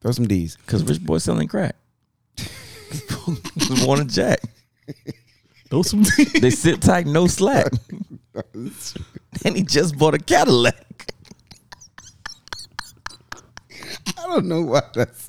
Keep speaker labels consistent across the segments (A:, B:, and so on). A: Throw some D's.
B: Because rich boy selling crack. Just want a jack.
C: Throw some.
B: They sit tight, no slack. and he just bought a Cadillac.
A: I don't know why that's.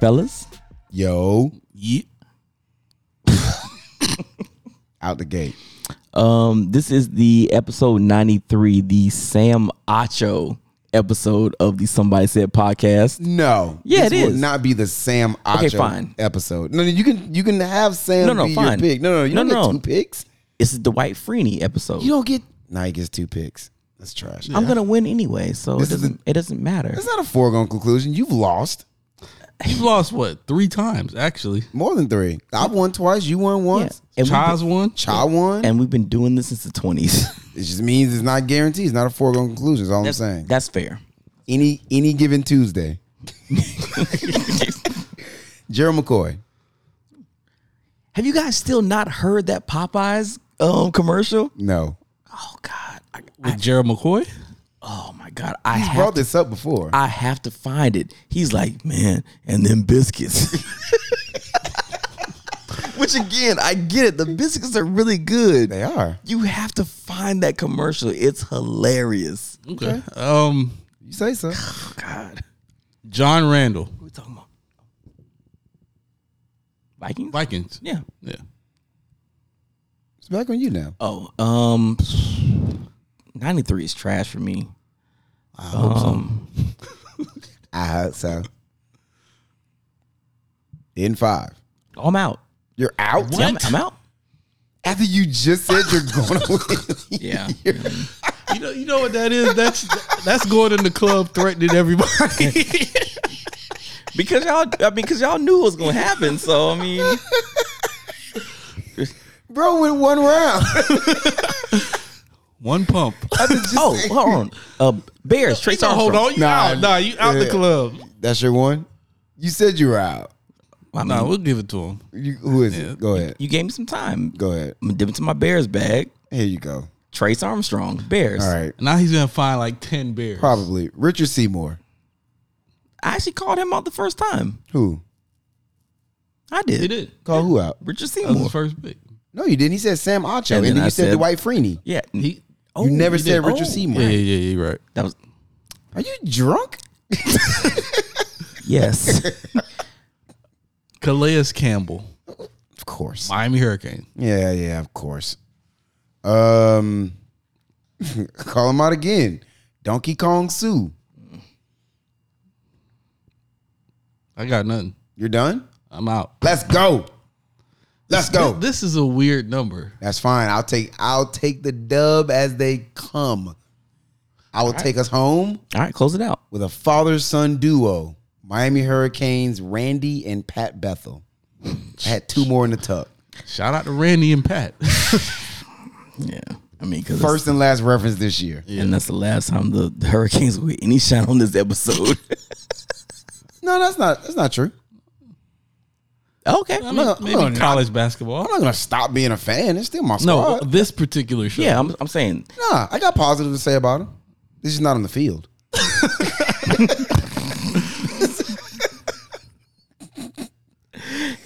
B: Fellas,
A: Yo,
C: yeah.
A: out the gate.
B: um, this is the episode 93, the Sam Acho episode of the Somebody Said podcast.
A: No.
B: Yeah,
A: this
B: it
A: will
B: is.
A: not be the Sam Acho
B: Okay, fine.
A: episode. No, no, you can you can have Sam
B: No, no,
A: be
B: fine.
A: your pick. No, no, you
B: No,
A: don't
B: no,
A: get
B: no.
A: two picks.
B: This is the White Freeney episode.
A: You don't get. Now he gets two picks. That's trash.
B: I'm gonna win anyway, so it
A: is
B: doesn't it doesn't matter.
A: That's not a foregone conclusion. You've lost
C: You've lost what three times actually.
A: more than three. I've won twice. You won
B: Yeah.
A: once.
B: And, we've been,
C: Chaz won.
A: Cha won.
B: and we've been doing this since the 20s.
A: It just means it's not guaranteed. It's not a foregone conclusion. Is all I'm saying.
B: That's fair.
A: any any given Tuesday. Gerald McCoy.
B: Have you guys still not heard that Popeyes um, commercial?
A: No,
B: Oh God! I,
C: With Gerald McCoy.
B: oh my God! I
A: I
B: have
A: brought
B: to,
A: this up before.
B: I have to find it. He's like, man, and then biscuits. Which again, I get it. The biscuits are really good.
A: they are.
B: You have to find that commercial. It's hilarious.
C: Okay. Um,
A: You say so.
B: Oh God,
C: John Randall,
B: what are we talking about? Vikings?
C: Vikings.
B: Yeah.
C: Yeah.
A: It's back on you now.
B: Oh, um, ninety three is trash for me.
C: I hope
B: Um,
A: I heard so. In five,
B: oh, I'm out.
A: you're out.
B: Yeah, I'm, I'm out.
A: After you just said you're going to win.
B: Yeah.
C: so. You know, you know what that is. That's that's going in the club threatening everybody.
B: because y'all, I mean, because y'all knew it was gonna happen. So I mean,
A: bro, with one round.
C: One pump.
B: oh, hold on. Uh, Bears, Trey
C: No,
B: Armstrong.
C: hold on. You
A: Nah,
C: out. Nah, you out the
A: yeah.
C: club.
A: That's your one. You said you were out.
B: I mean,
C: Nah, we'll give it to him.
A: You, who is it? Go ahead.
B: you gave me some time.
A: Go ahead.
B: I'm gonna dip into my Bears bag.
A: Here you go.
B: Trace Armstrong, Bears.
A: All right.
C: Now he's gonna find like ten bears.
A: Probably Richard Seymour.
B: I actually called him out the first time.
A: Who?
B: I did.
C: He did.
A: Call who out?
B: Richard
C: That was
B: Seymour.
C: his first pick.
A: No, you didn't. He said Sam Acho,
B: And
A: and,
B: then
A: then
B: I
A: you said,
B: said-
A: Dwight Freeney.
B: yeah.
C: He.
B: oh,
A: you never
B: he
A: said
B: did.
A: Richard
B: Oh,
A: Seymour.
C: Yeah, yeah, yeah. You're right.
B: That was
A: Are you drunk?
B: yes.
C: Calais Campbell,
A: Of course.
C: Miami Hurricane.
A: Yeah, yeah, of course. Um, call him out again. Donkey Kong Sue.
C: I got nothing.
A: You're done.
C: I'm out.
A: Let's go. Let's go.
C: Th- This is a weird number.
A: That's fine. I'll take. I'll take the dub as they come. I will take us home
B: All right, close it out.
A: with a father-son duo: Miami Hurricanes, Randy and Pat Bethel. I had two more in the tuck.
C: Shout out to Randy and Pat.
B: Yeah. I mean, because
A: First and last reference this year.
B: and that's the last time the, the Hurricanes will get any shine on this episode.
A: No, that's not. That's not true.
B: okay.
C: I mean,
A: No,
C: maybe
A: no, no.
C: college basketball.
A: I'm not gonna stop being a fan. It's still my
C: No,
A: squad.
C: this particular show.
B: yeah, I'm, I'm saying
A: Nah, I got positive to say about him. This is not on the field.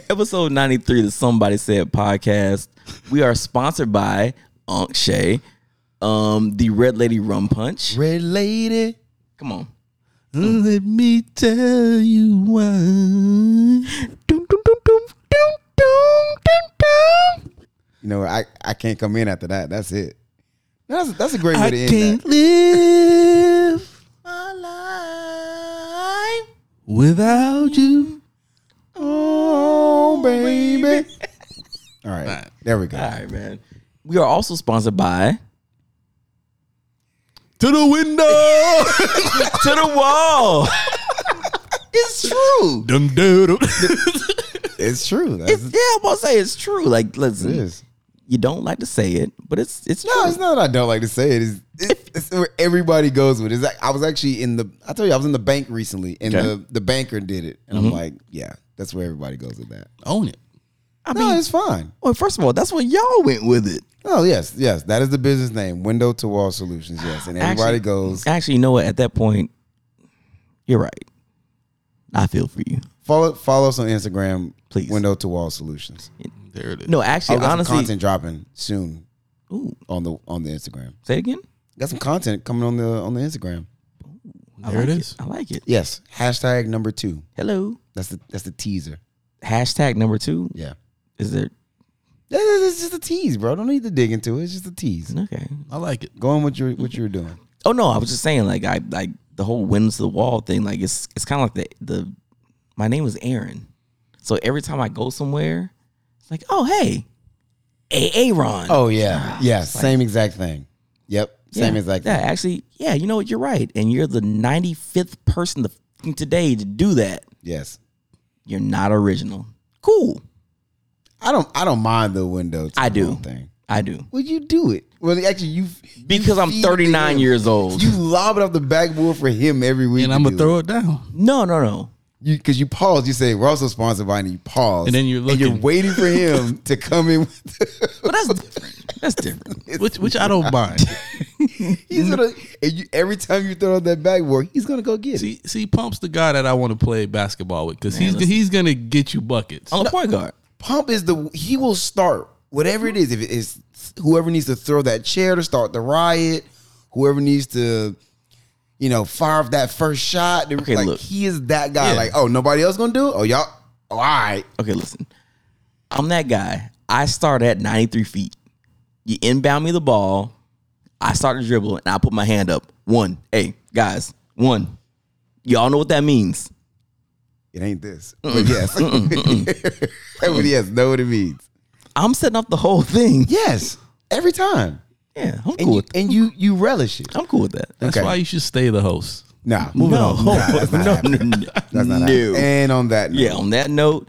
B: episode 93 the somebody said podcast we are sponsored by Unc Shay, um the red lady rum punch
A: Red lady.
B: come on
C: Let me tell you why.
B: Doom, doom, doom, doom, doom, doom, doom, doom.
A: You know, I, I can't come in after that. That's it. That's that's a great way
C: I
A: to end
C: can't
A: that.
C: live
B: My life.
C: without you.
A: Oh, baby. All right.
C: Alright.
A: There we go.
B: all right man we are also sponsored by
C: To the window.
B: to the wall It's true.
C: Dum doodle.
A: It's true. That's,
B: It's, yeah, I'm gonna say it's true. Like, listen,
A: it is.
B: you don't like to say it, but it's it's
A: No,
B: true.
A: it's not. that I don't like to say it. It's, it's, it's where everybody goes with. It. It's like, I was actually in the. I told you I was in the bank recently, and
B: Okay.
A: the, the banker did it, and I'm like, yeah, that's where everybody goes with that.
C: Own it.
B: I
A: no,
B: mean,
A: it's fine.
B: well, first of all, that's what y'all went with it.
A: Oh yes, yes, that is the business name, Window to Wall Solutions. Yes, and everybody
B: Actually-
A: goes
B: Actually, you know what? At that point, you're right. I feel for you.
A: follow follow us on Instagram,
B: Please.
A: Window to Wall Solutions.
C: There it is.
B: No,
A: I
B: actually,
A: got some
B: honestly,
A: Oh, content dropping soon
B: ooh,
A: on the on the Instagram.
B: say it again.
A: Got some content coming on the on the Instagram.
B: I
C: There it
B: like
C: is.
B: I like it.
A: Yes, hashtag number two.
B: Hello.
A: That's the that's the teaser.
B: Hashtag number two.
A: Yeah,
B: Is there
A: That- that- that's just a tease, bro. Don't need to dig into it. It's just a tease.
B: okay?
C: I like it.
A: Go on what you're what you're doing.
B: Oh no, I was just saying like I like the whole wins the wall thing. Like it's it's kind of like the the my name is Aaron, so every time I go somewhere, it's like oh hey, a Aaron.
A: Oh yeah, yeah. Same exact thing. Yep. Same exact
B: Yeah,
A: thing.
B: actually, yeah. You know what? You're right, and you're the 95th person to f***ing today to do that.
A: Yes.
B: You're not original. Cool.
A: I don't I don't mind the window. To
B: I
A: the
B: do.
A: wall thing.
B: I do
A: Well, you do it. Well, actually, you you
B: because I'm
A: feed
B: 39
A: him.
B: years old.
A: You lob it off the backboard for him every week,
C: And
A: to
C: I'm
A: do
C: gonna
A: it.
C: throw it down.
B: no, no, no.
A: you because you pause. You say we're also sponsored by, and you pause,
C: And then you're
A: and you're
C: looking.
A: waiting for him to come in. With
B: But that's different. That's different.
C: Which which I don't mind.
A: he's gonna and you, every time you throw out that backboard, he's gonna go get it.
C: See, see, Pump's the guy that I want to play basketball with because he's
B: listen.
C: he's gonna get you buckets.
A: Oh,
B: I'm a point guard.
A: Pump is the he will start whatever it is. If it is whoever needs to throw that chair to start the riot, whoever needs to. You know, fire up that first shot.
B: Okay,
A: like
B: look.
A: he is that guy.
C: Yeah.
A: Like, oh, nobody else gonna do it. Oh, y'all. Oh, all right.
B: Okay, listen. I'm that guy. I start at 93 feet. You inbound me the ball. I start to dribble and I put my hand up. One. Hey, guys, one. Y'all know what that means.
A: It ain't this. But yes. Everybody yes, know what it means.
B: I'm setting up the whole thing.
A: Yes. Every time.
B: Yeah, I'm
A: And
B: cool.
A: you
B: With
A: and you you relish it.
B: I'm cool with that.
C: That's
A: okay.
C: why you should stay the host.
A: Nah.
B: No,
C: on.
B: no,
A: that's not
B: no, no,
A: happening.
B: no.
A: That's not happening. And on that note,
B: Yeah. On that note,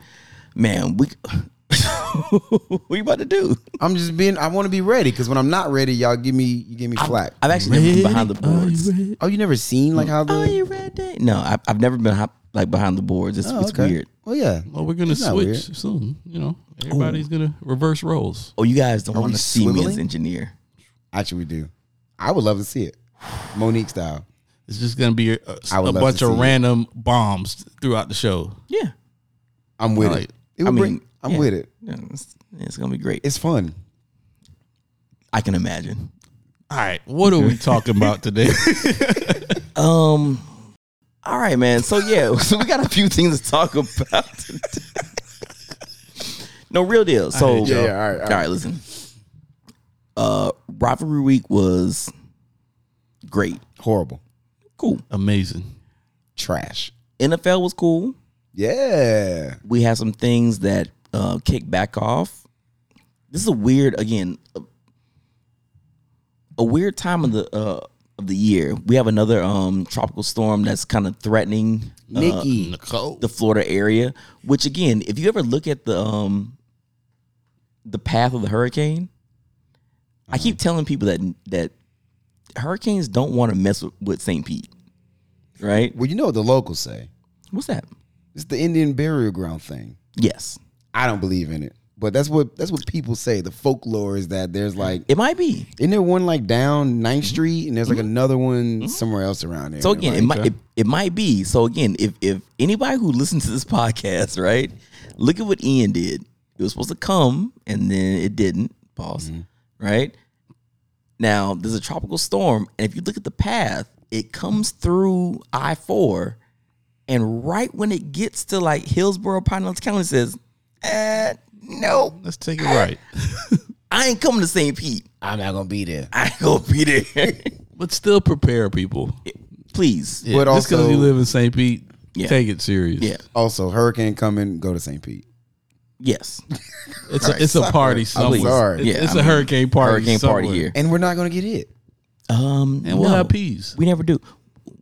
B: man, we what you about to do?
A: I'm just being I want to be ready because when I'm not ready, y'all give me you give me flack.
B: I've actually never been behind the boards.
A: oh, you never seen like how the
B: Are you ready? No, I, I've never been hi- like behind the boards. It's,
A: Oh,
B: it's
A: okay.
B: weird.
A: Well yeah.
C: Well, we're gonna
A: It's not
C: switch
A: weird.
C: soon. You know, everybody's gonna reverse roles.
B: Oh, you guys don't
A: Are
B: want
A: we
B: to see me as
A: swiveling?
B: engineer.
A: Actually we do. I would love to see it. Monique style.
C: It's just gonna be a, a-
A: I would
C: a
A: love to
C: bunch
A: see
C: of
A: it.
C: random bombs throughout the show.
B: Yeah.
A: I'm with
C: Like,
A: it. it would
B: I
A: bring,
B: mean,
A: I'm
B: yeah.
A: with it.
B: Yeah, It's, it's gonna be great.
A: It's fun.
B: I can imagine.
C: All right, what are we talking about today?
B: Um. All right, man. So yeah, so we got a few things to talk about. today. no real deal. So
C: hate y'all. Yeah,
A: yeah, all right, all right.
B: all right. Listen. Uh, rivalry week was great.
A: Horrible.
B: Cool.
C: Amazing.
A: Trash.
B: NFL was cool.
A: Yeah.
B: we have some things that uh, kick back off. This is a weird, again, a, a weird time of the uh, of the year. We have another um, tropical storm that's kind of threatening uh,
A: Nikki.
C: Nicole.
B: the Florida area. Which, again, if you ever look at the um, the path of the hurricane, I keep telling people that that hurricanes don't want to mess with, with St. Pete, right?
A: well, you know what the locals say.
B: What's that?
A: It's the Indian burial ground thing.
B: Yes,
A: I don't believe in it, but that's what that's what people say. The folklore is that there's like
B: it might be.
A: isn't there one like down 9th Street and there's like another one somewhere else around there.
B: So again, it
A: Like,
B: might it, it might be. So again, if if anybody who listens to this podcast, right, look at what Ian did. It was supposed to come and then it didn't. Pause.
C: Mm-hmm.
B: Right now, there's a tropical storm, and if you look at the path, it comes through I four, and right when it gets to like Hillsborough, Pine Hills County, it says, eh, "No,
C: Let's take it right.
B: I ain't coming to St. Pete.
A: I'm not gonna be there.
B: I ain't gonna be there."
C: but still prepare people.
B: Please,
C: Yeah,
A: But
C: just because
A: also-
C: you live in St. Pete,
B: Yeah.
C: take it serious.
B: Yeah.
A: Also, hurricane coming, go to St. Pete.
B: yes,
C: It's a, it's a party somewhere.
A: sorry.
C: It's,
B: Yeah,
C: it's
B: I
C: a
B: mean,
C: hurricane party.
B: hurricane party
C: somewhere.
B: here.
A: And we're not gonna get it.
B: Um,
C: And we'll
B: no.
C: have peas.
B: We never do.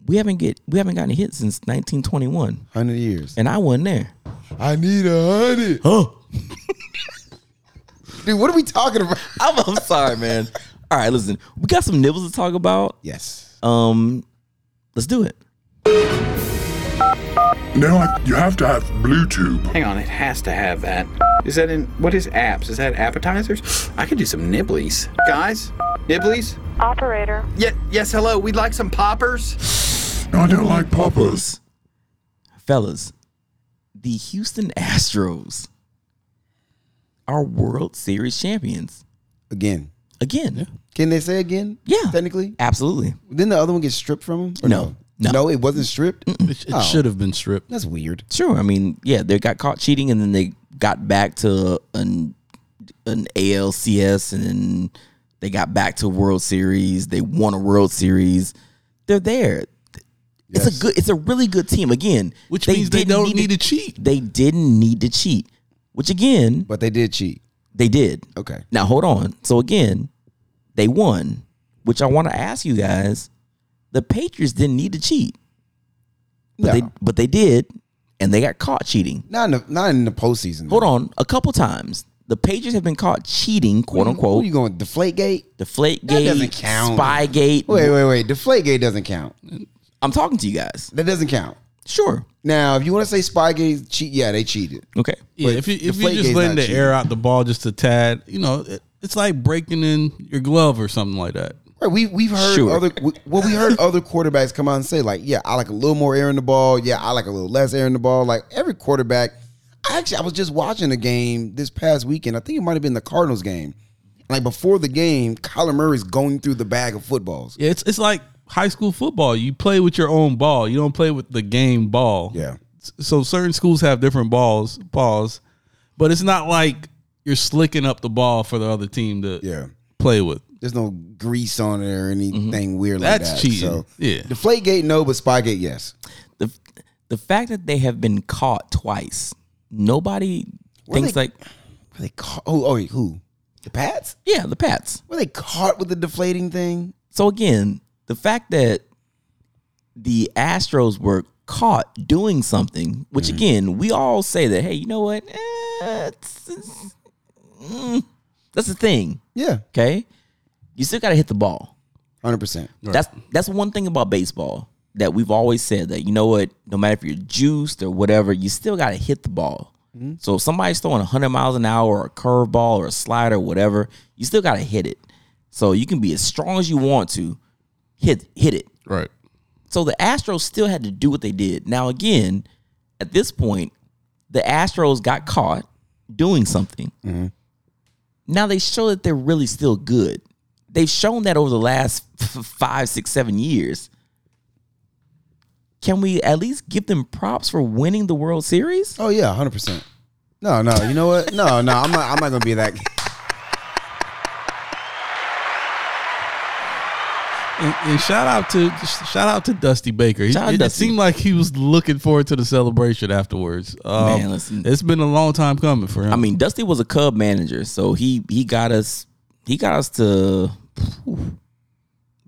B: We haven't get we haven't gotten a hit since 1921,
A: Hundred years.
B: and I wasn't there.
A: I need a hundred.
B: Oh,
A: Dude, what are we talking about?
B: I'm, I'm sorry, man. All right, listen, we got some nibbles to talk about.
A: Yes.
B: Um, let's do it.
D: Now I, you have to have Bluetooth.
E: Hang on, it has to have that. Is that in what is apps? Is that appetizers? I could do some nibblies. Guys, nibblies?
F: Operator.
E: Yeah, yes, hello. We'd like some poppers.
D: I don't like poppers.
B: Fellas, fellas, the Houston Astros are World Series champions
A: Again.
B: again.
A: Can they say again?
B: Yeah.
A: Technically,
B: Absolutely.
A: didn't the other one get stripped from him? Or
B: No.
A: no.
B: No.
A: it wasn't stripped.
C: It,
A: Oh.
C: it should have been stripped.
A: That's weird.
B: Sure. I mean, yeah, they got caught cheating and then they got back to an an ALCS and then they got back to World Series. They won a World Series. They're there. It's
A: Yes.
B: a good it's a really good team. Again,
C: Which means they
B: didn't
C: don't need to cheat.
B: They didn't need to cheat. Which again,
A: But they did cheat.
B: they did.
A: Okay.
B: Now hold on. So again, they won, which I want to ask you guys: the Patriots didn't need to cheat, but
A: No.
B: they but they did, and they got caught cheating.
A: Not in the not in the postseason.
B: Hold on, a couple times the Patriots have been caught cheating, quote
A: Who
B: unquote.
A: you going? Deflate gate?
B: Deflate
A: That doesn't
B: gate,
A: count.
B: spy gate.
A: Wait, wait, wait. Deflate gate doesn't count.
B: I'm talking to you guys.
A: That doesn't count.
B: Sure.
A: Now, if you want to say Spygate cheat, yeah, they cheated.
B: Okay.
C: Yeah,
A: But
C: if you
A: the
C: if you're
A: flake
C: just
A: game's
C: letting
A: not
C: the
A: cheating.
C: air out the ball just a tad, you know, it, it's like breaking in your glove or something like that.
A: Right, we we've heard
B: Sure.
A: other we, well, we heard other quarterbacks come out and say like, yeah, I like a little more air in the ball. Yeah, I like a little less air in the ball. Like every quarterback. I Actually, I was just watching a game this past weekend. I think it might have been the Cardinals game. Like before the game, Kyler Murray's going through the bag of footballs.
C: Yeah, it's it's like high school football. You play with your own ball. You don't play with the game ball.
A: Yeah.
C: S- So certain schools have different balls, balls, but it's not like you're slicking up the ball for the other team to
A: Yeah.
C: play with.
A: There's no grease on it or anything weird
C: Mm-hmm. That's
A: like that.
C: cheating.
A: So
C: Yeah.
A: Deflate gate, no, but Spygate, yes.
B: The the fact that they have been caught twice, nobody
A: Were
B: thinks
A: they-
B: like,
A: Were they caught? Oh, oh, wait, who? The Pats?
B: yeah, the Pats.
A: Were they caught with the deflating thing?
B: So again, the fact that the Astros were caught doing something, which
A: Mm.
B: again, we all say that, hey, you know what? Eh, it's- it's- mm, that's the thing.
A: Yeah,
B: Okay. You still gotta hit the ball.
A: hundred percent.
B: That's that's one thing about baseball that we've always said that you know what, no matter if you're juiced or whatever, you still got to hit the ball. So if somebody's throwing 100 miles an hour or a curveball or a slider or whatever, you still got to hit it. So you can be as strong as you want to hit hit it.
C: Right.
B: So the Astros still had to do what they did. Now again, at this point, the Astros got caught doing something. Now they show that they're really still good. They've shown that over the last f- five, six, seven years. Can we at least give them props for winning the World Series?
A: Oh yeah, hundred percent. No, no, you know what? No, no, I'm not. I'm not gonna be that.
C: And, and shout out to shout out to Dusty Baker. He,
B: Shout out
C: it,
B: Dusty.
C: seemed like he was looking forward to the celebration afterwards. Um,
B: Man, listen.
C: it's been a long time coming for him.
B: I mean, Dusty was a Cub manager, so he he got us he got us to phew,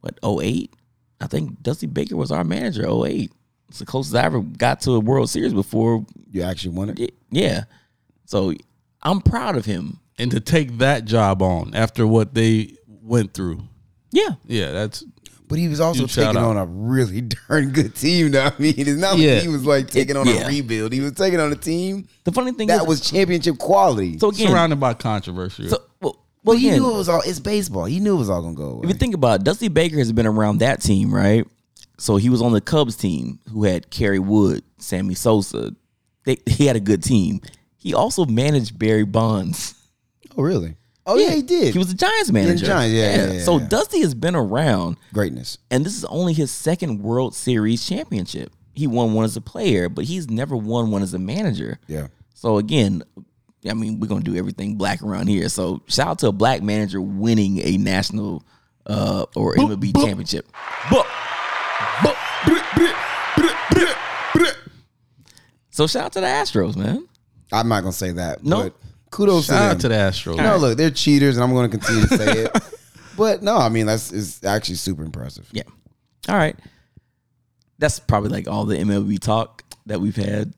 B: what 08? I think Dusty Baker was our manager 08. It's the closest I ever got to a World Series before.
A: You actually won it.
B: y- Yeah, so I'm proud of him.
C: and to take that job on after what they went through.
B: Yeah,
C: Yeah, that's
A: But he was also
C: Dude, shout
A: taking on
C: out.
A: a really darn good team. Though I mean, it's not
C: Yeah.
A: like he was like taking on
B: Yeah.
A: a rebuild. He was taking on a team
B: the funny thing
A: that
B: is,
A: was championship quality.
B: so again.
C: surrounded by controversy.
B: so, well, well
A: but he
B: again,
A: knew it was all. It's baseball. He knew it was all gonna go away.
B: if you think about it, Dusty Baker has been around that team, right? So he was on the Cubs team who had Kerry Wood, Sammy Sosa. They, he had a good team. He also managed Barry Bonds.
A: oh really? Oh yeah, he did.
B: He was a Giants manager.
A: Giants, yeah, yeah, yeah,
B: So
A: yeah.
B: Dusty has been around,
A: greatness.
B: and this is only his second World Series championship. He won one as a player, but he's never won one as a manager.
A: Yeah.
B: So again, I mean, we're gonna do everything black around here. So shout out to a black manager winning a national uh, or MLB championship. So shout out to the Astros, man.
A: I'm not gonna say that.
B: No.
A: But kudos
C: Shout out
A: to
C: to
A: them.
C: the Astros.
A: No, look, they're cheaters, and I'm gonna continue to say it. But no, I mean that's is actually super impressive.
B: Yeah. All right. That's probably like all the MLB talk that we've had.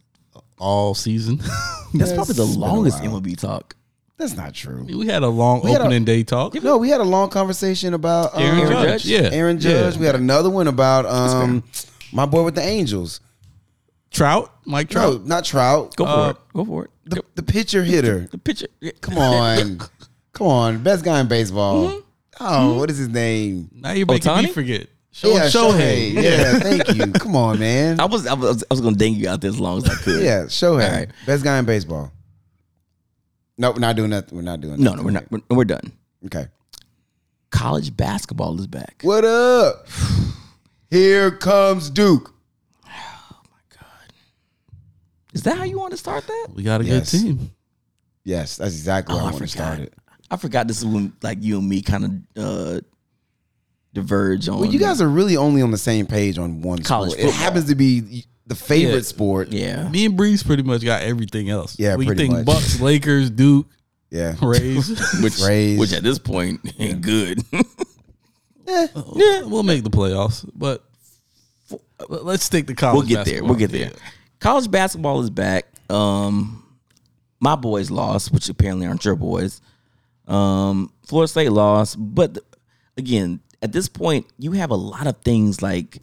C: all season.
B: That's probably the
A: It's been a
B: longest
A: while.
B: MLB talk.
A: That's not true.
C: we had a long
A: had a-
C: opening day talk.
A: No, we had a long conversation about um,
C: Aaron, Judge.
B: Judge?
C: yeah,
A: Aaron Judge.
C: yeah.
A: We had another one about um, my boy with the Angels.
C: Trout, Mike Trout.
A: No, not Trout.
B: Go for it. Go for it.
A: Uh, The, the pitcher hitter.
B: The pitcher.
A: Come on, come on, best guy in baseball. Oh, what is his name?
C: Now you're making me
B: Ohtani?
C: forget. Show,
A: yeah,
C: Shohei.
A: Shohei. Yeah, thank you. Come on, man.
B: I was I was, I was going to dang you out there as long as I could.
A: Yeah, Shohei,
B: All right.
A: best guy in baseball. No, we're not doing that. We're not doing.
B: No,
A: that.
B: no, we're not. We're, we're done.
A: Okay.
B: College basketball is back.
A: What up? Here comes Duke.
B: Is that how you want to start that?
C: We got a
A: Yes.
C: good team.
A: Yes, that's exactly where
B: Oh,
A: I,
B: I
A: want to
B: forgot.
A: start it.
B: I forgot this is when like you and me kind of uh diverge on.
A: Well, you guys are really only on the same page on one
B: College
A: sport. It
B: football.
A: happens to be the favorite
C: Yeah.
A: sport.
B: yeah.
C: Me and Breeze pretty much got everything else.
A: Yeah,
C: we
A: pretty
C: think
A: much.
C: Bucks, Lakers, Duke,
A: Yeah.
C: Rays.
B: Which
A: Rays.
B: which at this point ain't good.
A: Eh.
C: yeah, we'll make the playoffs, but f- let's stick to college.
B: we'll get there.
C: basketball.
B: We'll get there.
C: Yeah.
B: College basketball is back. Um, my boys lost, which apparently aren't your boys. Um, Florida State lost, but th- again, at this point, you have a lot of things like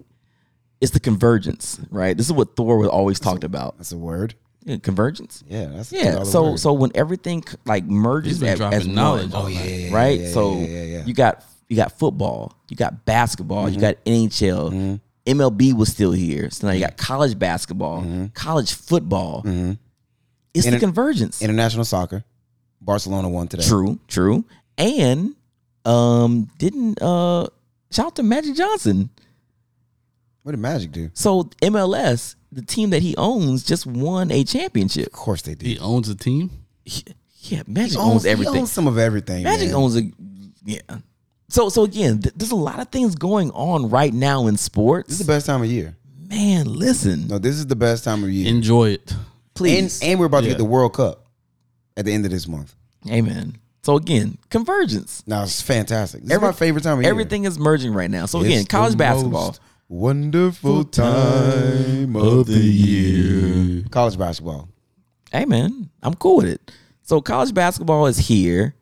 B: it's the convergence, right? This is what Thor was always talked about.
A: That's a word.
B: Yeah, convergence.
A: Yeah, that's a
B: Yeah.
A: $2
B: So
A: word.
B: so when everything c- like
C: He's
B: merges
C: been
B: at, as Oh,
C: dropping knowledge.
B: knowledge,
C: all night.
A: Oh, yeah,
B: right?
A: yeah,
B: so
A: yeah, yeah, Mm-hmm. yeah.
B: you got you got football, you got basketball, you got NHL,
A: Mm-hmm.
B: MLB was still here. So now you got college basketball, college football. It's the
A: Mm-hmm. Inter-
B: convergence.
A: international soccer. Barcelona won today.
B: True, true. And um didn't uh shout out to Magic Johnson.
A: What did Magic do?
B: So MLS, the team that he owns, just won a championship.
A: Of course they did.
C: He owns a team.
B: Yeah, Magic
A: He
B: owns
A: he
B: everything.
A: owns some of everything.
B: Magic
A: man.
B: owns a yeah. So so again, th- there's a lot of things going on right now in sports.
A: This is the best time of year.
B: Man, listen,
A: No, this is the best time of year.
C: Enjoy it.
A: and,
B: please,
A: and we're about to
C: Yeah.
A: get the World Cup at the end of this month.
B: amen. So again, convergence.
A: Now it's fantastic. This
B: Every-
A: is my favorite time of year.
B: Everything is merging right now. So
A: It's
B: again,
A: the
B: college basketball,
A: most wonderful time of the year. College basketball.
B: amen. I'm cool with it. So college basketball is here.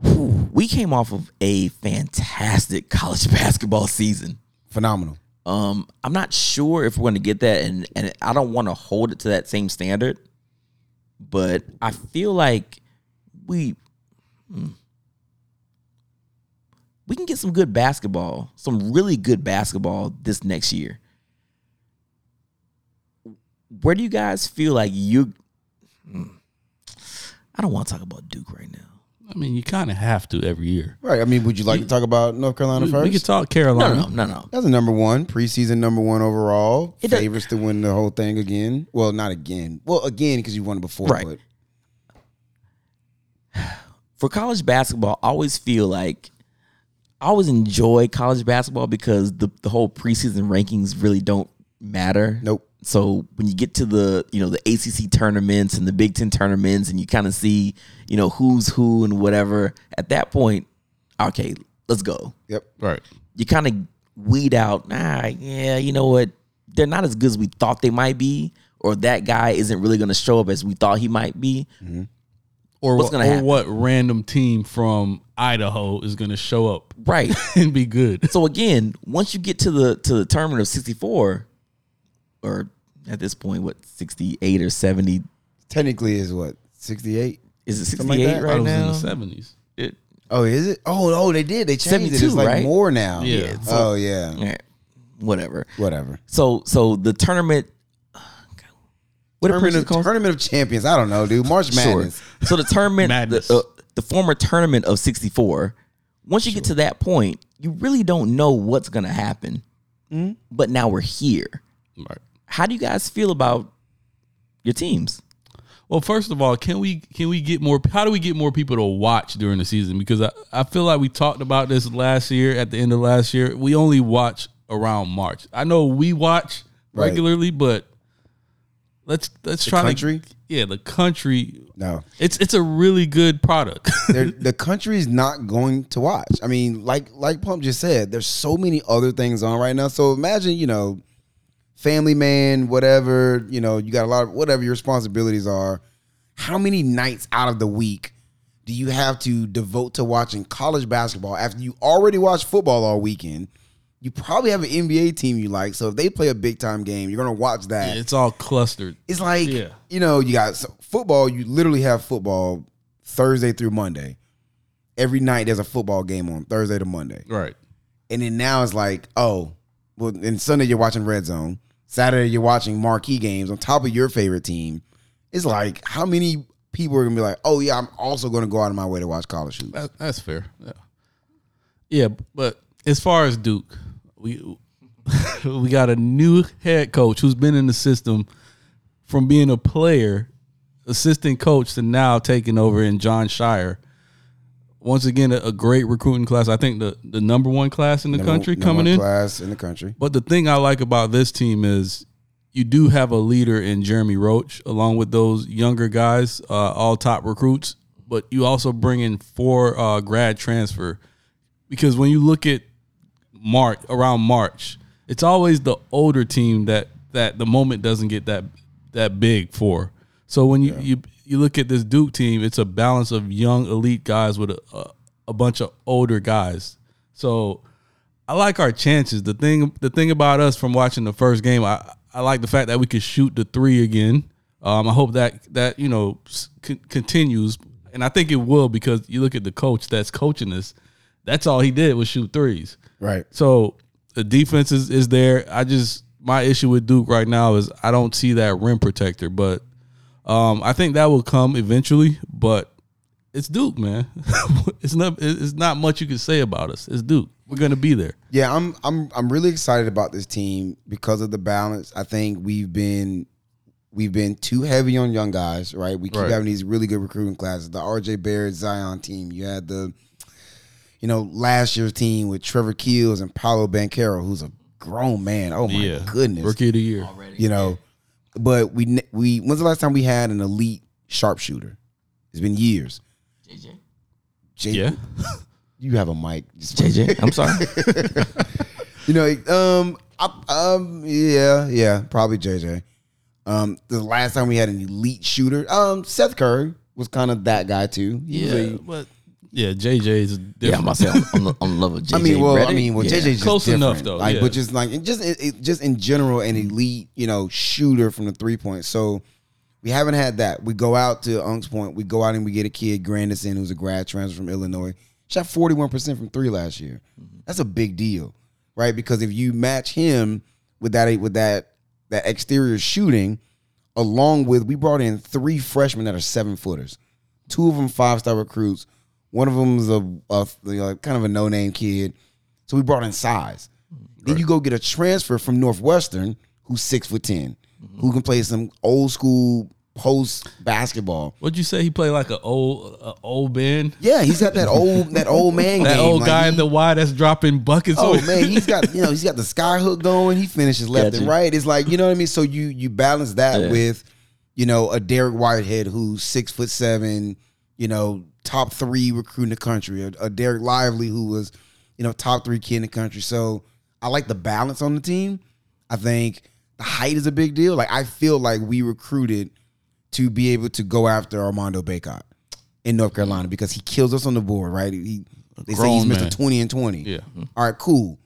B: Whew, we came off of a fantastic college basketball season.
A: Phenomenal.
B: Um, I'm not sure if we're going to get that, and and I don't want to hold it to that same standard, but I feel like we hmm. we can get some good basketball, some really good basketball this next year. Where do you guys feel like you? hmm. I don't want to talk about Duke right now.
C: I mean, you kind of have to every year.
A: Right. I mean, would you like to talk about North Carolina
C: We,
A: first?
C: we could talk
B: No,
C: Carolina.
B: no, no, no.
A: That's a number one preseason number one overall.
B: It does-
A: Favorites to win the whole thing again. Well, not again. Well, again because you won it before.
B: Right.
A: But
B: for college basketball, I always feel like I always enjoy college basketball because the, the whole preseason rankings really don't matter.
A: nope.
B: So when you get to the you know the ACC tournaments and the Big Ten tournaments and you kind of see you know who's who and whatever, at that point, okay, let's go.
A: Yep.
C: Right.
B: You kind of weed out. Ah, yeah, you know what? They're not as good as we thought they might be, or that guy isn't really going to show up as we thought he might be.
C: Or
B: What's
C: what,
B: gonna
C: or
B: happen?
C: what random team from Idaho is going to show up
B: Right.
C: and be good?
B: So again, once you get to the to the tournament of sixty four, or at this point, what sixty eight or seventy?
A: Technically is what sixty eight.
B: Is it
A: Something like
B: sixty
A: that?
B: eight
C: I
B: right
C: was in
B: now?
C: the seventies. It
A: Oh, is it? Oh, oh, they did. They changed it.
B: 72,
A: It's like
B: right?
A: more now.
C: Yeah. Yeah, it's
A: oh yeah.
B: All right, whatever.
A: Whatever.
B: So so the tournament. What a
A: Tournament
B: person
A: of, tournament of champions. I don't know, dude. March Madness.
B: So the tournament,
C: Madness.
B: the, uh, the former tournament of sixty four. Once you get to that point, you really don't know what's going to happen. But now we're here.
C: Hmm? right.
B: How do you guys feel about your teams?
C: Well, first of all, can we can we get more? How do we get more people to watch during the season? Because I, I feel like we talked about this last year at the end of last year. We only watch around March. I know we watch
A: Right.
C: regularly, but let's let's try
A: country?
C: to yeah the country.
A: No.
C: It's it's a really good product.
A: They're, the country's not going to watch. I mean, like like Pump just said, there's so many other things on right now. So imagine, you know, family man, whatever, you know, you got a lot of whatever your responsibilities are. How many nights out of the week do you have to devote to watching college basketball after you already watch football all weekend? You probably have an NBA team you like, so if they play a big time game, you're gonna watch that.
C: It's all clustered.
A: It's like
C: Yeah.
A: you know, you got so football. You literally have football Thursday through Monday. Every night there's a football game on Thursday to Monday,
C: Right.
A: and then now it's like, oh, well, and Sunday you're watching Red Zone. Saturday you're watching marquee games on top of your favorite team. It's like how many people are gonna be like, oh yeah, I'm also gonna go out of my way to watch college hoops.
C: That, that's fair. Yeah. yeah, but as far as Duke, we we got a new head coach who's been in the system from being a player, assistant coach to now taking over in John Shire. Once again, a, a great recruiting class. I think the, the number one class in the
A: Number-
C: country
A: number
C: coming
A: one
C: in.
A: class in the country.
C: But the thing I like about this team is you do have a leader in Jeremy Roach, along with those younger guys, uh, all top recruits. But you also bring in four uh, grad transfer because when you look at March around March, it's always the older team that that the moment doesn't get that that big for. So when you you, you look at this Duke team, it's a balance of young elite guys with a, a, a bunch of older guys. So I like our chances. The thing the thing about us from watching the first game, I, I like the fact that we could shoot the three again. Um, I hope that that you know s- con- continues, and I think it will because you look at the coach that's coaching us. That's all he did was shoot threes.
A: Right.
C: So the defense is, is there. I just my issue with Duke right now is I don't see that rim protector, but um, I think that will come eventually. But it's Duke, man. it's not it's not much you can say about us. It's Duke. We're gonna be there.
A: Yeah, I'm I'm I'm really excited about this team because of the balance. I think we've been we've been too heavy on young guys, right? We keep
C: Right.
A: having these really good recruiting classes. The RJ Barrett Zion team. You had the you know, last year's team with Trevor Keels and Paolo Banquero, who's a grown man. Oh my goodness.
C: Rookie of the year.
A: You know. But we ne- we when's the last time we had an elite sharpshooter? It's been years.
B: JJ.
A: Jay,
C: Yeah.
A: You have a mic. Just
B: JJ, I'm sorry.
A: You know, um, I, um, yeah, yeah, probably JJ. Um, the last time we had an elite shooter, um, Seth Curry was kind of that guy too. He was
C: Yeah,
A: a-
C: but yeah, JJ is
B: yeah, I'm
C: different.
B: about to say I'm, I'm, I'm in love with JJ.
A: I mean, well, I
B: Redick.
A: mean, well,
B: Yeah.
A: JJ's just
C: Close
A: different.
C: enough, though,
A: Like,
C: yeah.
A: but just like it just it, it- just in general, an elite, you know, shooter from the three point. So we haven't had that. We go out to Unks Point. We go out and we get a kid, Grandison, who's a grad transfer from Illinois. Shot forty one percent from three last year.
C: Mm-hmm.
A: That's a big deal, right? Because if you match him with that with that that exterior shooting, along with we brought in three freshmen that are seven footers, two of them five star recruits. One of them is a, a you know, kind of a no name kid. So we brought in size. Then you go get a transfer from Northwestern who's six foot 10 who can play some old school post basketball.
C: What'd you say? He played like an old a old Ben,
A: Yeah, he's got that old that old man.
C: that
A: game.
C: old
A: Like,
C: guy
A: he-
C: in the Y that's dropping buckets.
A: Oh
C: on-
A: man, he's got you know he's got the sky hook going. He finishes left and
B: Gotcha.
A: right. It's like you know what I mean. So you you balance that
B: Yeah.
A: with you know a Derek Whitehead who's six foot seven, you know top three recruit in the country. A, a Derek Lively who was you know top three kid in the country. So I like the balance on the team. I think the height is a big deal. Like I feel like we recruited to be able to go after Armando Baycott in North Carolina because he kills us on the board, right? He, they say he's
C: grown
A: Mr.
C: man.
A: 20 and 20.
C: Yeah.
A: All right, cool.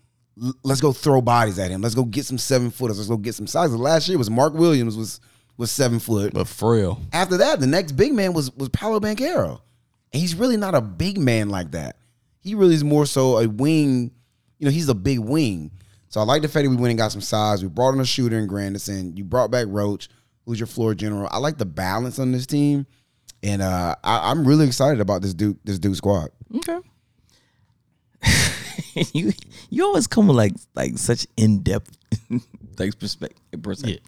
A: L- let's go throw bodies at him. Let's go get some seven footers. Let's go get some sizes. Last year was Mark Williams was was seven foot.
C: but frail.
A: After that, the next big man was was Paolo Banquero. And he's really not a big man like that. He really is more so a wing, you know, he's a big wing. So I like the fact that we went and got some size. We brought in a shooter in Grandison. You brought back Roach, who's your floor general. I like the balance on this team. And uh, I, I'm really excited about this Duke, this Duke squad.
B: Okay. you you always come with like like such in depth like perspective
C: Yeah.
B: perspective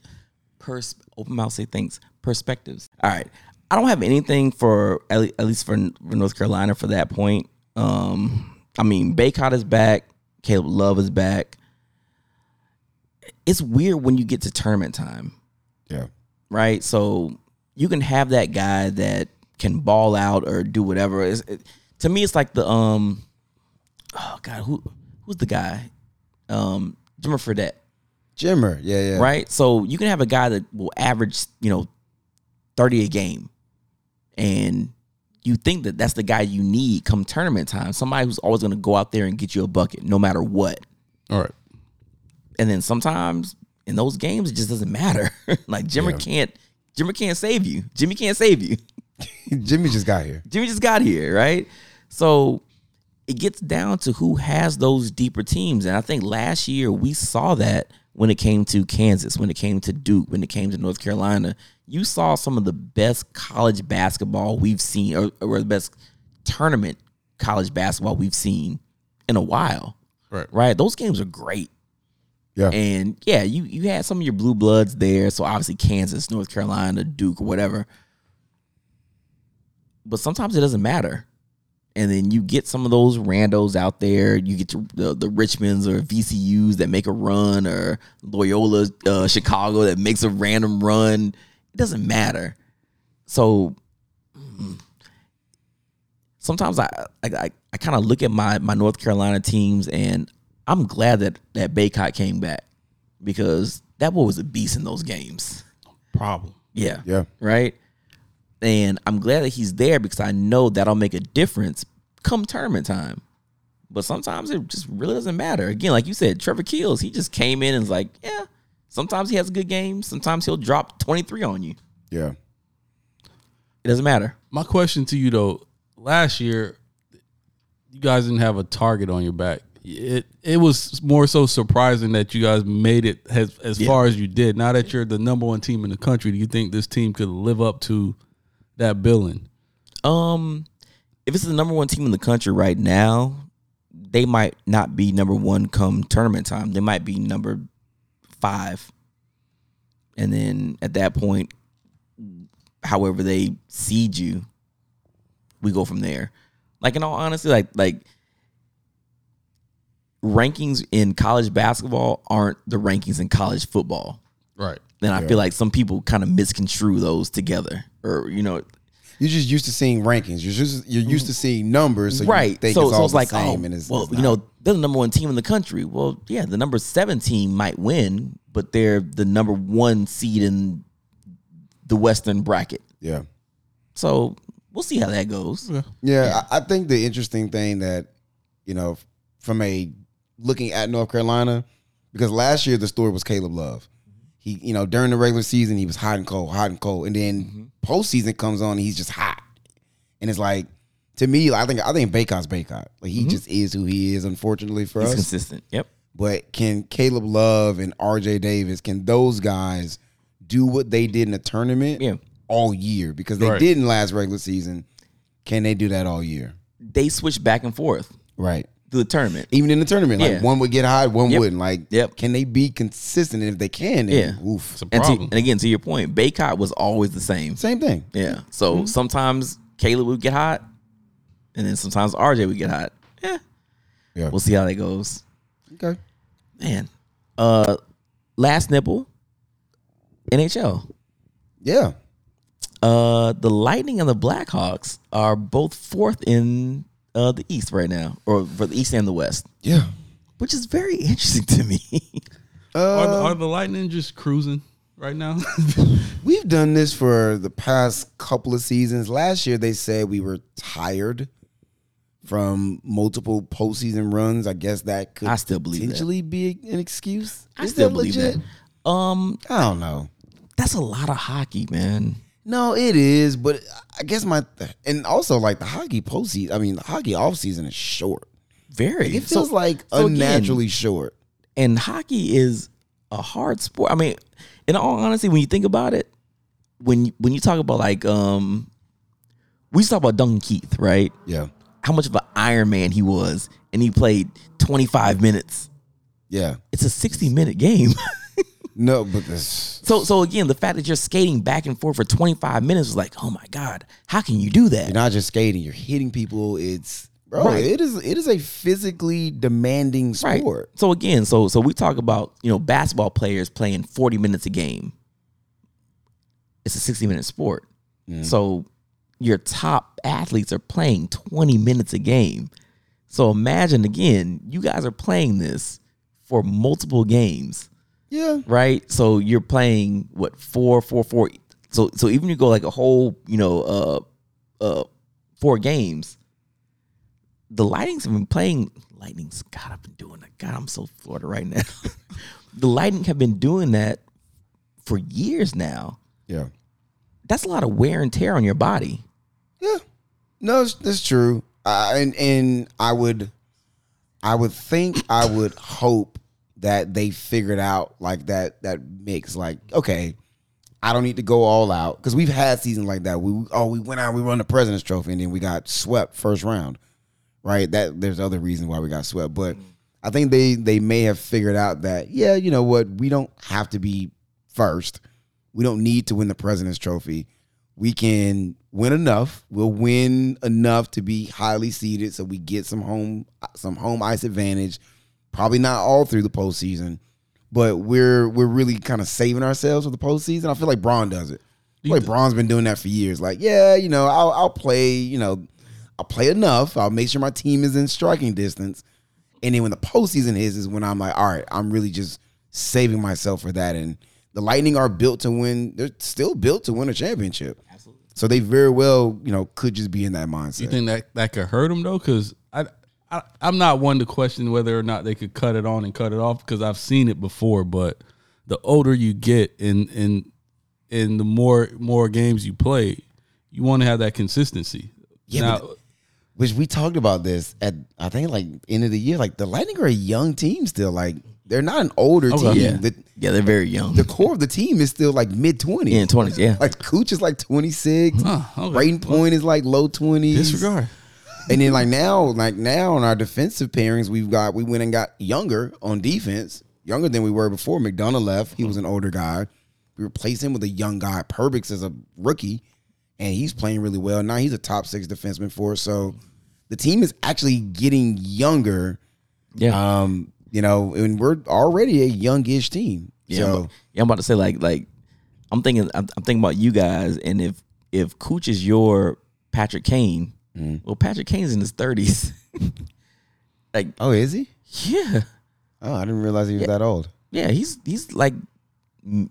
B: pers- open mouth say things perspectives. All right, I don't have anything for at le- at least for, for North Carolina for that point. Um, I mean Baycott is back, Caleb Love is back. It's weird when you get to tournament time
A: Yeah.
B: right? So you can have that guy that can ball out or do whatever. It's, it, to me, it's like the um, oh god, who who's the guy? Um, Jimmer Fredette.
A: Jimmer. Yeah, yeah.
B: right? So you can have a guy that will average, you know, 30 a game. And you think that that's the guy you need come tournament time. Somebody who's always going to go out there and get you a bucket no matter what.
C: All right.
B: And then sometimes in those games it just doesn't matter. like Jimmer can't Jimmer can't save you. Jimmy can't save you.
A: Jimmy just got here.
B: Jimmy just got here, right? So it gets down to who has those deeper teams. And I think last year we saw that when it came to Kansas, when it came to Duke, when it came to North Carolina. You saw some of the best college basketball we've seen, or, or the best tournament college basketball we've seen in a while,
C: Right.
B: right? Those games are great.
A: Yeah.
B: And yeah, you you had some of your blue bloods there, so obviously Kansas, North Carolina, Duke, whatever. But sometimes it doesn't matter. And then you get some of those randos out there. You get your- the, the Richmonds or VCUs that make a run, or Loyola uh, Chicago that makes a random run. It doesn't matter. So mm, sometimes I I, I, I kind of look at my my North Carolina teams and I'm glad that that Baycott came back because that boy was a beast in those games.
C: Problem.
B: Yeah.
A: Yeah.
B: Right. And I'm glad that he's there because I know that'll make a difference come tournament time. But sometimes it just really doesn't matter. Again, like you said, Trevor Keels, he just came in and was like, yeah. Sometimes he has a good game. Sometimes he'll drop 23 on you.
A: Yeah.
B: It doesn't matter.
C: My question to you though, last year you guys didn't have a target on your back. It it was more so surprising that you guys made it as as far as you did. Now that you're the number one team in the country, do you think this team could live up to that billing?
B: Um, if it's the number one team in the country right now, they might not be number one come tournament time. They might be number five, and then at that point, however they seed you, we go from there. Like in all honesty, like like rankings in college basketball aren't the rankings in college football.
C: Right.
B: Then I feel like some people kind of misconstrue those together, or you know,
A: You're just used to seeing rankings. You're just you're used to seeing numbers. So You
B: right.
A: think
B: so
A: it's
B: so
A: all
B: it's
A: the
B: like,
A: same,
B: oh,
A: and it's,
B: well,
A: it's
B: you
A: not.
B: know, they're the number one team in the country. Well, yeah, the number seven team might win, but they're the number one seed in the Western bracket.
A: Yeah.
B: So we'll see how that goes.
A: Yeah, I, I think the interesting thing that you know from a looking at North Carolina because last year the story was Caleb Love. He you know during the regular season he was hot and cold, hot and cold, and then
B: Mm-hmm.
A: postseason comes on and he's just hot, and it's like to me I think I think Baycott's Baycott. Like he just is who he is. Unfortunately for
B: Mm-hmm. He's
A: us,
B: consistent. Yep.
A: but can Caleb Love and RJ Davis, can those guys do what they did in the tournament
B: Yeah.
A: all year? Because they
C: Right.
A: didn't last regular season. Can they do that all year?
B: They switch back and forth
A: Right.
B: through the tournament.
A: Even in the tournament, like
B: Yeah.
A: one would get high, one
B: Yep.
A: wouldn't. Like,
B: Yep.
A: can they be consistent? And if they can, then
B: Yeah.
A: oof.
C: It's a
B: And, to,
C: problem.
B: and again, to your point, Baycott was always the same.
A: Same thing.
B: Yeah. So sometimes Caleb would get hot, and then sometimes RJ would get hot. Yeah.
A: Yeah.
B: We'll see how that goes.
A: Okay.
B: man. Uh, last nipple, NHL.
A: Yeah.
B: Uh, the Lightning and the Blackhawks are both fourth in uh the East right now, or for the East and the West,
A: Yeah.
B: which is very interesting to me.
C: Are the, are the Lightning just cruising right now?
A: We've done this for the past couple of seasons. Last year, they said we were tired from multiple postseason runs. I guess that could
B: I still believe that.
A: potentially be an excuse.
B: I
A: Is
B: still
A: that
B: believe
A: legit?
B: that. Um,
A: I don't know.
B: that's a lot of hockey, man.
A: No, it is, but I guess my and also like the hockey postseason. I mean, the hockey offseason is short.
B: Very.
A: It feels
B: So-
A: like
B: so again,
A: unnaturally short.
B: and hockey is a hard sport. I mean, in all honesty, when you think about it, when you, when you talk about like um, we used to talk about Duncan Keith, right?
A: Yeah,
B: how much of an Iron Man he was, and he played 25 minutes.
A: yeah.
B: It's a 60 minute game.
A: No, but this.
B: so, so again, the fact that you're skating back and forth for 25 minutes was like, oh my god, how can you do that?
A: You're not just skating. You're hitting people. It's bro.
B: Right.
A: It is. It is a physically demanding
B: right.
A: sport.
B: So again, so so we talk about you know basketball players playing 40 minutes a game. It's a 60 minute sport.
A: Mm.
B: So your top athletes are playing 20 minutes a game. So imagine again, you guys are playing this for multiple games.
A: Yeah.
B: right? So you're playing what four, four, four. So so even you go like a whole, you know, uh, uh, four games. The lightning's been playing. Lightning's God, I've been doing that. God, I'm so Florida right now. the lightning have been doing that for years now.
A: Yeah.
B: That's a lot of wear and tear on your body.
A: Yeah, no, it's- that's true. Uh, and and I would, I would think, I would hope that they figured out like that that mix. Like, okay, I don't need to go all out because we've had seasons like that. We oh we went out, we won the President's Trophy, and then we got swept first round. Right? That there's other reasons why we got swept, but I think they they may have figured out that yeah, you know what, we don't have to be first. We don't need to win the President's Trophy. We can win enough. We'll win enough to be highly seeded, so we get some home some home ice advantage. Probably not all through the postseason, but we're we're really kind of saving ourselves for the postseason. I feel like Braun does it. I feel like Braun's been doing that for years. Like, yeah, you know, I'll, I'll play. You know, I'll play enough. I'll make sure my team is in striking distance. And then when the postseason hits, is when I'm like, all right, I'm really just saving myself for that. And the Lightning are built to win. They're still built to win a championship. Absolutely. So they very well, you know, could just be in that mindset.
C: You think that that could hurt them though? Because I, I I'm not one to question whether or not they could cut it on and cut it off because I've seen it before. But the older you get and and and the more more games you play, you want to have that consistency.
A: Yeah,
C: Now,
A: but- Which we talked about this at I think like end of the year. Like the Lightning are a young team still. Like they're not an older
C: Okay.
A: team.
B: Yeah.
A: The,
B: Yeah, they're very young.
A: the core of the team is still like mid twenties.
B: yeah, twenties. Yeah,
A: Like Cooch is like twenty six.
C: Huh, okay.
A: Braden Point is like low twenties.
C: disregard.
A: And then like now, like now in our defensive pairings, we've got we went and got younger on defense, younger than we were before. McDonough left; he was an older guy. We replaced him with a young guy. Perbix is a rookie, and he's playing really well now. He's a top six defenseman for us. So the team is actually getting younger.
B: yeah.
A: Um, you know, and we're already a youngish team.
B: Yeah, I'm,
A: so
B: about, yeah, I'm about to say like like I'm thinking I'm, I'm thinking about you guys, and if if Cooch is your Patrick Kane, well, Patrick Kane's in his thirties. like
A: oh, is he?
B: yeah,
A: Oh, I didn't realize he was that old.
B: yeah, he's he's like m-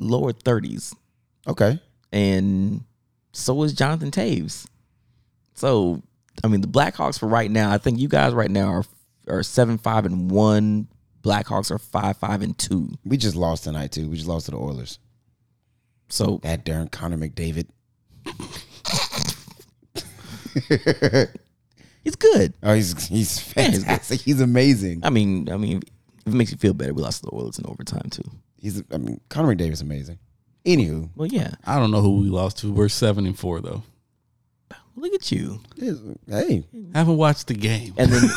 B: lower thirties,
A: Okay,
B: and so is Jonathan Taves. So I mean, the Blackhawks for right now, I think you guys right now are are seven five and one. Blackhawks are five five and two.
A: we just lost tonight too. We just lost to the Oilers.
B: So
A: That darn Connor McDavid.
B: it's good.
A: Oh, he's he's
B: he's good.
A: fantastic. He's amazing.
B: I mean, I mean, if it makes you feel better, we lost to the Oilers in overtime too.
A: He's I mean Conor McDavid's amazing. Anywho,
B: Well, yeah,
C: I don't know who we lost to. We're seven and four though.
B: look at you.
A: it's- hey,
C: Haven't watched the game.
B: And then,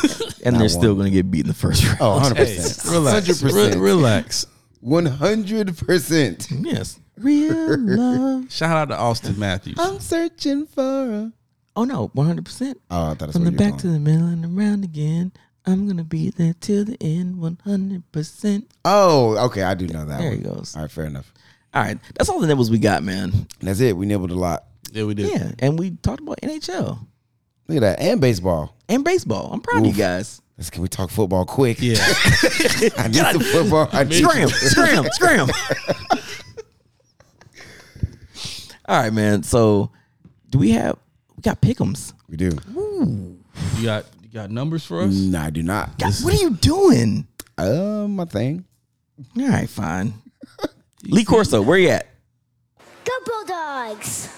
B: and they're still going to get beat in the first round.
A: oh, 100
C: Hey,
A: percent,
C: relax, Re- relax.
A: one hundred percent.
B: Oh, Yes, real love.
C: Shout out to Austin Matthews.
A: I'm searching for. A-
B: Oh no, one hundred percent.
A: oh, I thought that's
B: From
A: what
B: the
A: you were going.
B: back to the middle and around again. I'm gonna be there till the end, one hundred percent.
A: oh, okay, I do know that.
B: There
A: one.
B: he goes.
A: All right, fair enough.
B: All right, that's all the nibbles we got, man.
A: That's it. We nibbled a lot.
C: Yeah, we did.
B: Yeah, and we talked about NHL
A: Look at that, and baseball.
B: and baseball. I'm proud of you guys.
A: Let's, can we talk football quick?
C: Yeah.
A: I need some football. I need
B: Scram, scram, scram. All right, man. So, do we have we got pickums?
A: We do.
C: You got you got numbers for us?
A: No, I do not.
B: God, what are you doing?
A: Um, my thing.
B: All right, fine. Lee Corso, where you at?
F: Go Bulldogs!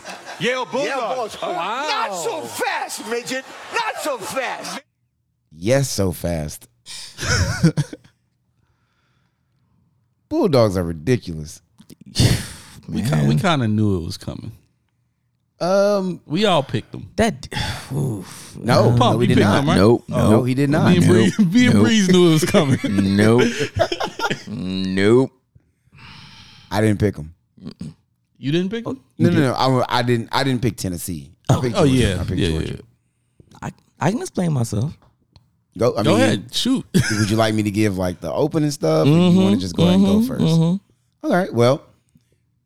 G: Not so fast, midget. Not so fast.
A: Yes, so fast. Bulldogs are ridiculous.
C: We
A: Mm,
C: kind we kind of knew it was coming.
A: Um,
C: We all picked them.
B: That oof.
A: no,
C: Paul,
A: no, we
C: you
A: did
C: picked
A: not.
C: him, right? Oh.
B: Nope,
A: No,
B: nope,
A: he did not.
C: Me and,
A: Nope.
C: Bree, me and
B: Nope.
C: Breeze knew it was coming.
A: Mm.
B: nope, nope.
A: I didn't pick him.
C: You didn't pick them?
A: No, no, no. I, I didn't. I didn't pick Tennessee. I picked
C: Oh
A: Georgia.
C: yeah,
A: I picked
C: yeah,
A: Georgia.
C: yeah.
B: I, I can explain myself.
A: Go. I
C: Go
A: mean,
C: ahead, shoot.
A: Would you like me to give like the opening stuff? or you want to just go ahead and go 1st All right. Well,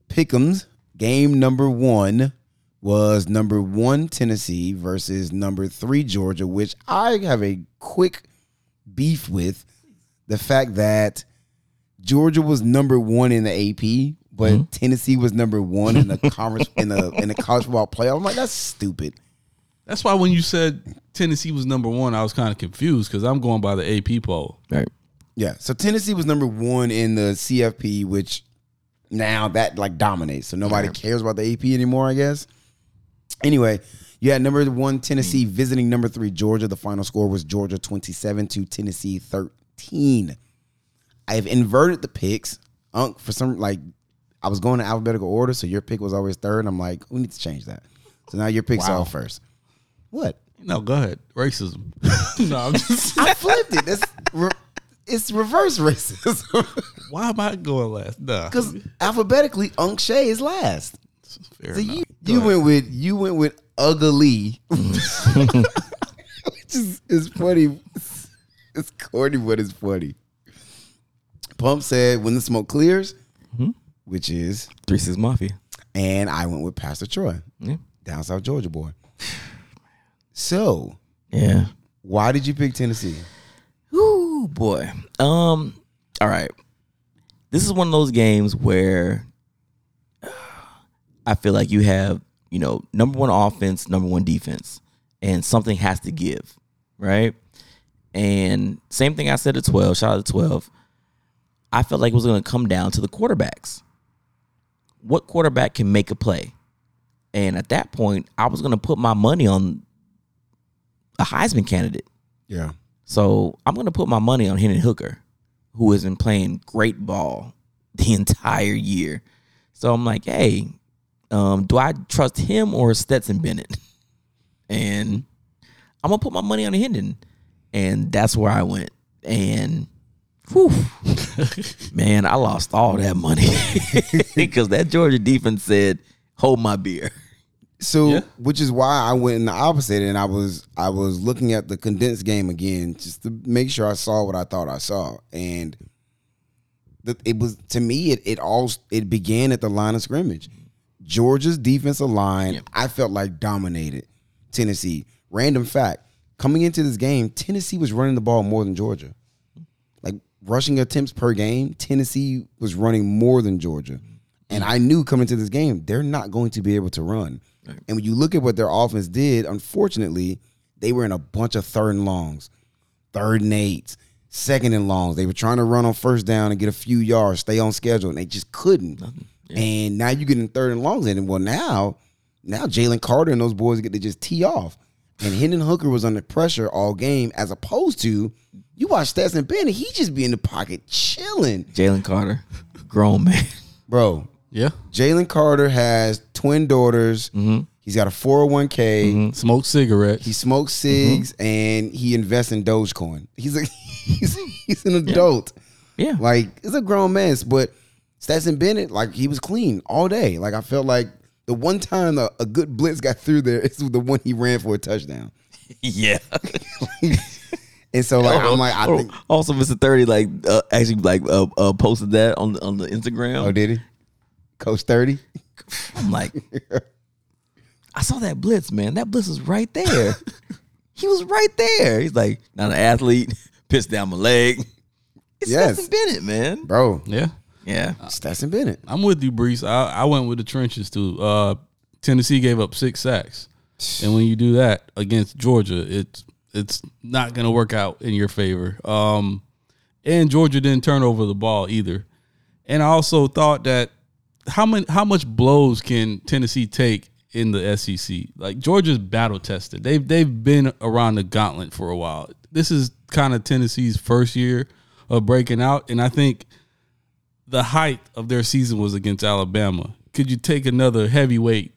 A: Pickums game number one was number one Tennessee versus number three Georgia, which I have a quick beef with the fact that Georgia was number one in the AP, but Tennessee was number one in the conference in the in the college football playoff. I'm like, that's stupid.
C: That's why when you said Tennessee was number one, I was kind of confused because I'm going by the AP poll.
B: Right.
A: Yeah. So Tennessee was number one in the CFP, which now that like dominates. So nobody cares about the AP anymore, I guess. Anyway, you had number one Tennessee visiting number three Georgia. The final score was Georgia 27 to Tennessee 13. I've inverted the picks. Unc, for some like I was going in alphabetical order, so your pick was always third. I'm like, we need to change that. So now your picks are all first. What?
C: No, go ahead. Racism. no, I'm just.
A: I flipped it. That's re- it's reverse racism.
C: Why am I going last? Nah.
A: Because alphabetically, Unc Shay is last.
C: fair
A: So
C: enough.
A: you, you went with you went with ugly, which is, is funny. It's, it's corny, but it's funny. Pump said, "When the smoke clears," which is,
B: Three Six Mafia.
A: and I went with Pastor Troy,
B: Yeah.
A: down South Georgia boy. So,
B: Yeah.
A: why did you pick Tennessee?
B: Ooh boy. Um. All right. This is one of those games where uh, I feel like you have you know number one offense, number one defense, and something has to give, right? And same thing I said at twelve. Shout out to twelve. I felt like it was going to come down to the quarterbacks. What quarterback can make a play? And at that point, I was going to put my money on a Heisman candidate.
A: Yeah,
B: So I'm gonna put my money on Hendon Hooker, who has been playing great ball the entire year. So I'm like, hey, um, do I trust him or Stetson Bennett? And I'm gonna put my money on Hendon, and that's where I went. And whew, man, I lost all that money because that Georgia defense said, "Hold my beer."
A: So,
C: Yeah.
A: which is why I went in the opposite, and I was I was looking at the condensed game again just to make sure I saw what I thought I saw, and the, it was to me it it all it began at the line of scrimmage. Georgia's defensive line, I felt like dominated Tennessee. Random fact: coming into this game, Tennessee was running the ball more than Georgia. Like rushing attempts per game, Tennessee was running more than Georgia. And I knew coming to this game, they're not going to be able to run. And when you look at what their offense did, unfortunately, they were in a bunch of third and longs, third and eights, second and longs. They were trying to run on first down and get a few yards, stay on schedule, and they just couldn't. And now you're getting third and longs in. And well, now, now Jalen Carter and those boys get to just tee off. And Hendon Hooker was under pressure all game, as opposed to you watch Stetson Bennett, he just be in the pocket chilling.
B: Jalen Carter, grown man.
A: Bro,
C: yeah.
A: Jalen Carter has twin daughters. He's got a 401k.
C: Mm, Smoke cigarettes.
A: He smokes cigs and he invests in Dogecoin. He's a he's, he's an adult.
B: Yeah,
A: Like it's a grown man, but Stetson Bennett, like he was clean all day. Like I felt like the one time a, a good blitz got through there is the one he ran for a touchdown.
B: yeah.
A: And so like I'm like I
B: Oh,
A: think
B: also, Mr. Thirty like uh, actually like uh, uh, posted that on the- on the Instagram.
A: oh did he coach thirty Oh,
B: I'm like, I saw that blitz, man. That blitz was right there. he was right there. He's like, not an athlete. Pissed down my leg. It's
A: Yes.
B: Stetson Bennett, man.
A: bro
C: yeah.
B: Yeah,
A: Stetson Bennett
C: I'm with you, Brees. I, I went with the trenches too. Uh, Tennessee gave up six sacks, and when you do that against Georgia, it's it's not going to work out in your favor. Um, and Georgia didn't turn over the ball either. And I also thought that how many how much blows can Tennessee take in the SEC? Like Georgia's battle tested. They've they've been around the gauntlet for a while. This is kind of Tennessee's first year of breaking out, and I think the height of their season was against Alabama. Could you take another heavyweight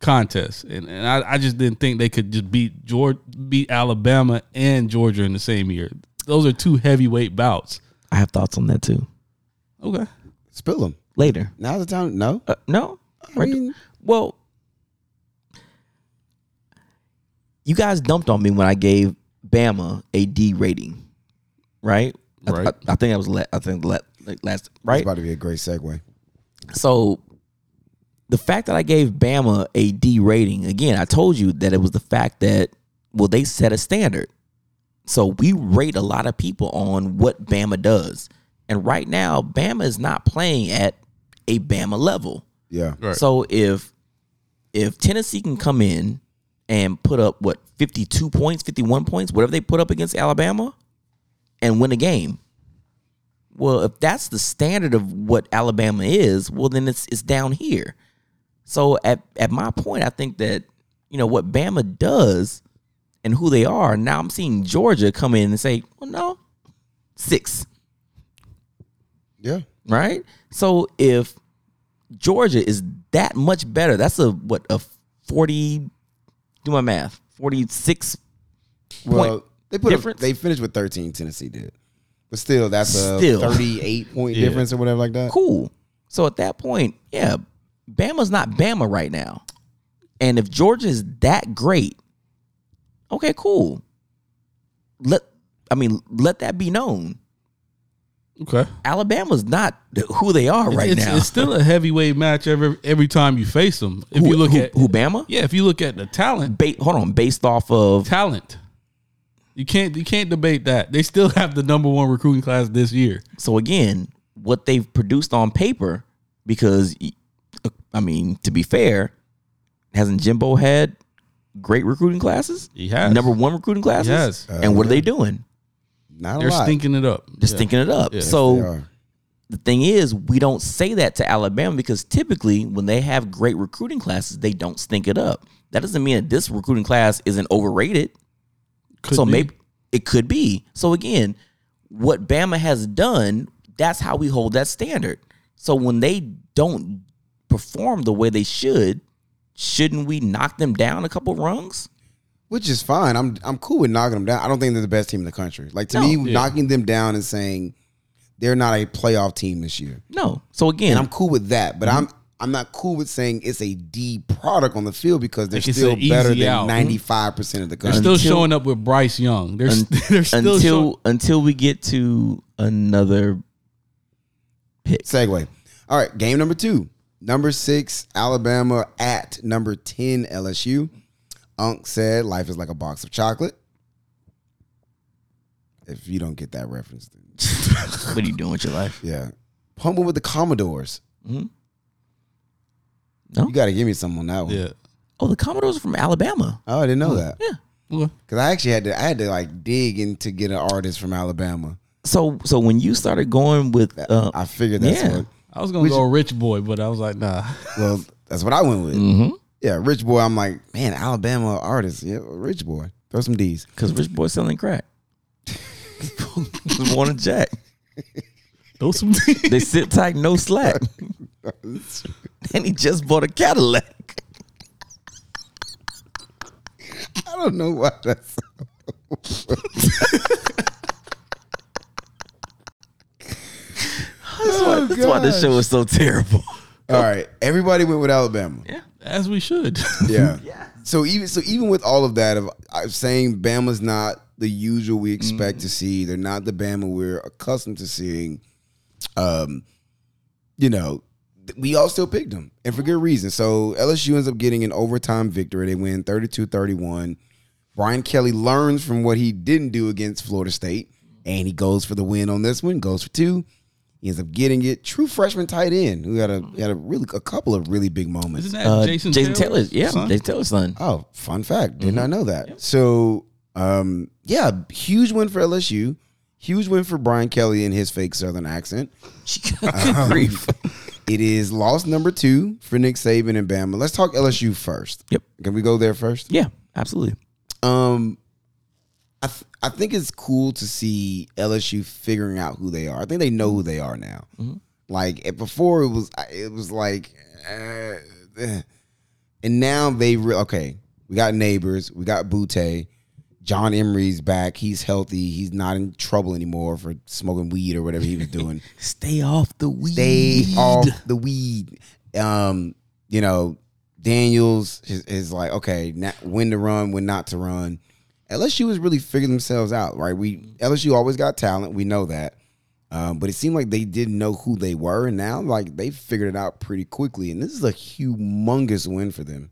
C: contest? And and I, I just didn't think they could just beat George beat Alabama and Georgia in the same year. Those are two heavyweight bouts.
B: I have thoughts on that too.
C: Okay.
A: spill him
B: Later.
A: now's the time no
B: Uh, no.
A: I
B: Right-
A: mean
B: well, you guys dumped on me when I gave Bama a D rating, right? I-
C: Right.
B: I, I think that was la- I think la- like last right.
A: it's about to be a great segue
B: So the fact that I gave Bama a D rating, again, I told you that it was the fact that, well, they set a standard. So we rate a lot of people on what Bama does. And right now, Bama is not playing at a Bama level.
A: Yeah.
C: Right.
B: So if if Tennessee can come in and put up what 52 points, 51 points, whatever they put up against Alabama and win a game. Well, if that's the standard of what Alabama is, well then it's it's down here. So at at my point, I think that you know what Bama does and who they are. Now I'm seeing Georgia come in and say, "Well, no, six,
A: Yeah.
B: right?" So if Georgia is that much better, that's a what a forty. Do my math, forty six.
A: Well, they put
B: difference?
A: a, they finished with 13. Tennessee did, but still, that's a
B: Still.
A: 38 point
C: Yeah.
A: difference or whatever like that.
B: Cool. So at that point, yeah, Bama's not Bama right now, and if Georgia is that great, okay, cool. Let I mean let that be known.
C: Okay.
B: Alabama's not who they are right
C: it's,
B: now.
C: it's still a heavyweight match every every time you face them. If
B: who,
C: you look
B: who,
C: at
B: who Bama?
C: yeah, if you look at the talent,
B: Ba- hold on, based off of
C: talent, you can't you can't debate that. They still have the number one recruiting class this year.
B: so again what they've produced on paper because I mean to be fair, hasn't Jimbo had great recruiting classes?
C: He has.
B: number one recruiting classes.
C: Yes.
B: and what are they doing?
A: Not
C: They're
A: a lot.
C: stinking it up.
B: Just thinking it up.
C: Yeah.
A: They
B: so
A: are.
B: the thing is, we don't say that to Alabama because typically when they have great recruiting classes, they don't stink it up. That doesn't mean that this recruiting class isn't overrated.
C: Could
B: so
C: be.
B: maybe it could be. So again, what Bama has done, that's how we hold that standard. So when they don't perform the way they should, shouldn't we knock them down a couple rungs?
A: which is fine. I'm I'm cool with knocking them down. I don't think they're the best team in the country. Like to
B: No.
A: me, knocking them down and saying they're not a playoff team this year,
B: No. So again,
C: Mm-hmm.
A: and I'm cool with that. But I'm I'm not cool with saying it's a D product on the field because they're
C: Like it's
A: still
C: an easy
A: better than
C: out. Mm-hmm.
A: ninety five percent of the country.
C: still
B: until-
C: showing up with Bryce Young. They're,
B: un-
C: st- they're still
B: until
C: showing-
B: until we get to another
A: Segway. All right, game number two. Number six, Alabama at number 10, LSU. Unc said, Life is like a box of chocolate. If you don't get that reference, then
B: what are you doing with your life?
A: yeah. Pumping with the Commodores.
C: Mm-hmm.
B: No?
A: You got to give me some on that one.
C: yeah. Mm-hmm.
B: Oh, the Commodores are from Alabama.
A: Oh, I didn't know that.
B: Yeah.
C: Well,
A: Because I actually had to, I had to like dig in to get an artist from Alabama.
B: So so when you started going with uh,
A: I figured that's
B: yeah.
A: what,
C: I was gonna go Rich Boy, but I was like, nah.
A: well, that's what I went with. Yeah, Rich Boy. I'm like, man, Alabama artist. Yeah, Rich Boy. Throw some D's.
B: because Rich Boy selling crack. Just wanted Jack.
C: Throw some.
B: They sit tight, no slack. and he just bought a Cadillac.
A: I don't know why that's.
B: That's why, that's why this show is so terrible.
A: All right, everybody went with Alabama.
C: As we should.
A: Yeah. So even so, even with all of that of I'm saying Bama's not the usual we expect to see. They're not the Bama we're accustomed to seeing. Um, you know, th- we all still picked them, and for good reason. So LSU ends up getting an overtime victory. They win 32-31. Brian Kelly learns from what he didn't do against Florida State, and he goes for the win on this one. Goes for two. He ends up getting it. True freshman tight end who had a had a really a couple of really big moments.
C: Isn't that
B: Uh,
C: Jason, Taylor's
B: yeah,
C: son?
B: Jason Taylor's son.
A: Oh, fun fact. Did not know that. So, um, yeah, huge win for LSU. Huge win for Brian Kelly in his fake Southern accent.
B: Grief.
A: It is loss number two for Nick Saban and Bama. Let's talk LSU first.
B: Yep.
A: Can we go there first?
B: Yeah, absolutely.
A: Um, I th- I think it's cool to see LSU figuring out who they are. I think they know who they are now. Like it- before, it was I- it was like, uh, eh. and now they re- okay. We got neighbors. We got Butte. John Emery's back. He's healthy. He's not in trouble anymore for smoking weed or whatever he was doing.
B: Stay off the weed.
A: Stay off the weed. Um, you know, Daniels is, is like, okay, na when to run, when not to run. LSU has really figured themselves out, right? We LSU always got talent, we know that, um, but it seemed like they didn't know who they were, and now like they figured it out pretty quickly. And this is a humongous win for them,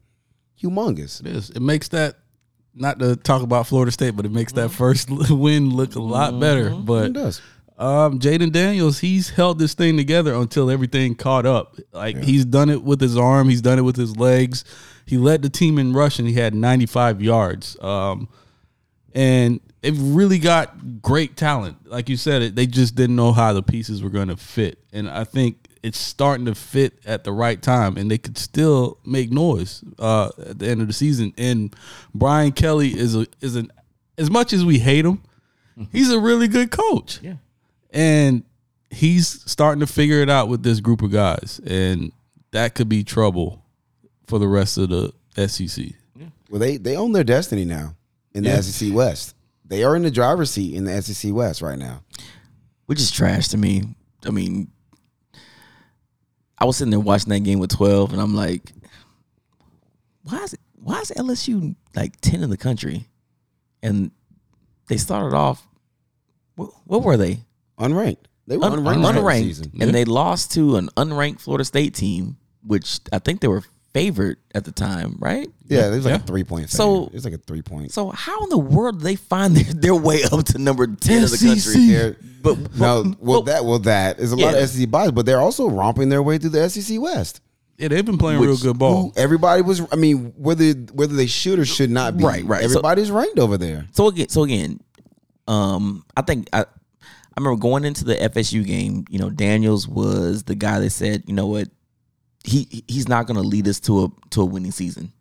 A: humongous.
C: It is. It makes that not to talk about Florida State, but it makes that first win look a lot better.
A: It
C: But
A: does.
C: Um, Jaden Daniels, he's held this thing together until everything caught up. Like he's done it with his arm, he's done it with his legs. He led the team in rushing. He had 95 yards. Um, and they've really got great talent. Like you said, it they just didn't know how the pieces were going to fit. And I think it's starting to fit at the right time, and they could still make noise uh, at the end of the season. And Brian Kelly is a is an as much as we hate him, he's a really good coach. Yeah, and he's starting to figure it out with this group of guys, and that could be trouble for the rest of the E SEC.
A: Well, they they own their destiny now in the
C: Yeah.
A: SEC West. They are in the driver's seat in the SEC West right now.
B: which is trash to me. I mean, I was sitting there watching that game with twelve, and I'm like, why is why is LSU like ten in the country, and they started off, what, what were they
A: Unranked. They were
B: Un-
A: unranked, unranked.
B: unranked,
A: season.
B: and they lost to an unranked Florida State team, which I think they were favored at the time, right?
A: Yeah, it was like
C: Yeah.
A: a three point.
B: So-
A: So it's like a three point.
B: So how in the world did they find their, their way up to number ten of
A: E
B: the country?
A: They're-
B: But
A: no, well,
B: well-
A: that well that is a lot
B: Yeah.
A: of SEC bodies, but they're also romping their way through the SEC West.
C: Yeah, they've been playing real
B: Which-
C: good ball.
A: Who- Everybody was, I mean, whether whether they should or should not be,
B: Right, right. So-
A: Everybody's ranked over there.
B: So again, so again, um, I think I, I remember going into the FSU game. You know, Daniels was the guy that said, you know what, he he's not going to lead us to a to a winning season.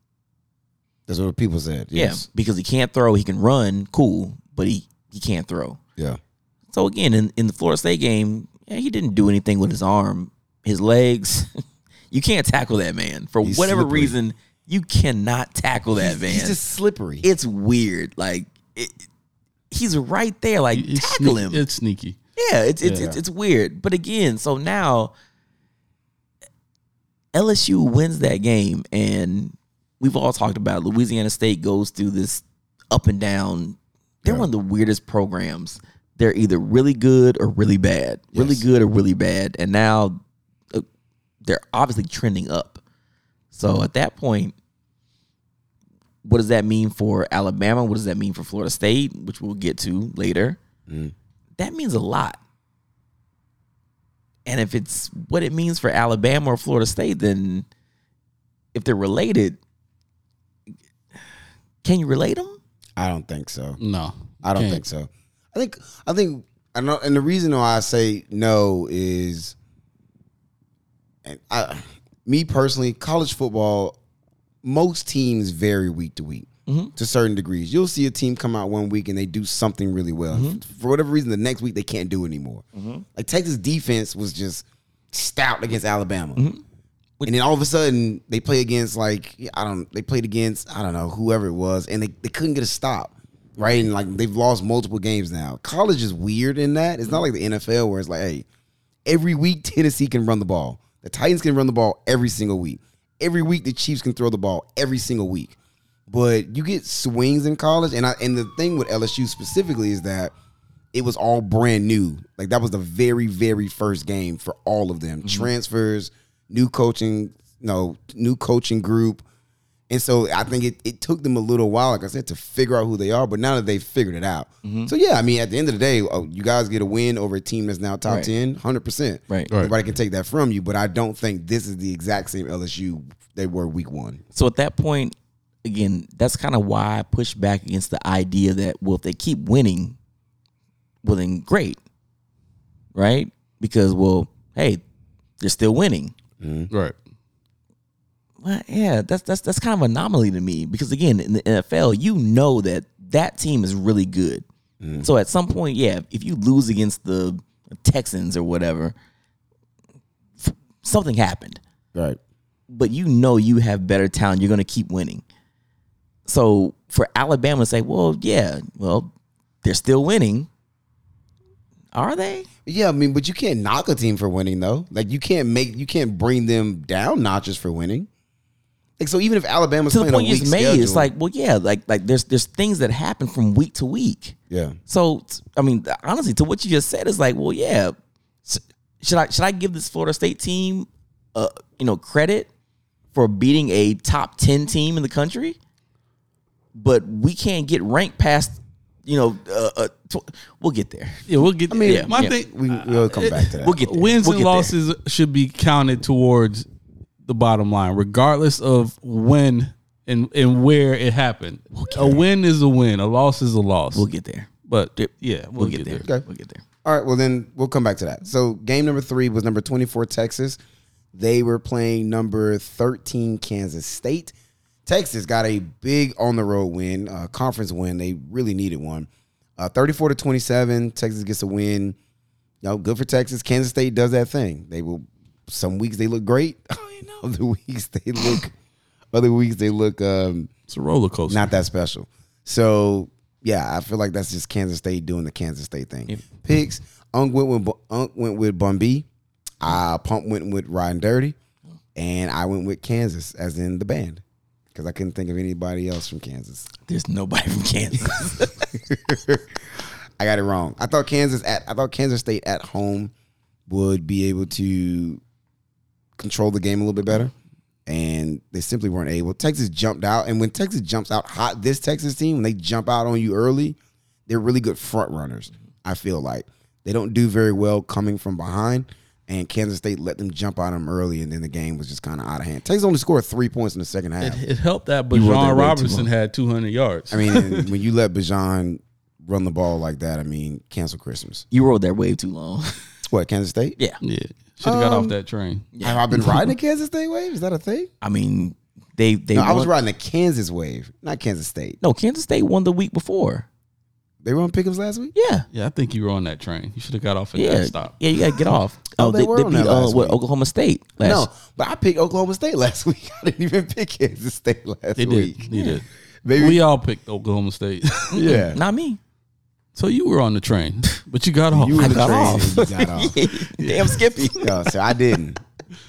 A: That's what people said. Yes.
B: Yeah, because he can't throw, he can run, cool, but he he can't throw.
A: Yeah, yeah.
B: So again, in, in the Florida State game, yeah, he didn't do anything with his arm, his legs. you can't tackle that man for
A: He's
B: whatever
A: slippery.
B: reason. You cannot tackle that man.
A: He's just slippery.
B: it's weird. Like it, he's right there. Like
C: It's
B: tackle
C: sneak-
B: him.
C: It's sneaky.
B: yeah, it's it's,
A: Yeah.
B: it's it's weird. But again, so now LSU wins that game, and we've all talked about it. Louisiana State goes through this up and down. They're one of the weirdest programs. They're either really good or really bad, really
A: Yes.
B: good or really bad, and now uh, they're obviously trending up. So at that point, what does that mean for Alabama? What does that mean for Florida State, which we'll get to later? That means a lot. And if it's what it means for Alabama or Florida State, then if they're related, can you relate them?
A: I don't think so.
C: No,
A: I don't
C: Can't.
A: think so. I think I think I know, and the reason why I say no is, and I, me personally, college football, most teams vary week to week to certain degrees. You'll see a team come out one week and they do something really well. For whatever reason, the next week they can't do it anymore. Like Texas defense was just stout against Alabama. And then all of a sudden, they play against like I don't. They played against I don't know whoever it was, and they, they couldn't get a stop, right? And like they've lost multiple games now. College is weird in that it's not like the NFL where it's like, hey, every week Tennessee can run the ball, the Titans can run the ball every single week, every week the Chiefs can throw the ball every single week. But you get swings in college, and I and the thing with LSU specifically is that it was all brand new. Like that was the very, very first game for all of
B: Mm-hmm.
A: them. Transfers, new coaching, you know, new coaching group. And so I think it, it took them a little while, like I said, to figure out who they are. But now that they've figured it out.
B: Mm-hmm.
A: So yeah, I mean, at the end of the day, oh, you guys get a win over a team that's now top
B: Right.
A: 10, 100%.
B: Right. Right.
A: Nobody can take that from you. But I don't think this is the exact same LSU they were week one.
B: So at that point, again, that's kind of why I push back against the idea that well, if they keep winning, well then great, right? Because well, hey, they're still winning.
C: Right.
B: Well, yeah, that's that's that's kind of an anomaly to me because again, in the NFL, you know that that team is really good.
A: Mm.
B: So at some point, yeah, if you lose against the Texans or whatever, f- something happened
A: Right.
B: but you know you have better talent. You're going to keep winning. So for Alabama to say, well, yeah, well, they're still winning. Are they?
A: Yeah, I mean, but you can't knock a team for winning though. Like you can't make you can't bring them down notches for winning. Like so, even if Alabama's
B: To the
A: playing
B: point
A: a
B: you
A: weak
B: just made,
A: schedule,
B: it's like, well, yeah, like like there's there's things that happen from week to week.
A: yeah,
B: So t- I mean, th- honestly, to what you just said is like, well, yeah, s- should I should I give this Florida State team, uh, you know, credit for beating a top ten team in the country? But we can't get ranked past, you know, uh, uh, tw- we'll get there.
C: Yeah, we'll get. I
A: mean,
C: my
B: yeah.
C: thing.
A: We, we'll come back to that.
B: We'll get there.
C: Wins
B: We'll
C: and
B: get there.
C: losses should be counted towards the bottom line, regardless of when and and where it happened. a win is a win. A loss is a loss.
B: We'll get there.
C: but yeah, we'll,
B: We'll get there.
A: Okay.
B: We'll get there.
A: All right, well then we'll come back to that. So game number three was number twenty four Texas. They were playing number thirteen Kansas State. Texas got a big on the road win, uh, conference win. They really needed one. Uh, thirty four to twenty seven. Texas gets a win. You know, good for Texas. Kansas State does that thing. They will. Some weeks they look great. Other weeks they look. Other weeks they look. Um,
C: It's a roller coaster.
A: not that special. So yeah, I feel like that's just Kansas State doing the Kansas State thing. Picks. Unk went with Bu- Unk went with Bun B. Uh, Pump went with Riding Dirty, and I went with Kansas as in the band because I couldn't think of anybody else from Kansas.
B: There's nobody from Kansas.
A: I got it wrong. I thought Kansas at I thought Kansas State at home would be able to control the game a little bit better. And they simply weren't able. Texas jumped out. And when Texas jumps out hot, this Texas team, when they jump out on you early, they're really good front runners, I feel like. They don't do very well coming from behind. And Kansas State let them jump on them early, and then the game was just kind of out of hand. Texas only scored three points in the second half.
C: it, it helped that
B: You rolled that way
C: Bajan
B: too
C: Robinson
B: long.
C: had 200 yards.
A: I mean, and when you let Bajan run the ball like that, I mean, cancel Christmas.
B: you rolled that wave too long.
A: What, Kansas State?
B: yeah.
C: yeah, should have got off that train.
A: Have I been riding the Kansas State wave? Is that a thing?
B: I mean, they they.
A: No, I was
B: won-
A: riding the Kansas wave, not Kansas State.
B: No, Kansas State won the week before.
A: They were on pickups last week.
B: Yeah.
C: Yeah, I think you were on that train. You should have got off at
B: Yeah.
C: that stop.
B: Yeah, you gotta get off.
A: Oh,
B: Oh,
A: they
B: they,
A: were
B: they
A: on
B: beat
A: that
B: uh,
A: last
B: what,
A: week.
B: Oklahoma State last.
A: No, but I picked Oklahoma State last week. I didn't even pick Kansas State last
C: They did.
A: week.
C: They did.
A: Maybe
C: We all picked Oklahoma State.
A: yeah.
B: Not me.
C: so you were on the train, but you got off.
A: You were
B: I
A: the
B: got
A: train
B: off.
A: and you got off.
B: Damn Skippy.
A: No, so I didn't.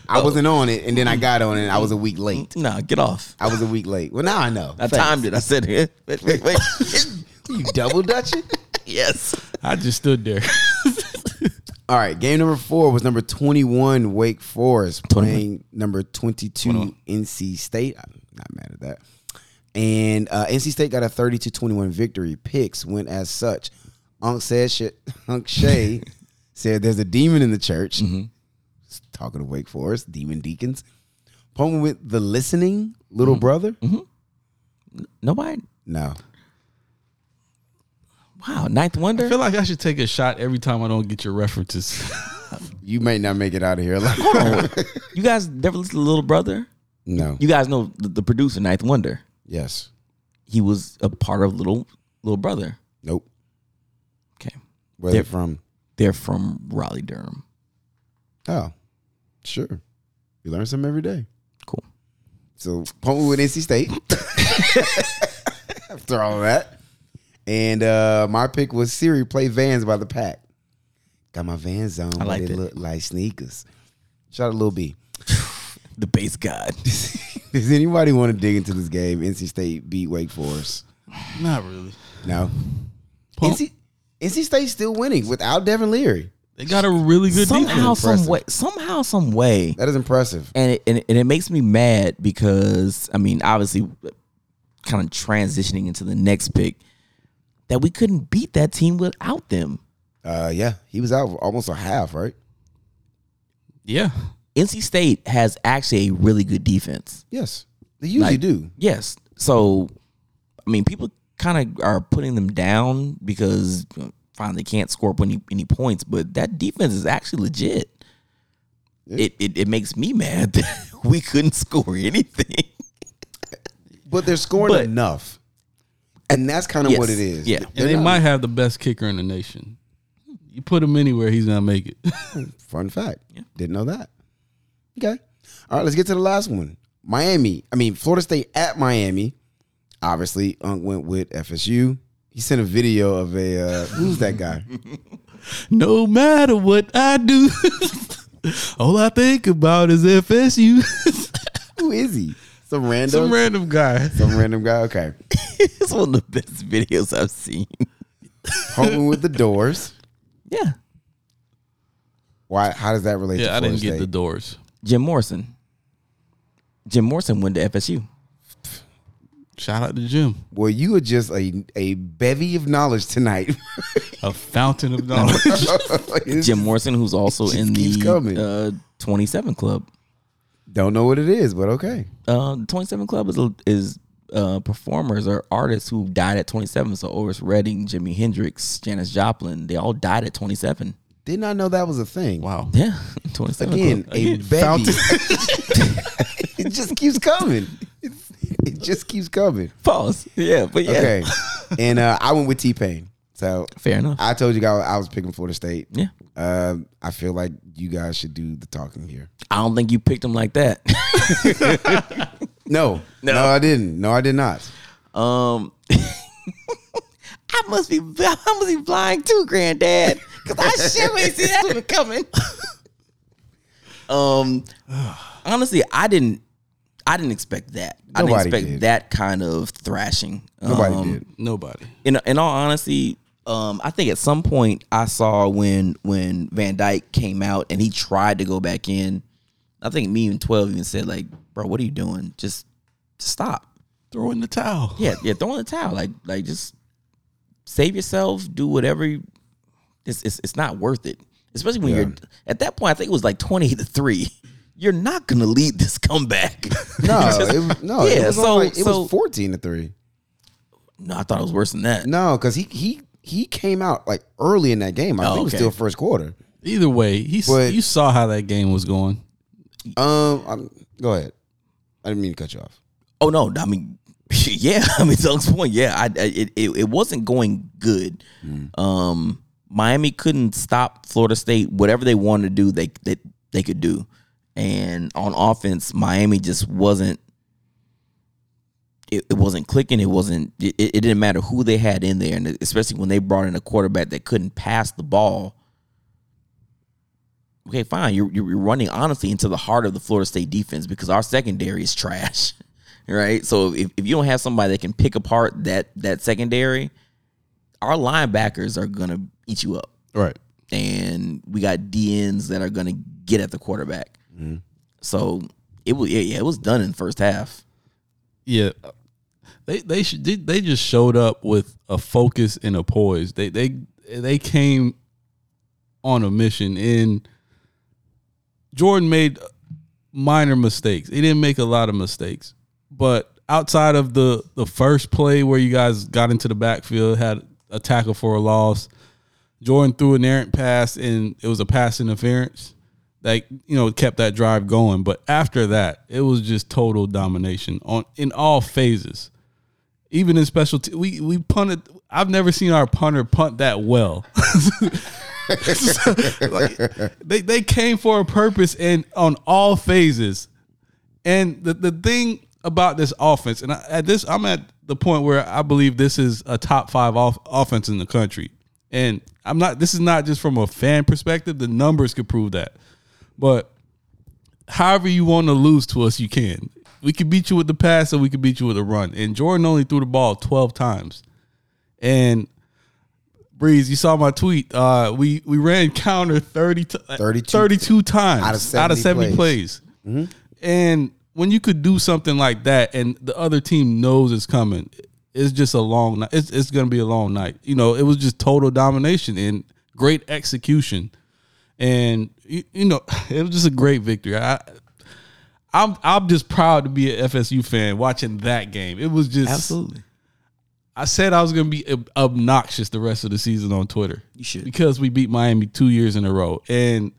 A: I wasn't on it, and then I got on it. and I was a week late.
B: nah, get off.
A: I was a week late. Well, now I know.
B: I
A: Thanks.
B: timed it. I said, "Here, wait, wait, wait."
A: You double dutching.
B: yes.
C: I just stood there.
A: All right, game number four was number twenty-one Wake Forest playing number twenty-two NC State. I'm not mad at that. And uh, NC State got a 32-21 victory. Picks went as such. Unc said, shit, Unc Shay said, "There's a demon in the church." Talking to Wake Forest demon deacons. Poem with the listening little brother.
B: Nobody.
A: No,
B: Wow. Ninth
C: I
B: wonder.
C: feel like I should take a shot every time I don't get your references.
A: you may not make it out of here. alive.
B: you guys never listened to Little Brother.
A: no.
B: You guys know the, the producer Ninth Wonder.
A: yes.
B: He was a part of Little Little Brother.
A: Nope.
B: Okay.
A: Where they
B: They're-
A: from?
B: They're from Raleigh, Durham.
A: Oh, sure. You learn something every day.
B: Cool.
A: So Pump with NC State. After all that. And uh, my pick was Siri play Vans by the pack. Got my Vans on, but
B: liked
A: they
B: it.
A: look like sneakers. Shout out to Lil B.
B: The base god.
A: Does anybody want to dig into this game? NC State beat Wake Forest.
C: Not really.
A: No.
C: Pump-
A: NC NC State still winning without Devin Leary.
C: They got a really good
B: somehow,
C: defense.
B: some
A: Impressive.
B: way. Somehow, some way.
A: That is impressive.
B: and it, and, it, and it makes me mad because I mean, obviously, kind of transitioning into the next pick that we couldn't beat that team without them.
A: Uh, yeah, he was out for almost a half, right?
C: Yeah.
B: NC State has actually a really good defense.
A: Yes, they usually
B: Like-
A: do.
B: Yes, so I mean, people kind of are putting them down because you know, fine they can't score up any any points, but that defense is actually legit. It, it, it makes me mad that we couldn't score anything.
A: But they're scoring
B: But-
A: enough. And that's kind of
B: Yes.
A: what it is.
B: Yeah.
C: And
A: They're
C: they
A: not-
C: might have the best kicker in the nation. You put him anywhere, he's gonna make it.
A: Fun fact. Didn't know that. Okay. All right, let's get to the last one. Miami. I mean, Florida State at Miami. Obviously, Unc went with FSU. He sent a video of a uh, who's that guy?
C: no matter what I do, all I think about is FSU.
A: Who is he? Some random
C: some random guy.
A: some random guy. Okay.
B: it's one of the best videos I've seen.
A: Home with the doors.
B: Yeah.
A: Why how does that relate to
C: Yeah, I
A: Florida
C: didn't get
A: State?
C: the doors.
B: Jim Morrison. Jim Morrison went to FSU.
C: Shout out to Jim.
A: Well, you are just a, a bevy of knowledge tonight.
C: A fountain of knowledge.
B: Jim Morrison, who's also
A: Just
B: in
A: keeps coming.
B: the uh, 27 Club.
A: Don't know what it is, but okay.
B: Uh, 27 Club is is uh, performers or artists who died at 27. So Oris Redding, Jimi Hendrix, Janis Joplin, they all died at 27.
A: Did not know that was a thing.
C: wow.
B: Yeah, 27
A: Again,
B: Club.
A: a bevy.
C: fountain.
A: it just keeps coming. It's- It just keeps coming.
B: Pause. Yeah, but yeah,
A: Okay. and uh, I went with T Pain. So
B: fair enough.
A: I told you guys I was picking Florida State.
B: yeah,
A: Um, I feel like you guys should do the talking here.
B: I don't think you picked them like that.
A: No, no, I didn't. No, I did not.
B: Um, I must be I must be blind too, Granddad, because I sure ain't see that one coming. um, honestly, I didn't. I didn't expect that. I
A: Nobody
B: didn't expect
A: did.
B: that kind of thrashing.
A: Nobody
B: Um,
A: did.
C: Nobody.
B: in in all honesty, um, I think at some point I saw when when Van Dyke came out and he tried to go back in. I think me and twelve even said like, "Bro, what are you doing? Just, just stop."
C: Throw in the towel.
B: Yeah, yeah, throw in the towel. Like, like just save yourself. Do whatever. You, it's, it's it's not worth it. Especially when you're at that point. I think it was like twenty to three. You're not gonna lead this comeback.
A: No,
B: Just-
A: it was, no.
B: Yeah,
A: it was on,
B: so-
A: like, it
B: so-
A: was fourteen to three.
B: no, I thought it was worse than that.
A: No, because he he he came out like early in that game. I
B: Oh,
A: think it was
B: okay.
A: still first quarter.
C: Either way, he s-
A: But-
C: you saw how that game was going.
A: Um, I'm, go ahead. I didn't mean to cut you off.
B: Oh no, I mean, yeah, I mean, to Unc's point, yeah, I, I it, it it wasn't going good. Um, Miami couldn't stop Florida State. Whatever they wanted to do, they they they could do. And on offense, Miami just wasn't. It, it wasn't clicking. It wasn't. It, it it didn't matter who they had in there, and especially when they brought in a quarterback that couldn't pass the ball. Okay, fine. You're you're running honestly into the heart of the Florida State defense because our secondary is trash. right? So if, if you don't have somebody that can pick apart that that secondary, our linebackers are gonna eat you up,
C: Right.
B: and we got DNs that are gonna get at the quarterback. So it was yeah, yeah, it was done in the first half.
C: Yeah. They they should they, they just showed up with a focus and a poise. They they they came on a mission and Jordan made minor mistakes. He didn't make a lot of mistakes. But outside of the the first play where you guys got into the backfield, had a tackle for a loss, Jordan threw an errant pass and it was a pass interference. Like, you know, kept that drive going. But after that, it was just total domination on in all phases. Even in special te- we we punted I've never seen our punter punt that well. Like, they they came for a purpose and on all phases. And the, the thing about this offense, and I, at this, I'm at the point where I believe this is a top five off, offense in the country. And I'm not. This is not just from a fan perspective. The numbers could prove that. But however you want to lose to us, you can. We could beat you with the pass, or we could beat you with a run. And Jordan only threw the ball 12 times. And Breeze, you saw my tweet. Uh, we we ran counter 30 t-
A: 32
C: 32 times
A: Out of 70
C: plays. And when you could do something like that, and the other team knows it's coming, it's just a long night. It's, it's going to be a long night. You know, it was just total domination and great execution, and you, you know, it was just a great victory. I, I'm I'm just proud to be an FSU fan watching that game. It was just I said I was going to be ob- obnoxious the rest of the season on Twitter.
B: You should.
C: Because we beat Miami two years in a row. And,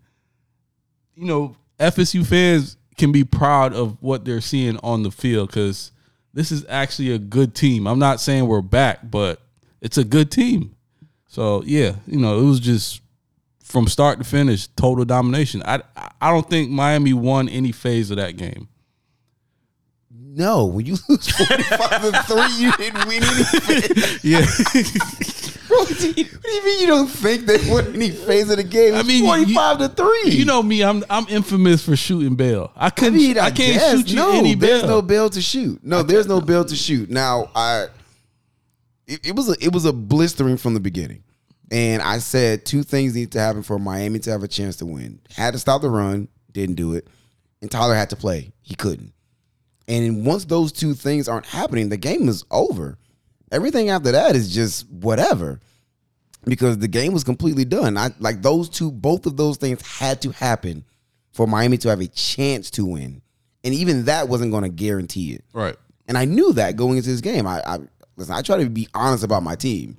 C: you know, FSU fans can be proud of what they're seeing on the field because this is actually a good team. I'm not saying we're back, but it's a good team. So, yeah, you know, it was just from start to finish, total domination. I, I- I don't think Miami won any phase of that game.
A: No, when you lose forty five to three, you didn't win anything.
C: Yeah.
A: Bro, what do you what do you mean you don't think they won any phase of the game?
C: I
A: I mean,
C: mean, you-
A: forty five to three.
C: You know me, I'm I'm infamous for shooting bail. I
A: I
C: couldn't I,
A: mean, I,
C: can't
A: guess.
C: shoot you
A: no,
C: any
A: there's
C: bail.
A: no bill to shoot. No, there's no bill to shoot. Now, I it, it was a, it was a blistering from the beginning, and I said two things need to happen for Miami to have a chance to win. Had to stop the run, didn't do it, and Tyler had to play. He couldn't. And once those two things aren't happening, the game is over. Everything after that is just whatever. Because the game was completely done. I like those two, both of those things had to happen for Miami to have a chance to win. And even that wasn't going to guarantee it.
C: Right.
A: And I knew that going into this game. I, I listen. I try to be honest about my team,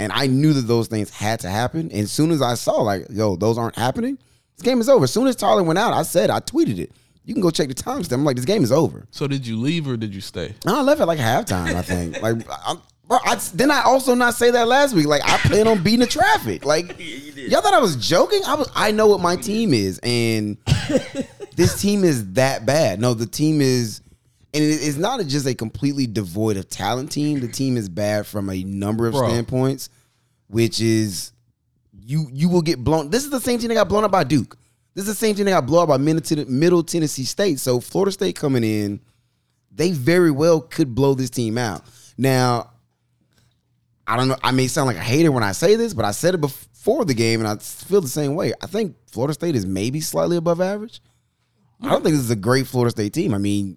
A: and I knew that those things had to happen. And as soon as I saw, like, yo, those aren't happening. This game is over. As soon as Tyler went out, I said, I tweeted it. You can go check the timestamp. I'm like, this game is over.
C: So did you leave or did you stay?
A: And I left at like halftime. I think. like, I'm, bro, I, didn't I also not say that last week? Like, I plan on beating the traffic. Like, y'all thought I was joking. I was. I know what my team is, and this team is that bad. No, the team is, and it- it's not just a completely devoid of talent team. The team is bad from a number of
C: Bro.
A: standpoints, which is you you will get blown. This is the same team that got blown up by Duke. This is the same team that got blown up by Middle, Middle Tennessee State. So Florida State coming in, they very well could blow this team out. Now, I don't know. I may sound like a hater when I say this, but I said it before the game, and I feel the same way. I think Florida State is maybe slightly above average. I don't think this is a great Florida State team. I mean,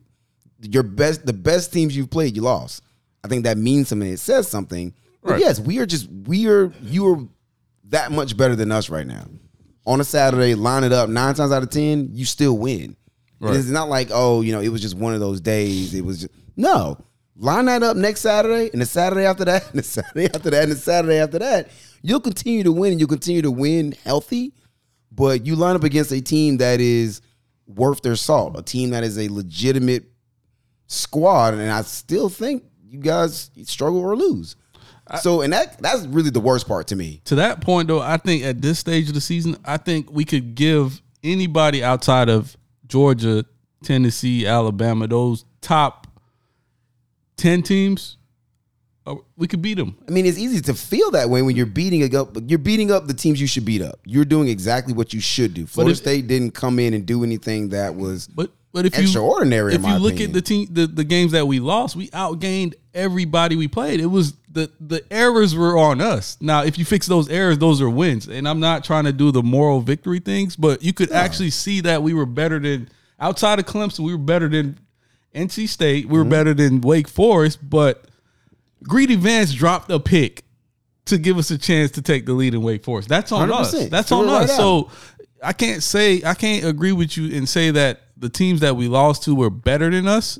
A: your best, the best teams you've played, you lost. I think that means something. It says something. But
C: Right.
A: yes, we are just we are you are that much better than us right now. On a Saturday, line it up nine times out of ten, you still win. And
C: Right.
A: It's not like oh, you know, it was just one of those days. It was just no. Line that up next Saturday, and the Saturday after that, and the Saturday after that, and the Saturday after that. You'll continue to win, and you'll continue to win healthy. But you line up against a team that is worth their salt, a team that is a legitimate squad, and I still think you guys struggle or lose. so, and that that's really the worst part to me.
C: To that point, though, I think at this stage of the season, I think we could give anybody outside of Georgia, Tennessee, Alabama, those top ten teams, uh, we could beat them.
A: I mean, it's easy to feel that way when you're beating it up. You're beating up the teams you should beat up. You're doing exactly what you should do. Florida
C: if-
A: State didn't come in and do anything that was
C: But but if you
A: Extraordinary, in
C: if
A: my
C: you look
A: opinion.
C: at the team, the, the games that we lost, we outgained everybody we played. It was the the errors were on us. Now, if you fix those errors, those are wins. And I'm not trying to do the moral victory things, but you could actually see that we were better than outside of Clemson. We were better than NC State.
A: Mm-hmm.
C: We were better than Wake Forest. But Greedy Vance dropped a pick to give us a chance to take the lead in Wake Forest. That's on us.
A: 100%.
C: That's
A: Threw
C: on
A: it right
C: us.
A: out.
C: So I can't say I can't agree with you and say that the teams that we lost to were better than us.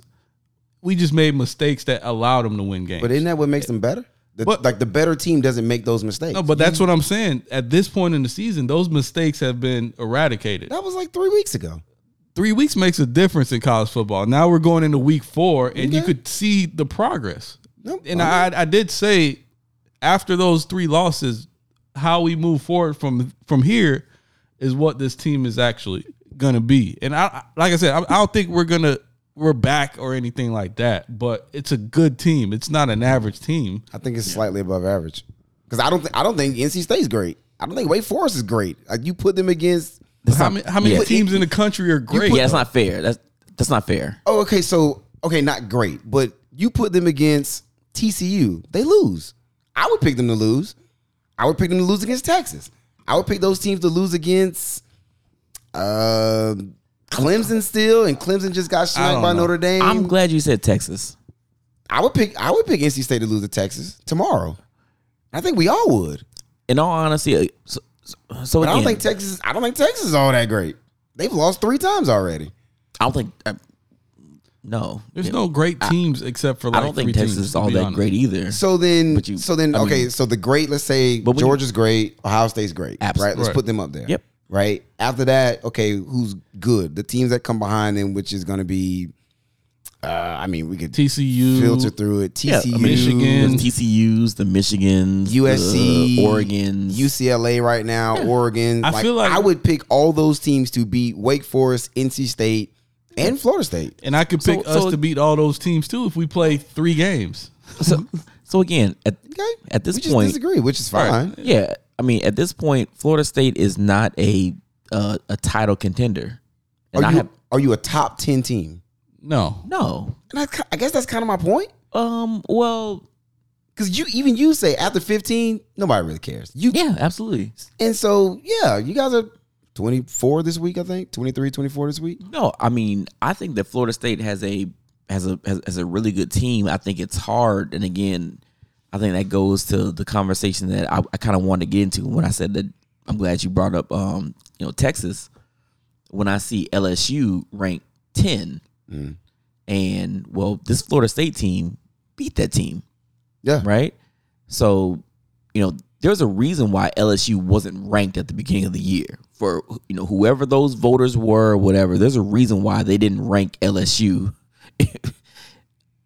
C: We just made mistakes that allowed them to win games.
A: But isn't that what makes them better? The,
C: But-
A: like the better team doesn't make those mistakes.
C: no, but that's what I'm saying. At this point in the season, those mistakes have been eradicated.
A: that was like three weeks ago.
C: Three weeks makes a difference in college football. Now we're going into week four, and you
A: Okay.
C: could see the progress.
A: No,
C: And I, I did say after those three losses, how we move forward from from here is what this team is actually gonna be. And I, I- like I said, I, I don't think we're gonna we're back or anything like that. But it's a good team. It's not an average team.
A: I think it's slightly above average because I don't. Th- I don't think NC State's great. I don't think Wake Forest is great. Like you put them against.
C: How many, how many
B: yeah.
C: teams in the country are great?
B: Yeah, that's not fair. That's that's not fair.
A: Oh, okay. So okay, not great, but you put them against TCU, they lose. I would pick them to lose. I would pick them to lose against Texas. I would pick those teams to lose against uh, Clemson still, and Clemson just got
C: don't
A: smacked by
C: know.
A: Notre Dame.
C: Oh.
B: I'm glad you said Texas.
A: I would pick. I would pick NC State to lose to Texas tomorrow. I think we all would.
B: In all honesty, uh, so, so
A: But I don't
B: again,
A: think Texas. I don't think Texas is all that great. They've lost three times already.
B: I don't think. uh, no,
C: There's
B: Yeah.
C: no great teams except for
B: I
C: like
B: don't think
C: three
B: Texas
C: teams,
B: is
C: to
B: all
C: be
B: that
C: honest.
B: great either.
A: So then,
B: But you-
A: so then,
B: I mean-
A: okay. so the great, let's say
B: But when you-
A: Georgia's great, Ohio State's great,
B: Absolutely.
A: right? Let's
C: Right.
A: put them up there.
B: Yep.
A: Right after that, okay, who's good? The teams that come behind them, which is going to be, uh, I mean, we could
C: TCU,
A: filter through it.
B: Yeah,
A: TCU,
B: I mean,
C: Michigan.
B: the TCU's, the Michigans,
A: USC,
B: the Oregon's.
A: UCLA right now, Oregon.
C: I feel like-
A: I would pick all those teams to beat Wake Forest, NC State, and Florida State.
C: and I could
B: So-
C: pick us
B: so-
C: to beat all those teams too if we play three games.
B: so, so again, at,
A: Okay,
B: at this
A: we just
B: point,
A: disagree, which is
C: All right.
A: fine.
B: yeah, I mean, at this point, Florida State is not a uh, a title contender, and
A: Are
B: I
A: you
B: have
A: are you a top ten team?
C: No,
B: no.
A: And I, I guess that's kind of my point.
B: Um, well,
A: Because you even you say after 15, nobody really cares. You
B: yeah, absolutely.
A: and so yeah, you guys are 24 this week, I think. 23, 24 this week.
B: No, I mean, I think that Florida State has a has a has, has a really good team, I think it's hard. And again, I think that goes to the conversation that I, I kind of wanted to get into when I said that I'm glad you brought up um, you know, Texas. When I see LSU ranked 10 and well, this Florida State team beat that team
A: Yeah.
B: right? So, you know, there's a reason why LSU wasn't ranked at the beginning of the year for you know whoever those voters were, or whatever. There's a reason why they didn't rank LSU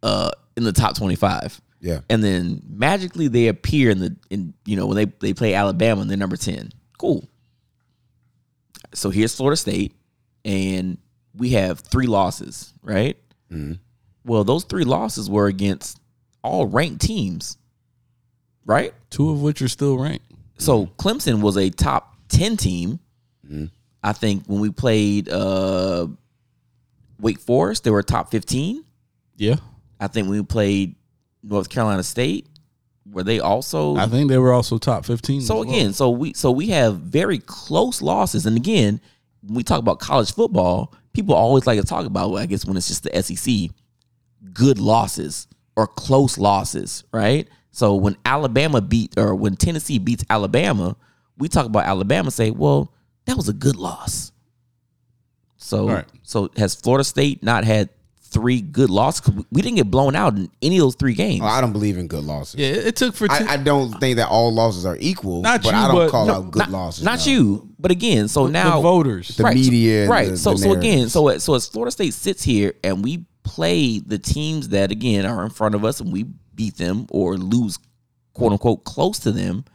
B: uh, in the top 25,
A: Yeah.
B: and then magically they appear in the in you know when they they play Alabama and they're number 10. Cool. So here's Florida State, and we have three losses, right? Well, those three losses were against all ranked teams, right?
C: Two of which are still ranked.
B: So Clemson was a top 10 team. I think when we played uh, Wake Forest, they were top 15.
C: Yeah.
B: I think when we played North Carolina State, were they also
C: I think they were also top
A: Hmm,
C: 15.
B: so
C: as well.
B: again, so we so we have very close losses, and again, when we talk about college football, people always like to talk about. Well, I guess when it's just the SEC, good losses or close losses, right? So when Alabama beat or when Tennessee beats Alabama, we talk about Alabama. Say, well, that was a good loss. So
C: All right.
B: so has Florida State not had three good losses? 'Cause we- We didn't get blown out in any of those three games.
A: Oh, I don't believe in good losses.
C: Yeah, it, it took for.
A: I,
C: ten-
A: I don't think that all losses are equal.
C: Not
A: but
C: you,
A: I don't
C: but-
A: call
C: no,
A: out good
B: not,
A: losses.
B: Not
A: no.
B: you, but again, so now
C: the voters.
A: The media and
B: right?
A: the-
B: so
A: the
B: so again,
A: narratives.
B: so as- so as Florida State sits here and we play the teams that again are in front of us and we beat them or lose, quote unquote, close to them.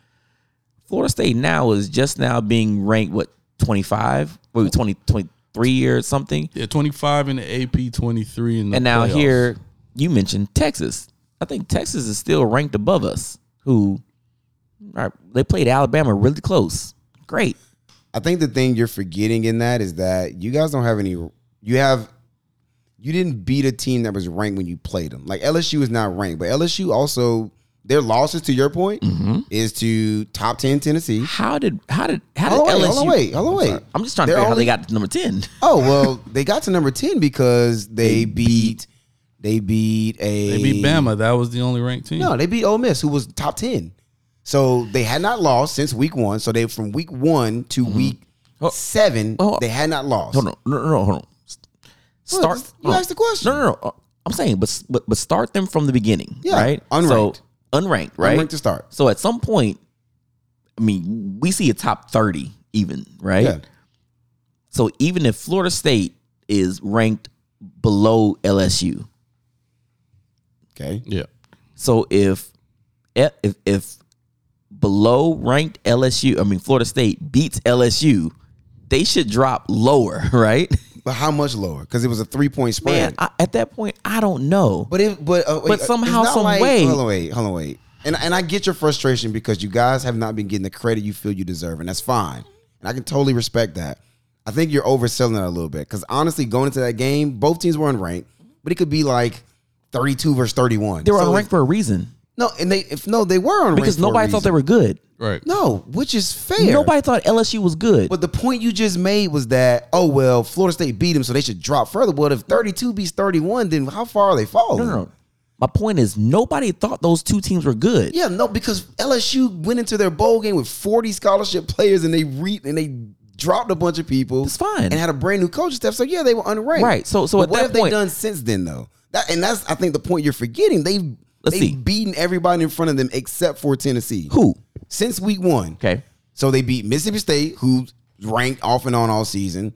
B: Florida State now is just now being ranked what twenty five, what 20, 23 or something,
C: yeah, 25 in the AP, 23 in the
B: and now
C: playoffs.
B: here you mentioned Texas. I think Texas is still ranked above us. Who, all right, they played Alabama really close. Great.
A: I think the thing you're forgetting in that is that you guys don't have any. You have. You didn't beat a team that was ranked when you played them. Like LSU is not ranked, but LSU also their losses. To your point, is to top ten Tennessee.
B: How did how did how did
A: Hold on, wait,
B: LSU?
A: hold on, wait, hold on,
B: I'm,
A: wait.
B: sorry. I'm just trying to
A: They're
B: figure out how they
A: only-
B: got to number ten.
A: Oh well, they got to number ten because they beat. They beat a.
C: They beat Bama. That was the only ranked team.
A: No, they beat Ole Miss, who was top ten. So they had not lost since week one. So they from week one to week seven,
B: oh,
A: they had not lost.
B: Hold on, no, no, no, hold on. Start.
A: just- you
B: hold on.
A: asked the question.
B: No, no, no. I'm saying, but but but start them from the beginning.
A: Yeah,
B: right.
A: unranked.
B: So, unranked. Right.
A: Unranked to start.
B: So at some point, I mean, we see a top thirty even. Right.
A: Yeah.
B: So even if Florida State is ranked below LSU,
A: Okay.
C: Yeah.
B: So if e, if if below ranked LSU, I mean Florida State beats LSU, they should drop lower, right?
A: But how much lower? Because it was a three point spread.
B: Man, I, at that point, I don't know.
A: but if but uh, wait,
B: But somehow,
A: it's not
B: some
A: like-
B: way-
A: Hold on, wait, hold on, wait. And and I get your frustration because you guys have not been getting the credit you feel you deserve, and that's fine. And I can totally respect that. I think you're overselling it a little bit because honestly, going into that game, both teams were unranked, but it could be like 32 versus 31.
B: they were
A: So
B: unranked for a reason
A: No, and they if no, they were unranked
B: because
A: for a
B: nobody thought they
A: reason.
B: were good.
C: Right.
A: No, which is fair.
B: Nobody thought LSU was good.
A: But the point you just made was that oh well, Florida State beat them, so they should drop further. But if thirty-two beats thirty-one, then how far are they
B: no,
A: falling?
B: no, no. My point is, nobody thought those two teams were good.
A: Yeah, no, because LSU went into their bowl game with forty scholarship players, and they re- and they dropped a bunch of people.
B: That's fine.
A: And had a brand new coaching staff, so yeah, they were unranked.
B: Right, so- so
A: But
B: at
A: what
B: that
A: have
B: point-
A: they done since then though? That, and that's I think the point you're forgetting. They've
B: Let's
A: they've
B: see.
A: beaten everybody in front of them except for Tennessee.
B: Who?
A: since week one?
B: Okay.
A: So they beat Mississippi State, who ranked off and on all season.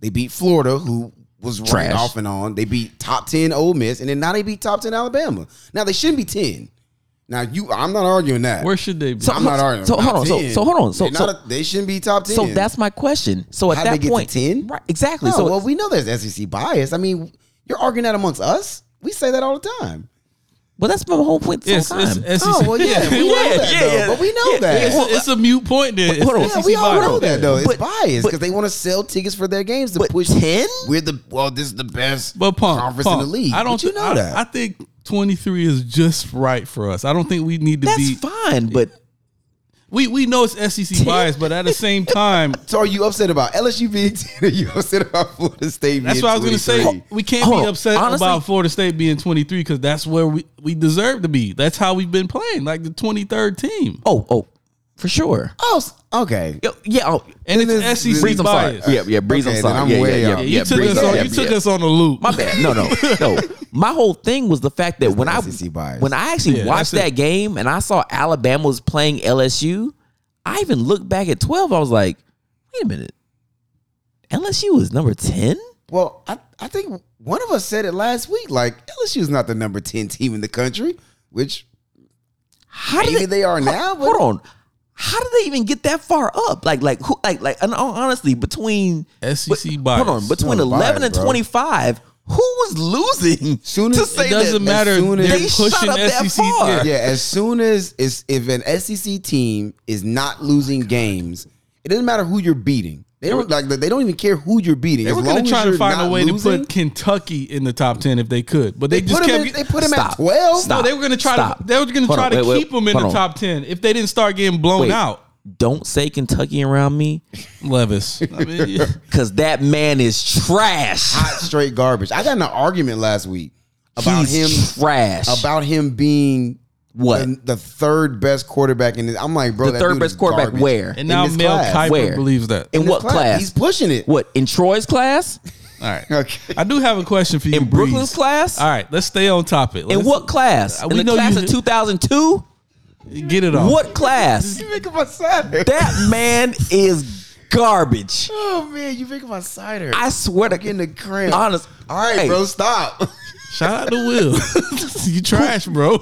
A: They beat Florida, who was
B: Trash.
A: ranked off and on. They beat top ten Ole Miss, and then now they beat top ten Alabama. Now they shouldn't be ten. Now you, I'm not arguing that.
C: Where should they be?
B: So-
A: I'm not arguing.
B: so
A: Not
B: hold on, so-
A: 10.
B: so hold on, so-
A: They're not
B: so-
A: a- they shouldn't be top ten.
B: So that's my question. So at
A: How'd
B: that
A: they get to
B: point,
A: 10?
B: right? Exactly.
A: no.
B: so
A: well, we know there's SEC bias. I mean, you're arguing that amongst us. We say that all the time.
B: well, that's my whole point. This
C: Yes,
B: whole time.
C: it's SEC.
A: Oh well, yeah, we know that,
B: yeah,
A: though,
B: yeah.
A: but we know
B: Yeah,
A: that.
B: yeah,
C: It's, a, it's a mute point. Then.
B: Hold on.
C: It's
A: Yeah,
C: SEC
A: we all
C: bias.
A: know that though. It's
B: But-
A: biased
B: but-
A: because they want to sell tickets for their games to
B: But
A: push
B: 10?
A: We're the well, this is the best
C: But punk,
A: conference
C: punk,
A: in the league.
C: I don't
A: But you
C: thi-
A: know
C: I-
A: that.
C: I think 23 is just right for us. I don't think we need to
B: That's
C: be.
B: fine, but
C: we we know it's SEC bias, but at the same time,
A: So are you upset about LSU being 10 or you upset about Florida State
C: that's
A: being
C: what I was going to say.
A: 23?
C: We can't
B: Hold
C: be
B: on.
C: upset
B: Honestly-
C: about Florida State being 23 because that's where we, we deserve to be. That's how we've been playing, like the 23rd team.
B: Oh, oh, for sure.
A: Oh, s- okay.
B: Yo, yeah, oh,
C: And
A: Then
C: it's
A: this-
C: SEC
B: Breeze, I'm sorry.
C: bias.
B: Yeah, yeah, Breeze,
A: Okay, then
B: I'm sorry.
A: I'm
B: yeah,
A: way
B: yeah, yeah,
A: out.
C: Yeah, E you
B: yeah,
C: took
B: Breeze,
C: us
B: yeah,
C: on
B: yeah,
C: you took
B: yeah.
C: us on a loop.
B: My bad. No, no, no. My whole thing was the fact that when I
A: SEC bias.
B: when I actually
C: Yeah,
B: watched
C: that's
B: that game and I saw Alabama was playing LSU, I even looked back at twelve. I was like, wait a minute, LSU is number ten.
A: Well, I, I think one of us said it last week. Like, LSU is not the number 10 team in the country, which
B: How do
A: Maybe they are now, but-
B: Hold on. How did they even get that far up? Like, like, who, like, like, and hon- honestly, between
C: SEC
B: but-
C: E bias.
B: Hold on, between
A: No,
B: eleven
A: bias,
B: and
A: bro.
B: twenty-five, who was losing?
A: Soon
B: to
A: as-
B: say
A: It
C: It doesn't
B: that,
C: matter.
A: soon as-
C: They're
B: They shot
C: pushing
B: up that
C: SEC.
B: far.
C: yeah.
A: yeah, as soon as it's, if an SEC team is
B: Oh
A: not losing games, it doesn't matter who you're beating. They don't like they don't even care who you're beating.
C: They
A: as
C: were
A: long as
C: going to try to
A: you're
C: find
A: not
C: a way to
A: losing,
C: put Kentucky in the top ten if they could, but they,
A: They,
C: just
A: put
C: kept.
A: him in,
C: get-
A: they put him
B: Stop.
A: at twelve.
B: Stop.
C: no, they were going to try to.
B: Stop.
C: They were going to
B: Hold
C: try
B: on,
C: to
B: wait, wait,
C: keep them in
B: hold
C: the
B: on.
C: top ten if they didn't start getting blown
B: Wait.
C: out.
B: Don't say Kentucky around me,
C: Levis, I mean, yeah.
B: because that man is trash.
A: hot straight garbage. I got in an argument last week about
B: He's
A: him
B: trash.
A: about him being
B: What?
A: the, the third best quarterback in this. I'm like, bro,
B: the
A: that
B: third
A: dude
B: best
A: is
B: quarterback
A: garbage.
B: where?
C: and now
A: In this
C: Mel
A: class.
C: Kiper
B: Where?
C: believes that.
B: In
A: this
B: what class?
A: He's pushing it.
B: What in Troy's class?
C: All right,
A: Okay.
C: I do have a question for you.
B: In Brooklyn's
C: Breeze.
B: class?
C: All right, let's stay on topic.
B: In
C: Let's
B: what class?
C: Uh,
B: In
C: we
B: the
C: know
B: class
C: you-
B: of two thousand two?
C: Get it off.
B: What class?
A: You making my cider?
B: That man is garbage.
A: oh man, you making my cider?
B: I swear to
A: I'm getting a cramp.
B: Honest.
A: All right,
B: Hey,
A: bro, stop.
C: Shout out to Will. you trash, bro.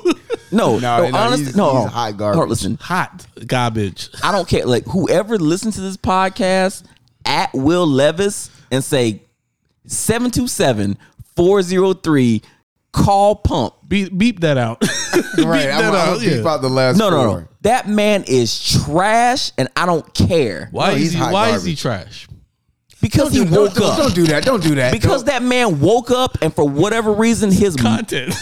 A: No,
B: No, no,
A: no,
B: honestly,
A: he's-
B: no.
A: he's
B: hold on.
A: hot
B: Hold on,
A: garbage.
B: listen,
C: Hot garbage.
B: I don't care. Like whoever listens to this podcast at Will Levis and say 727-403 call pump.
C: Beep, beep that out.
A: right, I'm,
C: that
A: gonna
C: out, yeah.
A: beep out the last.
B: No, no,
A: four.
B: no. That man is trash and I don't care.
C: Why
A: No,
C: is
A: he's
C: he?
A: hot
C: Why is he
A: garbage.
C: trash?
B: Because he
A: Don't do-
B: woke
A: don't,
B: up.
A: Don't do that. Don't do that.
B: because
A: Don't-
B: that man woke up and for whatever reason his
C: Content.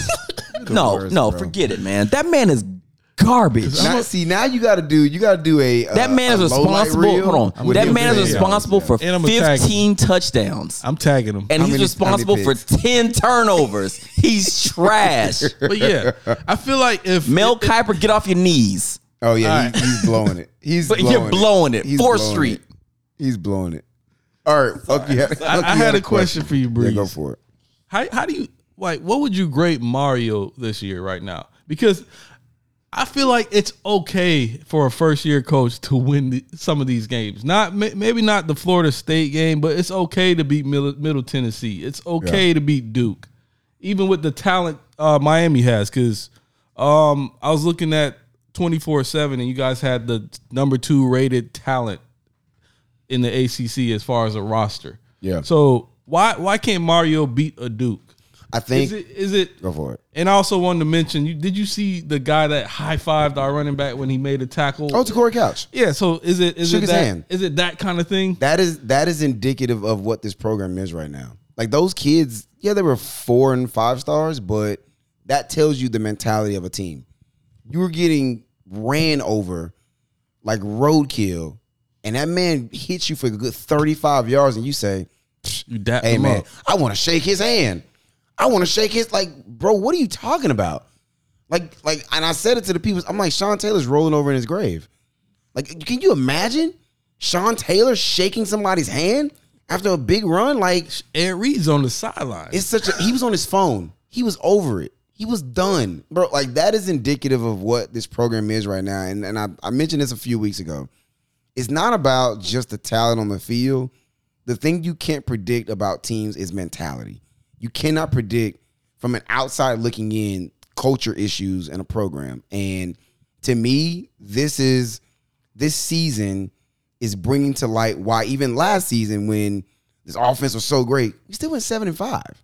B: no,
A: worst,
B: no,
A: bro.
B: forget it, man. That man is garbage.
A: Now, see, now you got to do. You got to do a.
B: That
A: uh,
B: man
A: a
B: is
A: low light
B: responsible.
A: reel
B: Hold on.
A: with
B: That
A: him
B: man
A: saying,
B: is responsible for
C: And I'm attacking.
B: 15 touchdowns.
C: I'm tagging him.
B: And
A: How
B: he's
A: many-
B: responsible
A: how
B: for
A: many
B: 10 turnovers. He's trash.
C: but yeah, I feel like if
B: Mel Kiper, get off your knees.
A: Oh yeah, he, he's blowing it. He's
B: But
A: blowing
B: you're blowing it.
A: He's
B: Fourth
A: blowing
B: Street.
A: it. He's blowing it. All right, Huck, you had,
C: I,
A: Huck,
C: I
A: you
C: had a question for you,
A: Yeah,
C: Breeze.
A: go for it.
C: How how do you like? What would you grade Mario this year right now? Because I feel like it's okay for a first year coach to win the, some of these games. Not may- maybe not the Florida State game, but it's okay to beat Middle, Middle Tennessee. It's okay to beat Duke, even with the talent uh, Miami has. Because um, I was looking at twenty four seven, and you guys had the number two rated talent in the ACC as far as a roster.
A: Yeah.
C: So why why can't Mario beat a Duke?
A: I think.
C: Is it is it?
A: go for it.
C: And I also wanted to mention, you did you see the guy that high fived our running back when he made a tackle?
A: Oh, to Corey Couch.
C: yeah. So is it is
A: Shook
C: it
A: his
C: that
A: hand.
C: is it that kind of thing?
A: That is that is indicative of what this program is right now. Like those kids, yeah, they were four and five stars, but that tells you the mentality of a team. You were getting ran over like roadkill, and that man hits you for a good thirty-five yards, and you say,
C: You dap
A: Hey
C: him
A: man,
C: up.
A: I want to shake his hand. I want to shake his like, bro. What are you talking about? Like, like, and I said it to the people. I'm like, Sean Taylor's rolling over in his grave. Like, can you imagine Sean Taylor shaking somebody's hand after a big run? Like,
C: Ed Reed's on the sideline.
A: it's such a. He was on his phone. He was over it. He was done, bro. Like that is indicative of what this program is right now. And and I, I mentioned this a few weeks ago. It's not about just the talent on the field. The thing you can't predict about teams is mentality. You cannot predict from an outside looking in culture issues in a program. And to me, this is this season is bringing to light why even last season when this offense was so great, we still went seven and five.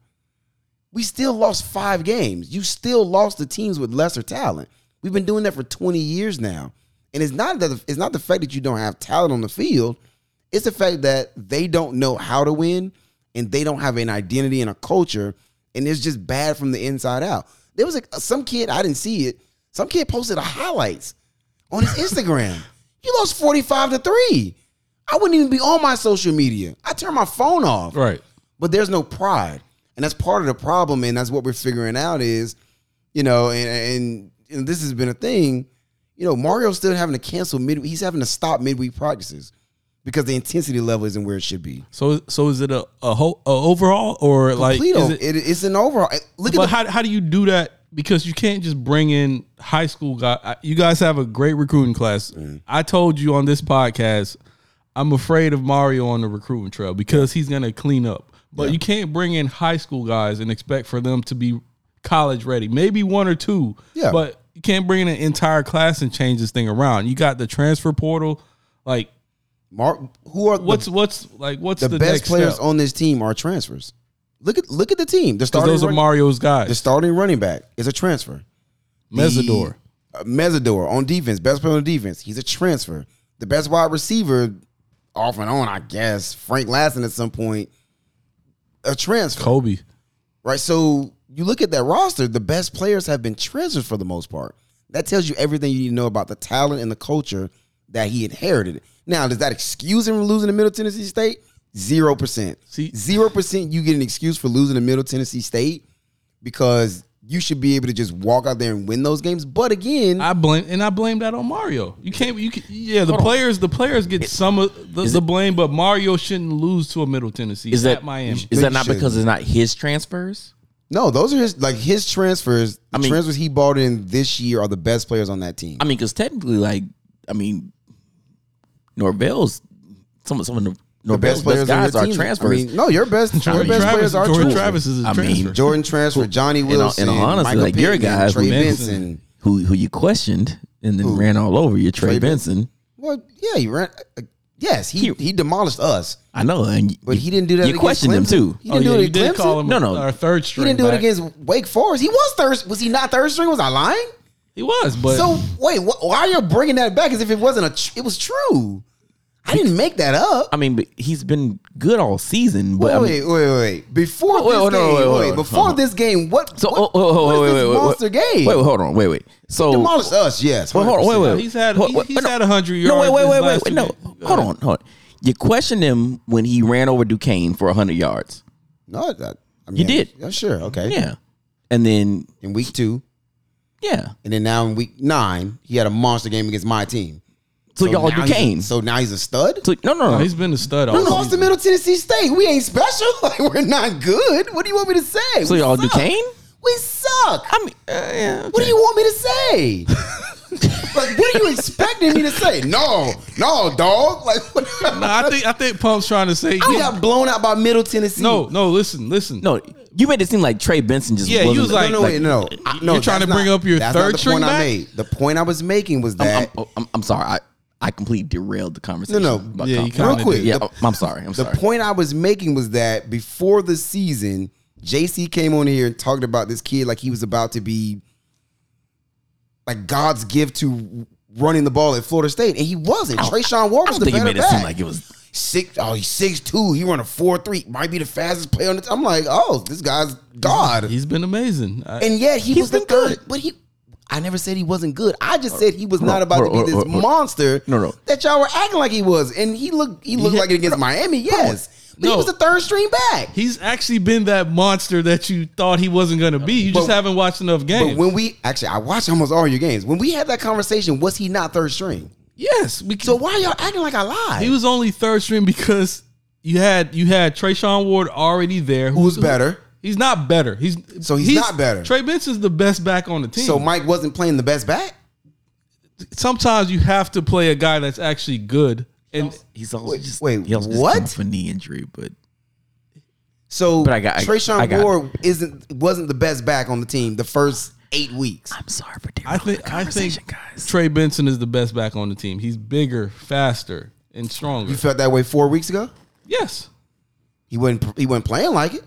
A: We still lost five games. You still lost the teams with lesser talent. We've been doing that for 20 years now. And it's not that it's not the fact that you don't have talent on the field. It's the fact that they don't know how to win and they don't have an identity and a culture. And it's just bad from the inside out. There was a, some kid, I didn't see it. Some kid posted a highlights on his Instagram. You lost 45 to 3. I wouldn't even be on my social media. I turn my phone off.
C: Right.
A: But there's no pride. And that's part of the problem. And that's what we're figuring out is, you know, and, and, and this has been a thing. You know, Mario's still having to cancel mid. He's having to stop midweek practices because the intensity level isn't where it should be.
C: So so is it a a, whole, a overhaul or like
A: Complete
C: is
A: o-
C: it,
A: it- it's an overall. Look at
C: but
A: the
C: how how do you do that? Because you can't just bring in high school guy. You guys have a great recruiting class.
A: Mm.
C: I told you on this podcast, I'm afraid of Mario on the recruiting trail because he's gonna clean up. But you can't bring in high school guys and expect for them to be college ready. Maybe one or two.
A: Yeah.
C: But you can't bring in an entire class and change this thing around. You got the transfer portal. Like
A: Mark. Who are
C: what's
A: the,
C: what's like what's
A: the
C: the,
A: best
C: next
A: players
C: step?
A: on this team are transfers. Look at look at the team. The
C: Because
A: starting
C: those are
A: run-
C: Mario's
A: the
C: guys.
A: starting running back is a transfer.
C: Mesidor.
A: The- uh, Mesidor on defense, best player on defense. He's a transfer. The best wide receiver, off and on, I guess. Frank Lassen at some point, a transfer,
C: Kobe.
A: right? So you look at that roster. The best players have been transfers for the most part. That tells you everything you need to know about the talent and the culture that he inherited. Now, does that excuse him from losing to Middle Tennessee State? Zero percent.
C: See-
A: zero percent. You get an excuse for losing to Middle Tennessee State because you should be able to just walk out there and win those games. But again,
C: I blame and I blame that on Mario. You can't. You can, yeah. The players, the players get some of the, the blame, but Mario shouldn't lose to a Middle Tennessee.
B: Is that
C: at Miami?
B: Is
A: They
B: that not
A: should.
B: because it's not his transfers?
A: No, those are his like his transfers. The
B: mean-
A: transfers he bought in this year are the best players on that team.
B: I mean, because technically, like, I mean, Norvell's some of some of the
A: the
B: Norvell's best,
A: on
B: guys
A: your
B: are
A: team.
B: transfers.
A: I mean, no, your best, your
B: Jordan
A: best
C: Travis,
A: players are
C: Jordan
A: transfers.
C: Travis is a
B: I mean,
C: transfer.
A: Jordan transfer, Johnny
B: and,
A: Wilson,
B: and honestly,
A: Michael
B: like your
A: Pittman,
B: guys,
A: Trey
B: who-
A: Benson.
B: who who you questioned and then ran all over you, Trey,
A: Trey Ben-
B: Benson.
A: Well, yeah, he ran. uh, yes, he,
B: He-
A: he demolished us,
B: I know, and
A: but he didn't do that.
B: You
A: against
B: questioned him
A: Clemson.
B: too.
A: He didn't do it
C: you Oh, did
A: against
C: call
A: Clemson.
C: him
B: No, no.
C: our third
A: He
C: string.
A: didn't do it
C: back.
A: against Wake Forest. He was third. Was he not third string? Was I lying?
C: He was, but
A: so wait, wh- why are you bringing that back as if it wasn't a? Tr- it was true. I didn't make that up.
B: I mean, but he's been good all season. But I mean,
A: wait, wait, wait, wait. Before
B: Wait,
A: this
B: wait,
A: game,
B: wait, wait,
A: wait,
B: wait.
A: before this game, what?
B: so
A: what,
B: oh, oh, oh,
A: what is
B: wait,
A: this
B: wait, wait,
A: monster
B: wait,
A: game?
B: Wait, wait, hold on, wait, wait. So
A: Demolished us, yes.
B: Well, hold on, wait, wait.
A: 100%.
B: wait.
C: He's had-
B: Hold-
C: he-
B: wait,
C: he's had 100
B: No, wait,
C: yards
B: wait,
C: his
B: wait,
C: last
B: wait,
C: two
B: wait. No,
C: games. Go
B: hold
C: ahead.
B: on, hold on. You questioned him when he ran over Duquesne for 100 yards.
A: No, that, I mean,
B: You did.
A: Yeah, sure. Okay.
B: Yeah. And then,
A: In week two,
B: yeah.
A: and then now in week nine, he had a monster game against my team.
B: So, y'all
A: now he's a-
B: Duquesne. So,
A: So now he's a stud.
B: no, no, no.
C: he's been a stud.
A: we
C: All
A: lost to
C: season.
A: Middle Tennessee State. We ain't special. Like we're not good. What do you want me to say?
B: so
A: we
B: y'all
A: suck.
B: Duquesne?
A: We suck.
B: I mean, uh, yeah.
A: What do you want me to say? like, what are you expecting me to say? No, no, dog. Like, what?
C: No, I think I think Pump's trying to say.
A: I got blown out by Middle Tennessee.
C: no, no. Listen, listen.
B: No, you made it seem like Trey Benson just
C: Yeah, you
B: wasn't.
C: was like-
A: no, no, wait, no. I, no
C: You're trying to
A: that's
C: bring
A: not-
C: up your
A: that's not
C: third
A: the
C: string
A: point I
C: back?
A: made. The point I was making was
B: I'm,
A: that
B: I'm, I'm, I'm sorry. I, I completely derailed the conversation.
A: No, no.
B: about
C: Yeah, you
B: Compton.
C: kinda
A: real quick.
C: did.
B: Yeah,
A: the-
B: I'm- I'm sorry. I'm
A: the
B: sorry.
A: point I was making was that before the season, JC came on here and talked about this kid like he was about to be like God's gift to running the ball at Florida State, and he wasn't. Trayshawn Ward
B: I
A: was the
B: don't think it
A: better
B: made it seem
A: back.
B: like it was.
A: six oh he's six two. He run a four three. Might be the fastest player on the. I'm like, oh, this guy's God.
C: he's been amazing. I,
A: and yet he
B: He's
A: was the
B: been
A: third.
B: good.
A: But he, I never said he wasn't good. I just said he was not about
B: hold
A: to be
B: on,
A: this
B: hold on, hold on.
A: monster.
B: No, no.
A: that y'all were acting like he was, and he looked he looked
C: Yeah.
A: like it against Miami. Yes, but he
C: No.
A: was the third string back.
C: he's actually been that monster that you thought he wasn't going to be. You just
A: But-
C: haven't watched enough
A: But
C: games.
A: when we actually, I watched almost all your games. When we had that conversation, was he not third string?
C: yes, we
A: So why y'all acting like I lied?
C: He was only third string because you had you had Trayshawn Ward already there.
A: Who was better?
C: He's not better. He's
A: So he's not better.
C: Trey Benson's the best back on the team.
A: so Mike wasn't playing the best back.
C: sometimes you have to play a guy that's actually good. And
B: He's also
A: Wait,
B: just
A: wait,
B: he also just
A: what?
B: coming off a knee injury, but
A: So
B: But I got- I-
A: Trayshawn
B: I got-
A: Ward isn't wasn't the best back on the team the first eight weeks.
B: I'm sorry for derailing
C: I think
B: the
C: I
B: conversation,
C: think
B: guys.
C: Trey Benson is the best back on the team. He's bigger, faster, and stronger.
A: You felt that way four weeks ago.
C: yes,
A: He wasn't he wasn't playing like it.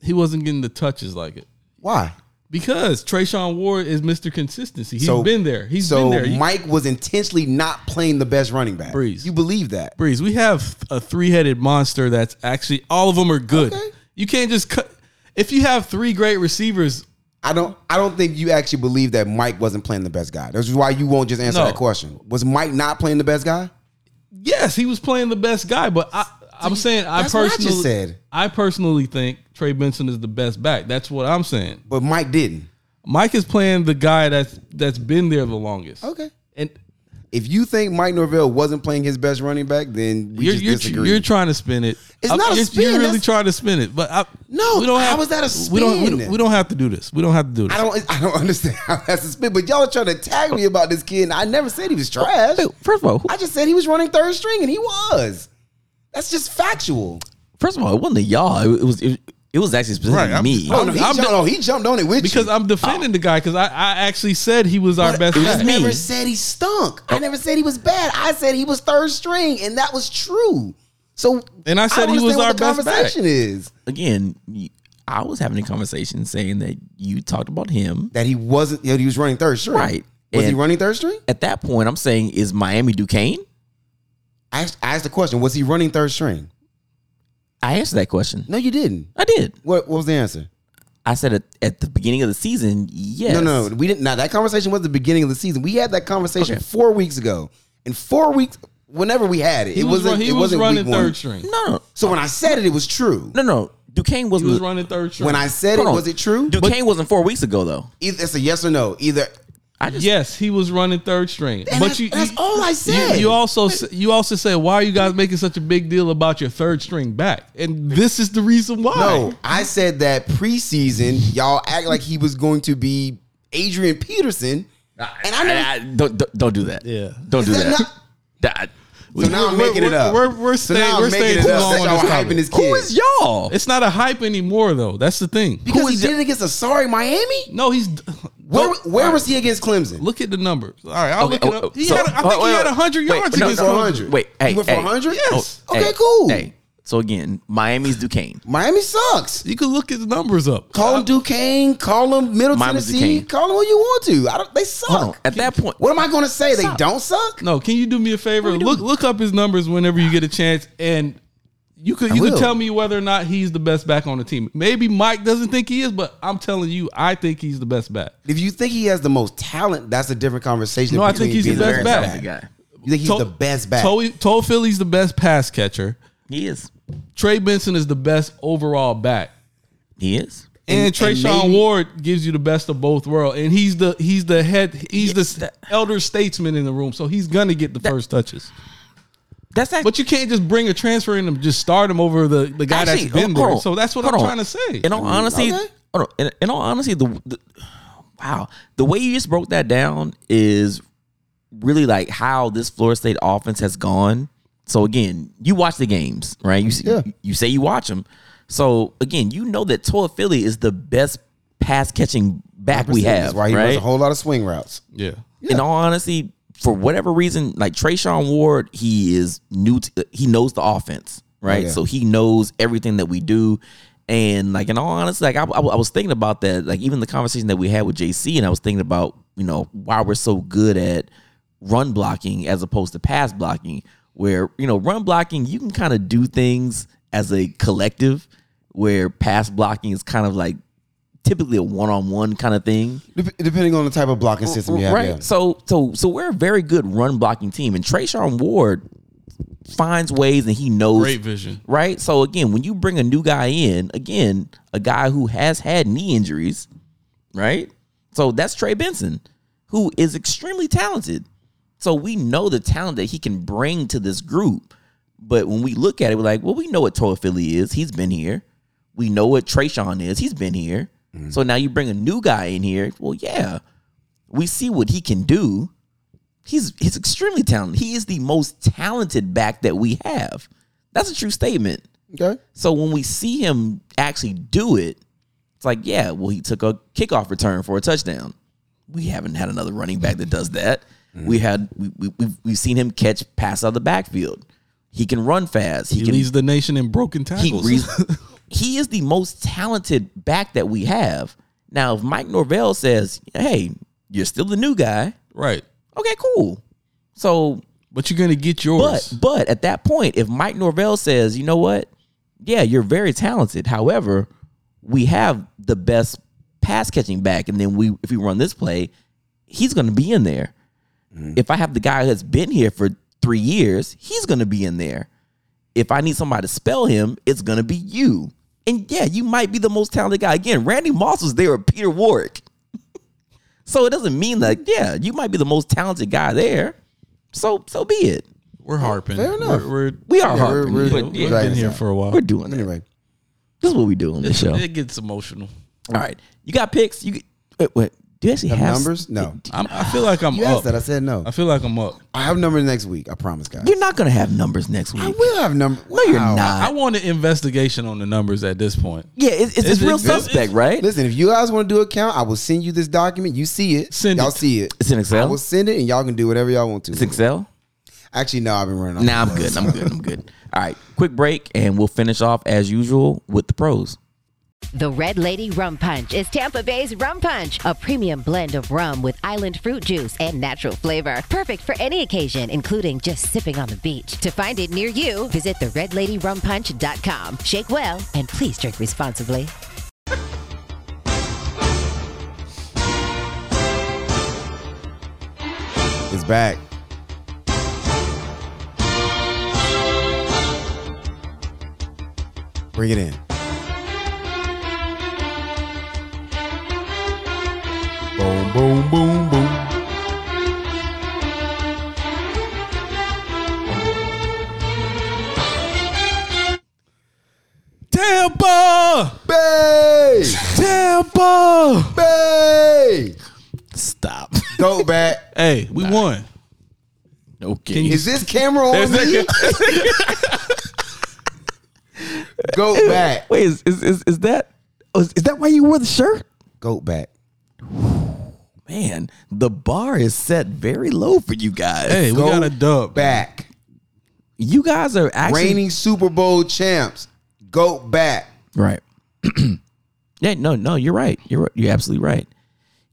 C: he wasn't getting the touches like it.
A: Why?
C: Because Trayshawn Ward is Mr. Consistency. He's
A: So-
C: been there. He's
A: so
C: been there. You-
A: Mike was intentionally not playing the best running back.
C: Breeze.
A: You believe that?
C: Breeze, we have a three-headed monster that's actually all of them are good. You can't just cut if you have three great receivers,
A: I don't. I don't think you actually believe that Mike wasn't playing the best guy. That's why you won't just answer
C: No.
A: that question. Was Mike not playing the best guy?
C: Yes, he was playing the best guy, but I, I'm saying I
A: that's what I just
C: personally
A: said.
C: I personally think Trey Benson is the best back. That's what I'm saying.
A: But Mike didn't.
C: Mike is playing the guy that's that's been there the longest.
A: Okay.
C: And
A: If you think Mike Norvell wasn't playing his best running back, then we
C: you're
A: just
C: you're,
A: disagree.
C: you're trying to spin it.
A: It's not a
C: you're,
A: spin,
C: You're really
A: that's-
C: trying to spin it, but I,
A: No, how is that a
C: We don't. We
A: spin?
C: don't, we don't have to do this. We don't have to do this.
A: I don't. I don't understand how that's a spin. But y'all are trying to tag me about this kid. And I never said he was trash.
B: Wait, first of all, who,
A: I just said he was running third string, and he was. That's just factual.
B: first of all, it wasn't y'all. It, was it, it was actually specifically
C: Right, I'm-
B: me.
A: Oh, no, he,
C: I'm
A: jumped,
C: de-
A: no, he jumped on it with
C: because
A: you.
C: I'm defending the guy because I, I actually said he was our
A: But
C: best.
A: I
C: back.
A: never
B: me.
A: said he stunk. I never said he was bad. I said he was third string, and that was true. So
C: And I
A: don't
C: said he was
A: understand what
C: our
A: the
C: best back.
A: conversation is
B: Again, you- I was having a conversation saying that you talked about him.
A: that he wasn't. You know, he was running third string.
B: Right.
A: Was he
B: And-
A: running third string?
B: At that point, I'm saying is Miami Duquesne?
A: I asked, I asked the question. Was he running third string?
B: I answered that question.
A: No, you didn't.
B: I did.
A: What, what was the answer?
B: I said at, at the beginning of the season, yes.
A: No, no, we didn't. Now that conversation was the beginning of the season. We had that conversation four weeks ago, and four weeks, whenever we had it,
C: He
A: it
C: was,
A: wasn't.
C: run- he
A: it
C: was
A: wasn't
C: running
A: week one.
C: third string.
B: no, no,
A: So when I said it, it was true.
B: no, no. Duquesne
C: He
B: wasn't.
C: was running third string.
A: When I said it,
B: Hold on.
A: was it true?
B: Duquesne wasn't four weeks ago though.
A: Either it's a yes or no. Either
B: I just
C: Yes, he was running third string.
A: And
C: but
A: that's-
C: you,
A: that's
C: you-
A: all I said.
C: You, you also s- you also said why are you guys making such a big deal about your third string back? And this is the reason why.
A: no. I said that preseason, y'all act like he was going to be Adrian Peterson, and I never.
B: I- I- don't, don't don't do that.
C: Yeah.
B: don't do
A: Is that
B: that.
A: not-
B: That-
A: so now I'm
C: we're-
A: making it
C: we're-
A: up.
C: we're- we're
A: So now
C: staying-
A: I'm
C: we're
A: making
C: staying
A: it
C: too
A: up.
C: long
A: That
C: on
A: y'all
C: this
A: hyping
C: topic.
A: this
B: who
A: kid.
B: is y'all?
C: it's not a hype anymore though. That's the thing.
A: because he
B: is y'all?
A: did it against a sorry Miami.
C: No, he's
A: Where where was he against Clemson?
C: look at the numbers. All right, I'll
B: Okay,
C: look it
B: oh,
C: up. He
B: so-
C: had, I think
B: oh, wait,
C: he had
B: wait,
C: hundred
B: wait,
C: yards
B: no,
C: against
B: no,
C: Clemson.
A: 400.
B: Wait, hey,
A: He went for
B: hey. Oh,
A: 100?
C: Yes.
A: Okay,
B: Hey,
A: cool.
B: Hey, so again, Miami's Duquesne.
A: Miami sucks.
C: You can look his numbers up.
A: Call him Duquesne. Call him Middle
B: Mine was
A: Tennessee.
B: Duquesne.
A: Call him who you want to. I don't, they suck.
B: Hold on. At that point,
A: what am I going to say? They don't suck.
C: No, can you do me a favor? Look look up his numbers whenever you get a chance, and you could you could
A: will.
C: tell me whether or not he's the best back on the team. Maybe Mike doesn't think he is, but I'm telling you, I think he's the best back.
A: If you think he has the most talent, that's a different conversation.
C: No, I
A: between
C: think he's the
A: being
C: best back.
B: the guy.
A: You think he's
C: Toe-
A: the best back?
C: Toe, Toe Philly's the best pass catcher.
B: He is.
C: Trey Benson is the best overall back.
B: He is.
A: And-
C: And,
A: and
C: Trayshawn
A: maybe-
C: Ward gives you the best of both worlds, and he's the he's the head he's the s- elder statesman in the room, so he's gonna get the first touches.
B: That's actually.
C: But you can't just bring a transfer in and just start him over the, the guy
B: Actually, oh,
C: that's been
B: hold
C: there.
B: on,
C: So that's what I'm
B: hold on.
C: trying to say.
B: In all honesty,
A: okay.
B: hold on, in, in all honesty, the, the wow, the way you just broke that down is really like how this Florida State offense has gone. So again, you watch the games, right? You see, you say you watch them. So again, you know that Toa Philly is the best pass catching back we have.
A: That's why he
B: right?
A: runs a whole lot of swing routes.
C: yeah.
B: in all honesty, for whatever reason, like Trayshawn Ward, he is new. To, he knows the offense, right?
A: yeah.
B: So he knows everything that we do. And like in all honesty, like I, I, I was thinking about that, like even the conversation that we had with JC, and I was thinking about you know why we're so good at run blocking as opposed to pass blocking, where you know run blocking you can kind of do things as a collective, where pass blocking is kind of like typically a one on one kind of thing.
A: Dep- depending on the type of
C: Mm,
A: blocking system you have.
B: Right.
A: yeah.
B: So so so we're a very good run blocking team, and Trayshawn Ward finds ways, and he knows.
C: Great vision.
B: Right. So again, when you bring a new guy in, again, a guy who has had knee injuries, right? So that's Trey Benson, who is extremely talented. So we know the talent that he can bring to this group. But when we look at it, we're like, well, we know what Toa Philly is. He's been here. We know what Trayshawn is. He's been here. So now you bring a new guy in here. Well, yeah, we see what he can do. He's he's extremely talented. He is the most talented back that we have. That's a true statement.
A: Okay.
B: So when we see him actually do it, it's like, yeah, well, he took a kickoff return for a touchdown. We haven't had another running back that does that.
C: Mm-hmm.
B: We had we, we we've, we've seen him catch pass out of the backfield. He can run fast. He,
C: He
B: can
C: leads the nation in broken
B: he,
C: tackles.
B: re- he is the most talented back that we have. Now, if Mike Norvell says, "Hey, you're still the new guy,"
C: right.
B: okay, cool. So
C: But you're gonna get yours.
B: but but at that point, if Mike Norvell says, you know what, yeah, you're very talented. However, we have the best pass catching back, and then we if we run this play, he's going to be in there. If I have the guy that's been here for three years, he's going to be in there. If I need somebody to spell him, it's going to be you. And yeah, you might be the most talented guy. Again, Randy Moss was there with Peter Warwick. so it doesn't mean that, yeah, you might be the most talented guy there. So so be it.
C: We're harping.
A: Fair enough.
C: We're, we're,
B: We are
A: Yeah,
B: harping.
A: we're-
B: but
A: we're-
B: yeah,
C: we've
A: Right.
C: been here for a while.
B: we're doing it.
A: Anyway,
B: This is what we do on this show.
C: It gets emotional.
B: All right. You got picks. You wait, wait. Do you actually
A: Have
B: have,
A: numbers? No.
C: I'm, I feel like I'm
A: you
C: up.
A: asked that. I said no.
C: I feel like I'm up.
A: I have numbers next week. I promise, guys.
B: You're not gonna have numbers next week.
A: I will have numbers.
B: No, you're not.
C: I want an investigation on the numbers at this point.
B: yeah, it's, it's,
C: It's-
B: it's real
C: it's-
B: suspect,
C: it's-
B: right?
A: Listen, if you guys want to do a count, I will send you this document. You see it.
C: Send
A: y'all
C: it.
A: see it.
B: It's in
A: I
B: Excel.
A: will send it, and y'all can do whatever y'all want to.
B: It's Excel.
A: Actually, no, I've been running. off
B: Nah, I'm
A: numbers.
B: good. I'm good. I'm good. All right. Quick break, and we'll finish off as usual with the pros.
H: The Red Lady Rum Punch is Tampa Bay's Rum Punch, a premium blend of rum with island fruit juice and natural flavor. Perfect for any occasion, including just sipping on the beach. To find it near you, visit theredladyrumpunch.com. Shake well and please drink responsibly.
A: It's back. Bring it in. Boom, boom, boom, boom.
C: Tampa!
A: Bay!
C: Tampa!
A: Bay!
B: Stop.
A: Go back.
C: Hey, we won.
B: okay.
C: Can you-
A: Is this camera on
C: There's
A: me? Go back.
B: Wait, is is is, is that oh, is, is that why you wore the shirt?
A: Go back.
B: Man, the bar is set very low for you guys.
C: Hey, we
A: Go
C: got a dub.
A: Back.
B: You guys are actually
A: Reigning Super Bowl champs. Go back.
B: Right. yeah, no, no, you're right. You're you're absolutely right.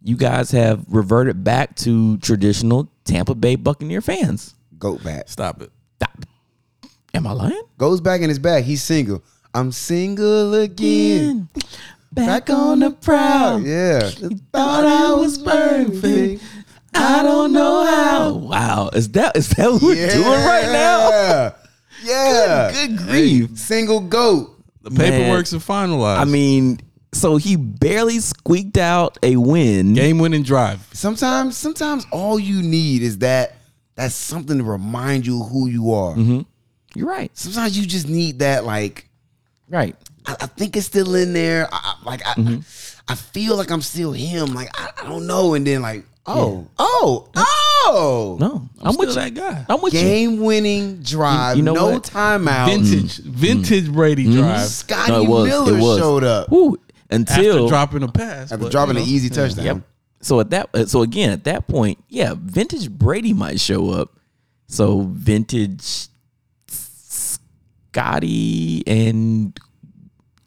B: You guys have reverted back to traditional Tampa Bay Buccaneer fans.
A: Go back.
C: Stop it.
B: Stop. Am I lying?
A: Goes back in his bag. He's single. I'm single again.
B: Back on the prowl.
A: Yeah.
B: Thought I was perfect. I don't know how. Wow, is that is that what we're doing right now?
A: Yeah. Yeah.
B: Good grief.
A: Single goat.
C: The paperwork's are finalized.
B: I mean, so he barely squeaked out a win.
C: game winning drive.
A: Sometimes, sometimes all you need is that that's something to remind you who you are.
B: Mm-hmm. You're right.
A: Sometimes you just need that like
B: Right.
A: I, I think it's still in there. I, I, like I,
B: Mm-hmm.
A: I feel like I'm still him. Like I, I don't know. And then like oh oh oh
B: No, I'm,
C: still
B: with you.
C: that guy.
B: I'm with you.
A: game winning drive.
B: You- you know
A: no
B: what?
A: timeout.
C: Vintage, vintage Brady drive.
A: Scotty
B: No, it was.
A: Miller
B: It was.
A: showed up
B: Woo.
C: After
B: Until
C: dropping a pass.
A: after
C: but,
A: dropping E
C: you
A: an
C: know.
A: easy touchdown.
B: Yep. So at that, uh, so again at that point, yeah, vintage Brady might show up. So vintage Scotty and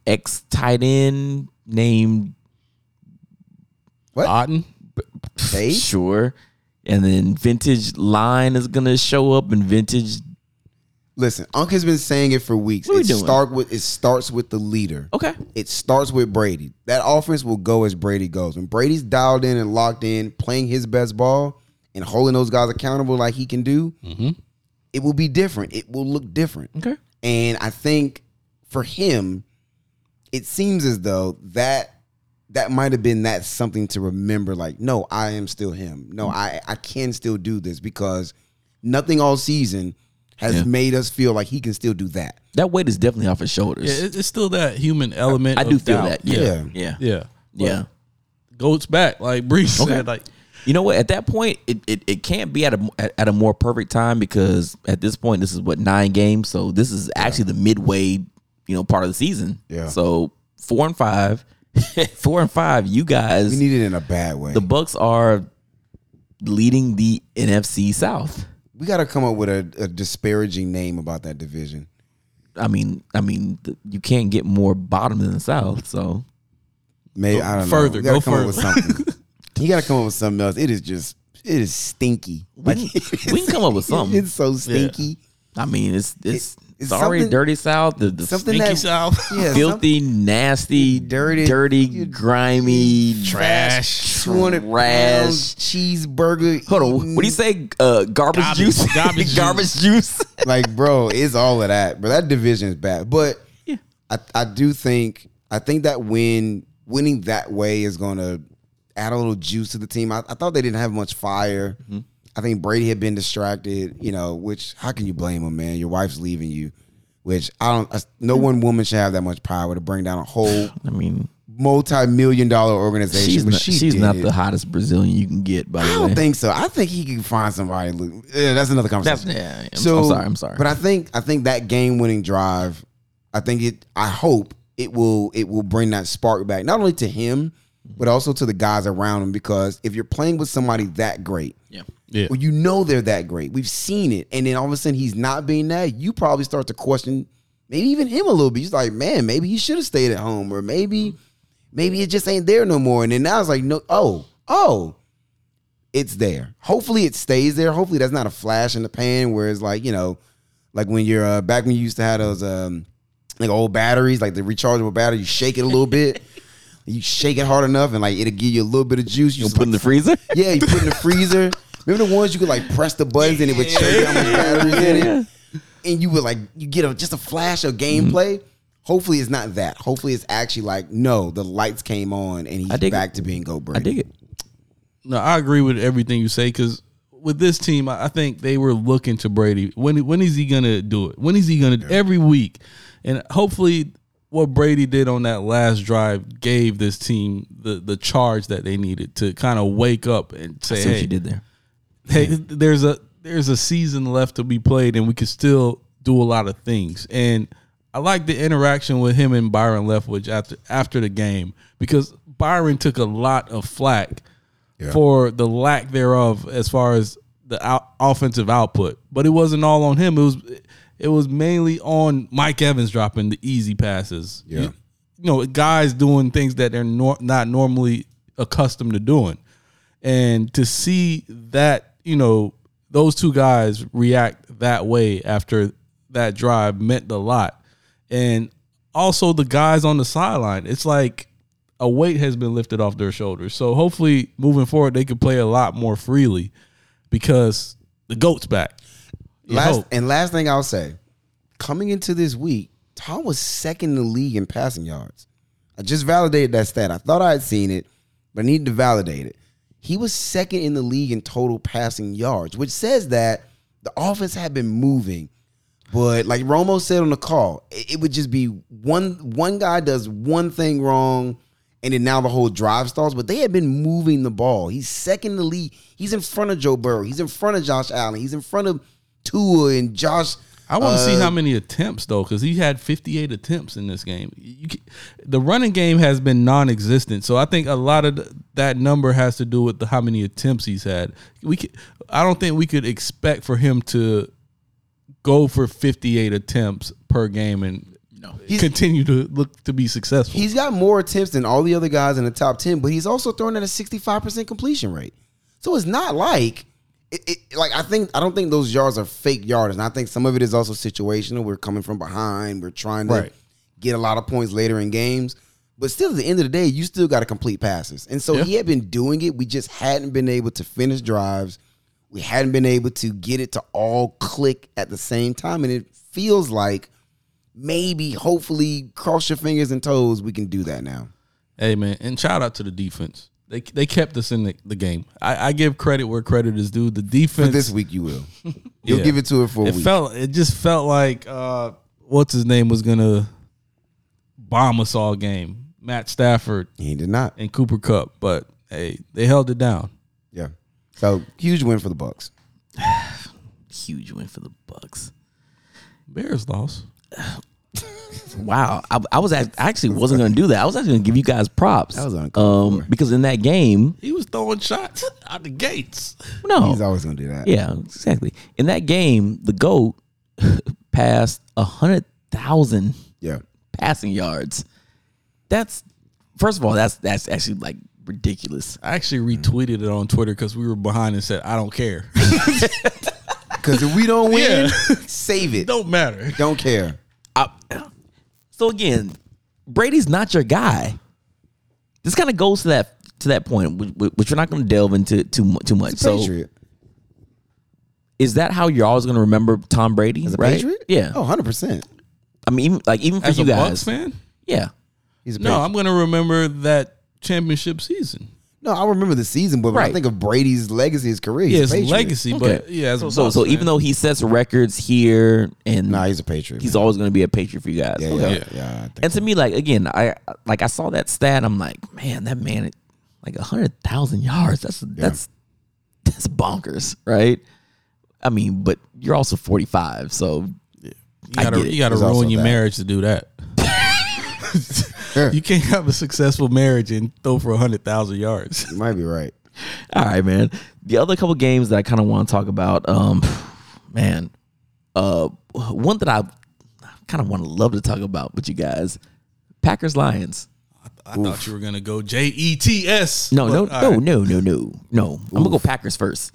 B: ex tight end named
C: Otten.
A: Faith?
B: sure, and then vintage line is gonna show up, and vintage
A: Listen, Unc has been saying it for weeks.
B: What we
A: it
B: doing?
A: start with it starts with the leader.
B: okay,
A: It starts with Brady. That offense will go as Brady goes. When Brady's dialed in and locked in, playing his best ball and holding those guys accountable like he can do, it will be different. It will look different.
B: Mm-hmm. okay,
A: And I think for him, it seems as though that that might have been that something to remember. Like, no, I am still him. No,
B: Mm-hmm.
A: I I can still do this because nothing all season has
B: Yeah.
A: made us feel like he can still do that.
B: that weight is definitely off his
C: Yeah,
B: shoulders.
C: it- it's still that human element.
B: I
C: of
B: do feel
C: doubt.
B: that.
A: Yeah.
B: Yeah, yeah, yeah.
C: Yeah. Goes back, like Bree said, like
B: You know what? At that point, it, it, it can't be at a at, at a more perfect time because at this point, this is what nine games. So this is actually the midway, you know, part of the season.
A: Yeah.
B: So four and five, four and five. You
A: We
B: guys,
A: need it in a bad way.
B: the Bucks are leading the NFC South.
A: we got to come up with a, a disparaging name about that division.
B: I mean, I mean, th- you can't get more bottom than the South. So
A: Maybe I don't
C: further,
A: know.
C: go
A: We gotta come up with something. you got to come up with something else. It is just it is stinky.
B: we can, we can come up with something.
A: It's so stinky.
B: I mean, it's it's,
A: it's
B: it's already
A: something-
B: dirty south, the, the
A: something
B: stinky
A: that-
B: south,
A: yeah,
B: filthy, nasty,
A: Dirty-
B: dirty, dirty, grimy,
A: Trash. 200 pound
B: trash.
A: cheeseburger.
B: Hold on, what do you say? Uh, garbage,
C: Garbage-
B: juice,
C: garbage
B: garbage juice.
A: like, bro, it's all of that. But that division is bad. But I, I do think I think that win winning that way is gonna add a little juice to the team. I, I thought they didn't have much fire.
B: Mm-hmm.
A: I think Brady had been distracted, you know, which how can you blame him, man? Your wife's leaving you. Which I don't. I, no one woman should have that much power to bring down a whole
B: I mean,
A: multi-million dollar organization.
B: she's
A: but
B: not,
A: she
B: she's
A: did.
B: not the hottest Brazilian you can get. By
A: I
B: the way,
A: don't think so. I think he can find somebody. Lu- Yeah, that's another
B: that's
A: conversation.
B: yeah. I'm,
A: so
B: I'm sorry. I'm sorry.
A: But I think I think that game winning drive, I think it. I hope it will it will bring that spark back not only to him but also to the guys around him because if you're playing with somebody that great.
B: yeah.
C: Yeah.
A: Well, you know they're that great. We've seen it, and then all of a sudden he's not being that. You probably start to question, maybe even him a little bit. He's like, man, maybe he should have stayed at home, or maybe, maybe it just ain't there no more. And then now it's like, no, oh, oh, it's there. Hopefully it stays there. Hopefully that's not a flash in the pan where it's like you know, like when you're uh, back when you used to have those um like old batteries, like the rechargeable battery, you shake it a little bit. You shake it hard enough, and like it'll give you a little bit of juice. You
B: You
A: just
B: put in the
A: like,
B: freezer.
A: yeah, you put it in the freezer. Remember the ones you could like press the buttons and it would show you how much batteries in it, and you would like you get a, just a flash of
B: Mm-hmm.
A: gameplay. Hopefully, it's not that. Hopefully, it's actually like no, the lights came on and
B: I
A: he's
B: dig
A: back
B: it.
A: to being Go Brady.
B: I dig it.
C: No, I agree with everything you say because with this team, I I think they were looking to Brady. When when is he gonna do it? When is he gonna every week? And hopefully, what Brady did on that last drive gave this team the the charge that they needed to kind of wake up and say,
B: See what
C: "Hey,
B: you did there.
C: hey, there's a there's a season left to be played, and we can still do a lot of things. And I like the interaction with him and Byron Leftwich after after the game because Byron took a lot of flack for the lack thereof as far as the out, offensive output, but it wasn't all on him. It was it was mainly on Mike Evans dropping the easy passes. Yeah. You, you know, guys doing things that they're nor- not normally accustomed to doing and to see that you know those two guys react that way after that drive meant a lot and also the guys on the sideline it's like a weight has been lifted off their shoulders so hopefully moving forward they could play a lot more freely because the goat's back You
A: Last
C: hope.
A: and last thing I'll say, coming into this week, Tom was second in the league in passing yards. I just validated that stat. I thought I had seen it, but I needed to validate it. He was second in the league in total passing yards, which says that the offense had been moving. But like Romo said on the call, it, it would just be one one guy does one thing wrong, and then now the whole drive stalls. But they had been moving the ball. He's second in the league. He's in front of Joe Burrow. He's in front of Josh Allen. He's in front of Tua and Josh.
C: I want to see
A: uh,
C: how many attempts though, because he had 58 attempts in this game. You, ca- the running game has been non-existent, so I think a lot of th- that number has to do with the, how many attempts he's had. We, ca- I don't think we could expect for him to go for 58 attempts per game and
A: He's-
C: continue to look to be successful.
A: He's got more attempts than all the other guys in the top 10, but he's also throwing at a 65% completion rate. So it's not like it, it, like I think I don't think those yards are fake yards. And I think some of it is also situational. We're coming from behind. We're trying to
C: Right.
A: get a lot of points later in games. But still at the end of the day, you still got to complete passes. And so he had been doing it. We just hadn't been able to finish drives. We hadn't been able to get it to all click at the same time. And it feels like maybe, hopefully, cross your fingers and toes, we can do that now.
C: Hey man, and shout out to the defense. They they kept us in the, the game. I, I give credit where credit is due. The defense
A: But this week you will. You'll give it to it for a
C: it
A: week.
C: felt it just felt like uh what's his name was gonna bomb us all game matt stafford
A: he did not.
C: and cooper cup but hey they held it down
A: Yeah. So huge win for the Bucks.
B: Huge win for the Bucks.
C: bears lost
B: Wow, I, I was act- I actually wasn't going to do that. I was actually going to give you guys props.
A: That was uncalled
B: um, because in that game,
C: he was throwing shots out the gates
B: no,
A: He's always gonna do that.
B: yeah, exactly. In that game, the goat passed a hundred thousand
A: Yeah.
B: passing yards. That's first of all, that's that's actually like ridiculous.
C: i actually retweeted it on twitter because we were behind and said i don't care
A: Because if we don't win,
C: Yeah.
A: save it. Don't,
C: Don't matter.
A: care.
B: So again, Brady's not your guy. This kind of goes to that to that point, which- which which we're not going to delve into too mu- too much. So
A: Patriot.
B: is that how you're always going to remember Tom Brady?
A: As a
B: right?
A: Patriot?
B: Yeah.
A: Oh, 100%.
B: I mean, even, like even for
C: As
B: you
C: a Bucks
B: guys.
C: fan,
B: Yeah.
A: He's a
C: no,
A: Patriot.
C: I'm gonna remember that championship season.
A: No, I remember the season, but when I
B: Right.
A: think of Brady's legacy, his career, he's
C: Yeah,
A: a
C: it's
A: Patriot.
C: legacy, but
B: Okay.
C: yeah, as a
B: So
C: Bucks
B: so
C: fan.
B: even though he sets records here and
A: Nah, he's a Patriot.
B: he's
A: man.
B: always going to be a patriot for you guys.
A: Yeah,
B: Okay.
A: yeah, yeah. I think
B: And to me, like again, I like I saw that stat. I'm like, man, that man, like hundred thousand yards. That's that's that's bonkers, right? I mean, but you're also 45, so
C: you
B: I
C: gotta
B: get it.
C: you gotta
A: There's also
C: ruin your
A: that.
C: marriage to do that. you can't have a successful marriage and throw for hundred thousand yards.
A: you might be right.
B: all right, man. The other couple games that I kind of want to talk about, um, man, uh, one that I kind of want to love to talk about with you guys, Packers Lions.
C: I thought you were gonna go J E T S.
B: No, no,
C: but all
B: no,
C: right.
B: no, no, no, no. I'm gonna go Packers first.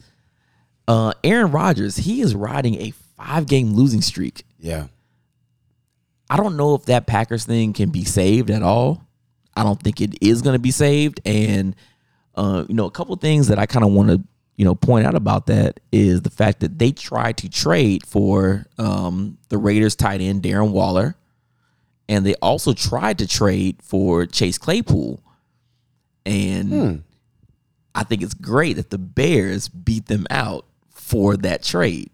B: Uh, Aaron Rodgers, he is riding a five game losing streak.
A: Yeah.
B: I don't know if that Packers thing can be saved at all. I don't think it is going to be saved. And uh, you know, a couple things that I kind of want to you know point out about that is the fact that they tried to trade for um, the Raiders tight end Darren Waller, and they also tried to trade for Chase Claypool. And I think it's great that the Bears beat them out for that trade.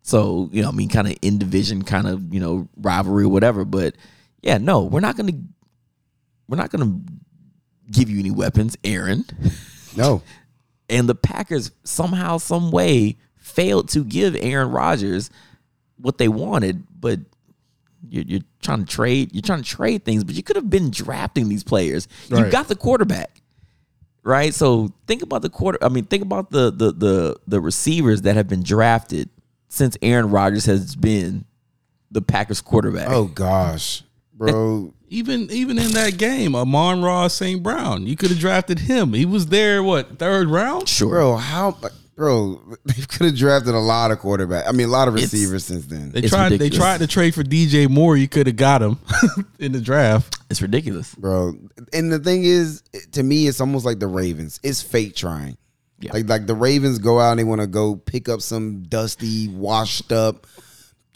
B: So, you know, I mean, kind of in division, kind of, you know, rivalry or whatever. But yeah, no, we're not going to, we're not going to give you any weapons, Aaron.
A: No.
B: And the Packers somehow, some way failed to give Aaron Rodgers what they wanted. But you're, you're trying to trade, you're trying to trade things, but you could have been drafting these players. You
C: Right.
B: got the quarterback. Right, so think about the quarter. I mean, think about the the the the receivers that have been drafted since Aaron Rodgers has been the Packers quarterback.
A: Oh, gosh. Bro.
C: Even even in that game, Amon Ross St. Brown, you could have drafted him. He was there, what, third round?
B: sure.
A: Bro, how. Bro, they could have drafted a lot of quarterback. I mean, a lot of
B: It's-
A: receivers since then.
C: They
B: It's
C: tried they
B: ridiculous.
C: tried to trade for DJ Moore, you could have got him in the draft.
B: It's ridiculous.
A: bro. And the thing is, to me, it's almost like the Ravens. It's fate trying.
B: Yeah.
A: Like like the Ravens go out and they want to go pick up some dusty, washed up,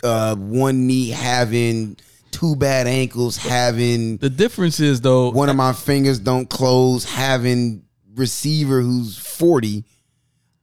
A: uh, one knee having, two bad ankles having,
C: The difference is though
A: one of my fingers don't close having receiver who's forty.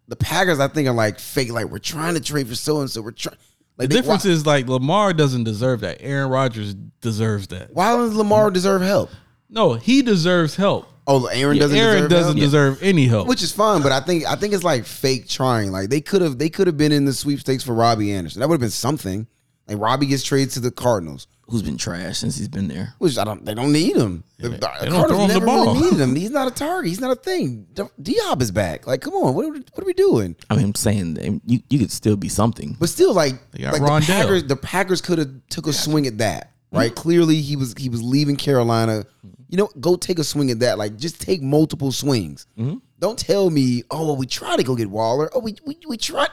A: The Packers, I think, are like fake. Like we're trying to trade for so and so. We're trying.
C: the
A: Like they-
C: difference
A: why,
C: is like Lamar doesn't deserve that. Aaron Rodgers deserves that.
A: why does Lamar deserve help?
C: No, he deserves help.
A: Oh, Aaron doesn't.
C: Aaron
A: deserve help?
C: doesn't deserve any help.
A: which is fine, but I think I think it's like fake trying. Like they could have they could have been in the sweepstakes for Robbie Anderson. That would have been something. Like Robbie gets traded to the Cardinals,
B: Who's been trash since he's been there?
A: which I don't. They don't need him. The, the
C: don't throw him
A: Cardinals
C: the
A: never
C: ball.
A: really needed him. He's not a target. He's not a thing. D- Diop is back. Like, come on, what are, we- what are we doing?
B: I mean, I'm saying that you you could still be something.
A: But still, like,
C: They got
A: like
C: Rondell. Mm-hmm.
A: the Packers, the Packers could have took a swing at that. Right? Clearly, he was he was leaving Carolina. You know, go take a swing at that. Like, just take multiple swings.
C: Mm-hmm.
A: Don't tell me, oh, well, we tried to go get Waller. Oh, we we we tried.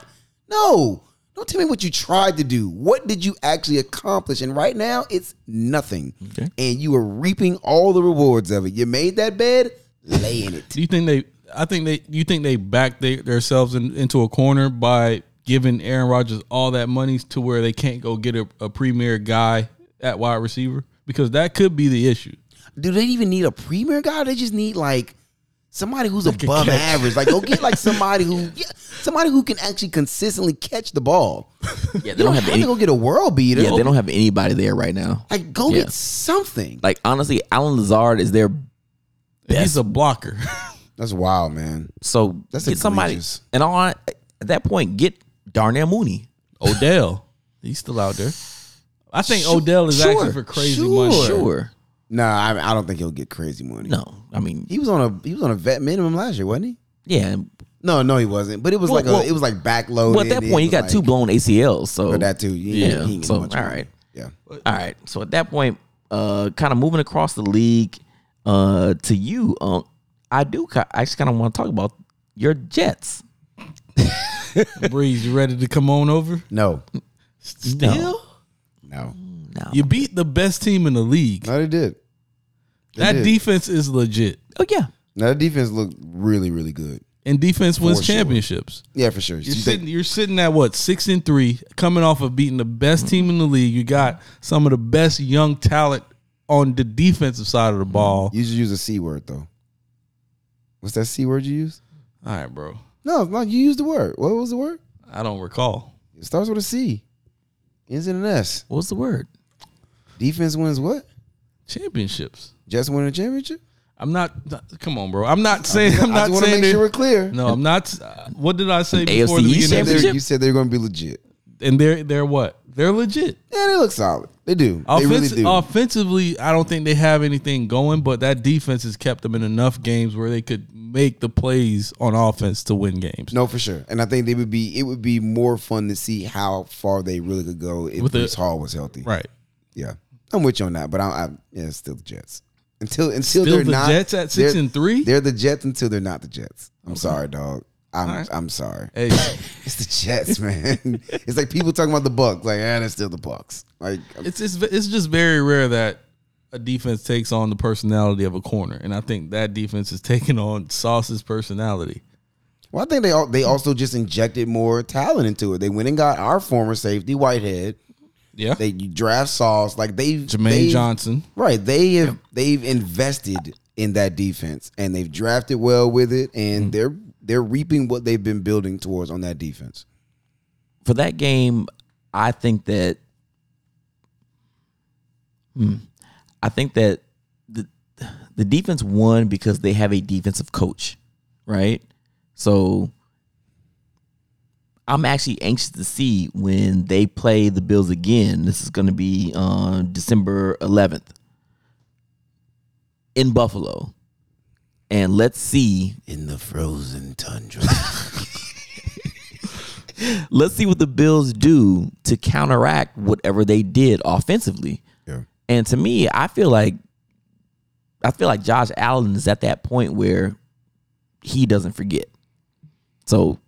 A: No, don't tell me what you tried to do. What did you actually accomplish? And right now, it's nothing. And you are reaping all the rewards of it. You made that bed, lay in it.
C: Do you think they? I think they. You think they backed they, themselves in, into a corner by giving Aaron Rodgers all that money to where they can't go get a, a premier guy at wide receiver because that could be the issue.
A: do they even need a premier guy? They just need like somebody who's above
C: catch.
A: average. Like go get like somebody who yeah, somebody who can actually consistently catch the ball.
B: Yeah, they
A: You don't have
B: any.
A: to go get a world beater.
B: Yeah, they don't have anybody there right now.
A: like go
B: Yeah.
A: get something.
B: Like honestly, Alan Lazard is there.
C: He's a blocker.
A: That's wild, man.
B: So
A: That's
B: get somebody.
A: egregious.
B: And on at that point, get Darnell Mooney.
C: Odell, he's still out there. I think Odell is
B: Sure,
C: actually for crazy
A: sure.
C: money.
B: Sure.
A: Nah, I, I don't think he'll get crazy money.
B: No, I mean,
A: He was on a he was on a vet minimum last year, wasn't he?
B: yeah.
A: No, no, he wasn't. But it was
B: Well,
A: like a,
B: well-
A: it was like backloaded.
B: Well, at that
A: It
B: point, you
A: was
B: got
A: like-
B: two blown ACLs. So
A: Or that too. Yeah.
B: Yeah, so, all right.
A: Yeah.
B: all right. So at that point, uh, kind of moving across the league uh, to you, um, I do. ki- I just kind of want to talk about your Jets.
C: Breeze, you ready to come on over?
A: No,
C: Still?
A: no,
B: No.
C: You beat the best team in the league.
A: no, they did.
C: that
A: did.
C: defense is legit.
B: oh yeah.
A: Now that defense looked really, really good.
C: And defense wins
A: For sure.
C: championships.
A: Yeah, for sure.
C: You're
A: You
C: sitting,
A: think-
C: you're sitting at what six and three, coming off of beating the best team in the league. You got some of the best young talent on the defensive side of the ball.
A: you just use a c word though. What's that c word you use?
C: All right, bro.
A: No, no, you used the word. What was the word?
C: I don't recall.
A: It starts with a C. Ends in an S.
B: What's the word?
A: Defense wins what?
C: Championships.
A: Just win a championship.
C: I'm not. Come on, bro. I'm not saying. I'm
A: I
C: not
A: just want to
C: saying.
A: make sure we're
C: that-
A: clear.
C: no, I'm not. uh, What did I say
B: An
C: before
B: AFC
C: the
B: East
A: You said
C: beginning?
A: they're-
B: championship?
A: you said they're going to be legit.
C: And they're they're what? They're legit.
A: Yeah, they look solid. They do.
C: Offensi-
A: they really do.
C: Offensively, I don't think they have anything going, but that defense has kept them in enough games where they could make the plays on offense to win games.
A: no, for sure. And I think they would be. It would be more fun to see how far they really could go if
C: With the-
A: Bruce Hall was healthy.
C: Right.
A: Yeah, I'm with you on that. But I'm, I'm yeah, it's still the Jets until until
C: Still
A: they're
C: the
A: not
C: Jets at six
A: they're-
C: and three?
A: They're the Jets until they're not the Jets. I'm sorry, dog. I'm I'm sorry.
C: Hey,
A: It's the Jets, man. it's like people talking about the Bucks. Like, ah, they're still the Bucks. Like,
C: it's, it's it's just very rare that a defense takes on the personality of a corner, and I think that defense is taking on Sauce's personality.
A: well, I think they all, they also just injected more talent into it. They went and got our former safety Whitehead.
C: Yeah,
A: They draft Sauce. Like they
C: Jermaine
A: they-
C: Johnson.
A: Right. They have they've invested in that defense and they've drafted well with it and they're they're reaping what they've been building towards on that defense.
B: for that game, I think that Hmm. I think that the the defense won because they have a defensive coach, right? So I'm actually anxious to see when they play the Bills again. This is going to be on December 11th in Buffalo. And let's see
A: In the frozen tundra.
B: let's see what the Bills do to counteract whatever they did offensively.
A: Yeah.
B: And to me, I feel like I feel like Josh Allen is at that point where he doesn't forget. So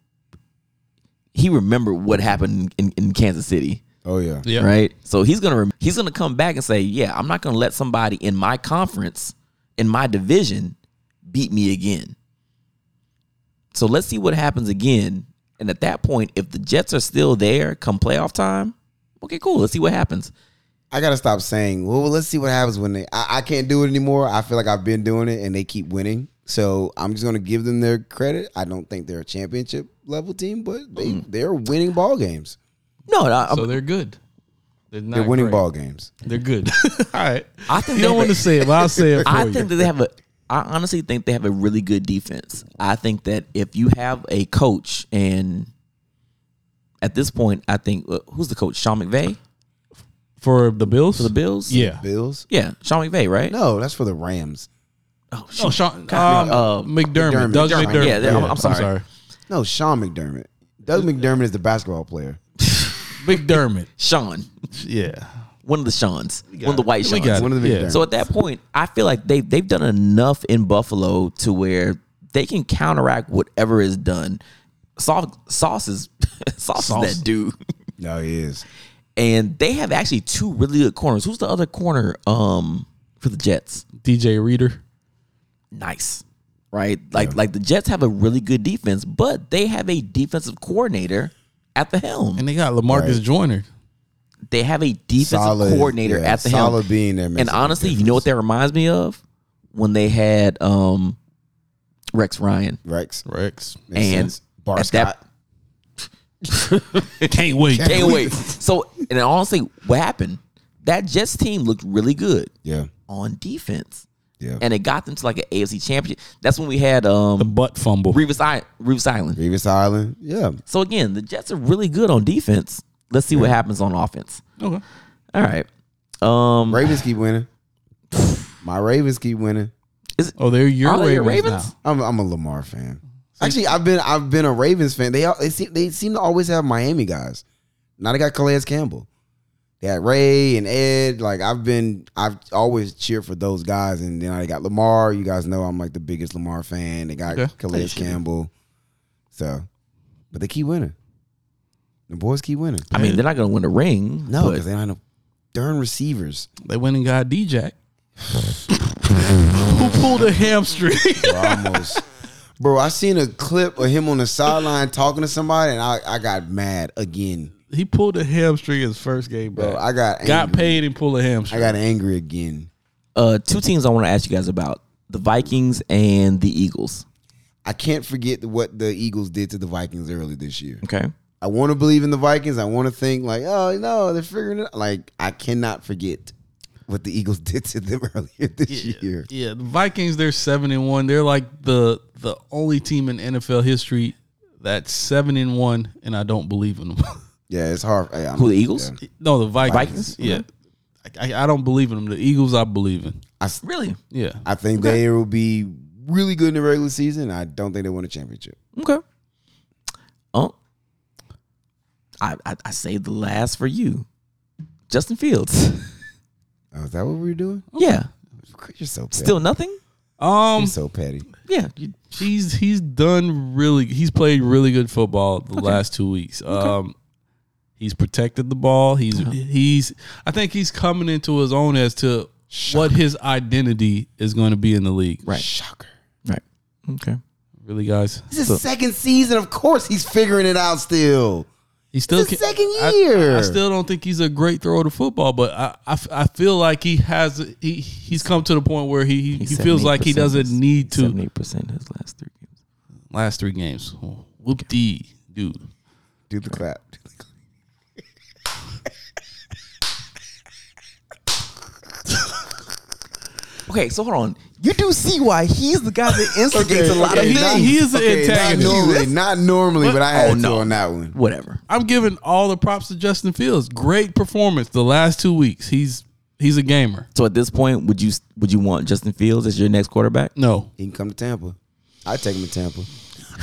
B: he remembered what happened in, in Kansas City,
A: oh yeah.
C: Yeah,
B: right? So he's gonna rem- he's gonna come back and say, "Yeah, I'm not gonna let somebody in my conference, in my division, beat me again." So let's see what happens again. And at that point, if the Jets are still there come playoff time, okay, cool. Let's see what happens.
A: I gotta stop saying, well, well, let's see what happens when they I, I can't do it anymore. I feel like I've been doing it and they keep winning. So I'm just gonna give them their credit. I don't think they're a championship level team, but they, they're winning ball games.
B: No, I, I'm-
C: so they're good. They're, not
A: They're winning
C: great.
A: ball games.
C: They're good. All right.
B: I think
C: you don't
B: they-
C: want to say it, but I'll say it for
B: I
C: you.
B: think that they have a. I honestly think they have a really good defense. I think that if you have a coach, and at this point, I think uh, who's the coach? Sean McVay
C: for the Bills.
B: for the Bills.
C: yeah.
A: Bills?
B: yeah, Sean MVay, right?
A: No, that's for the Rams.
B: oh,
C: Oh,
B: shoot.
C: Sean um,
B: Uh,
C: McDermott,
A: McDermott.
C: Doug
A: McDermott.
C: McDermott.
B: Yeah, they're- I'm- I'm sorry.
A: No, Sean McDermott. Doug McDermott is the basketball player.
C: McDermott.
B: Sean,
C: Yeah,
B: one of the Seans, one of the white
C: we
B: Seans.
C: got
A: One of the
C: it. yeah.
A: McDermott.
B: So at that point, I feel like they they've done enough in Buffalo to where they can counteract whatever is done. Sauce, sauce is sauce, is that dude,
A: No, he is.
B: and they have actually two really good corners. Who's the other corner? Um, for the Jets,
C: DJ Reader.
B: nice, right? Like like the Jets have a really good defense, but they have a defensive coordinator at the helm.
C: And they got Lamarcus
A: Right.
C: Joyner.
B: they have a defensive
A: Solid,
B: coordinator
A: yeah,
B: at the helm.
A: solid being there makes
B: And
A: a big
B: honestly, you know what that reminds me of? When they had um, Rex Ryan.
A: Rex.
C: Rex.
A: Makes
B: and
A: sense. Bar
B: at that-
A: Scott.
C: Can't wait.
B: Can't wait. So, and honestly, what happened? That Jets team looked really good
A: Yeah.
B: on defense,
A: Yeah.
B: and it got them to like an AFC championship. That's when we had um,
C: Butt fumble.
B: Revis, I- Revis Island.
A: Revis Island. Yeah.
B: So again, the Jets are really good on defense. Let's see what happens on offense.
C: Okay.
B: All right. Um,
A: Ravens keep winning. My Ravens keep winning.
C: Oh, they're your
B: Are they
C: Ravens,
B: your
C: now.
B: Ravens?
A: I'm I'm a Lamar fan. Actually, I've been I've been a Ravens fan. They all- they seem they seem to always have Miami guys. Now they got Calais Campbell. They had Ray and Ed. Like I've been I've always cheered for those guys. And then I got Lamar. You guys know I'm like the biggest Lamar fan. They got
C: Okay.
A: Calais Campbell. So
I: But they keep winning. The boys keep winning.
B: I mean, they're not going to win a ring.
I: No,
B: but
I: because they don't have no darn receivers.
C: They went and got D-Jack. Who pulled a hamstring?
I: Bro, I almost. Bro, I seen a clip of him on the sideline talking to somebody, and I, I got mad again.
C: he pulled a hamstring his first game,
I: Bro,
C: bro.
I: I got angry.
C: got paid and pulled a
I: I
C: hamstring.
I: got angry again.
B: uh, two teams I want to ask you guys about the Vikings and the Eagles.
I: I can't forget what the Eagles did to the Vikings early this year.
B: Okay.
I: I want to believe in the Vikings. I want to think like, oh no, they're figuring it. out. Like I cannot forget what the Eagles did to them earlier this year.
C: Yeah, the Vikings they're seven and one. They're like the the only team in NFL history that's seven and one, and I don't believe in them.
I: Yeah, it's hard. Hey, I'm-
B: Who, the Eagles?
I: yeah.
C: no, the Vikings.
B: Vikings?
C: Yeah, I, I, I don't believe in them. The Eagles, I believe in.
I: I, s-
B: Really?
C: Yeah,
I: I think they will be really good in the regular season. I don't think they won a championship.
B: Okay. Oh, I, I I saved the last for you, Justin Fields.
I: Oh, is that what we were doing?
B: yeah.
I: You're so petty.
B: Still nothing.
C: um,
I: You're so petty.
B: Yeah. You,
C: he's he's done really. He's played really good football the last two weeks. Um, he's protected the ball. He's
B: Uh-huh.
C: he's. I think he's coming into his own as to what his identity is going to be in the league.
B: Right.
I: Shocker.
B: right. Okay.
C: Really, guys.
I: This is his second season. Of course, he's figuring it out still.
C: He still
I: It's his
C: can-
I: second
C: I- I,
I: year.
C: still don't think he's a great thrower to football, but I, I f- I feel like he has he he's come to the point where he he, he feels like he doesn't need to.
B: Seventy percent his last three games.
C: Last three games, whoop dee dude.
I: Do the clap. Do the clap.
B: Okay, so hold on. You do see why he's the guy that instigates a lot
C: okay,
B: of
C: he-
B: things.
C: he is an
I: Not
C: antagonist.
I: normally, not normally, but I had
B: Oh,
I: to
B: no.
I: on that one.
B: Whatever.
C: I'm giving all the props to Justin Fields. Great performance the last two weeks. He's he's a gamer.
B: So at this point, would you would you want Justin Fields as your next quarterback?
C: No,
I: He can come to Tampa. I take him to Tampa.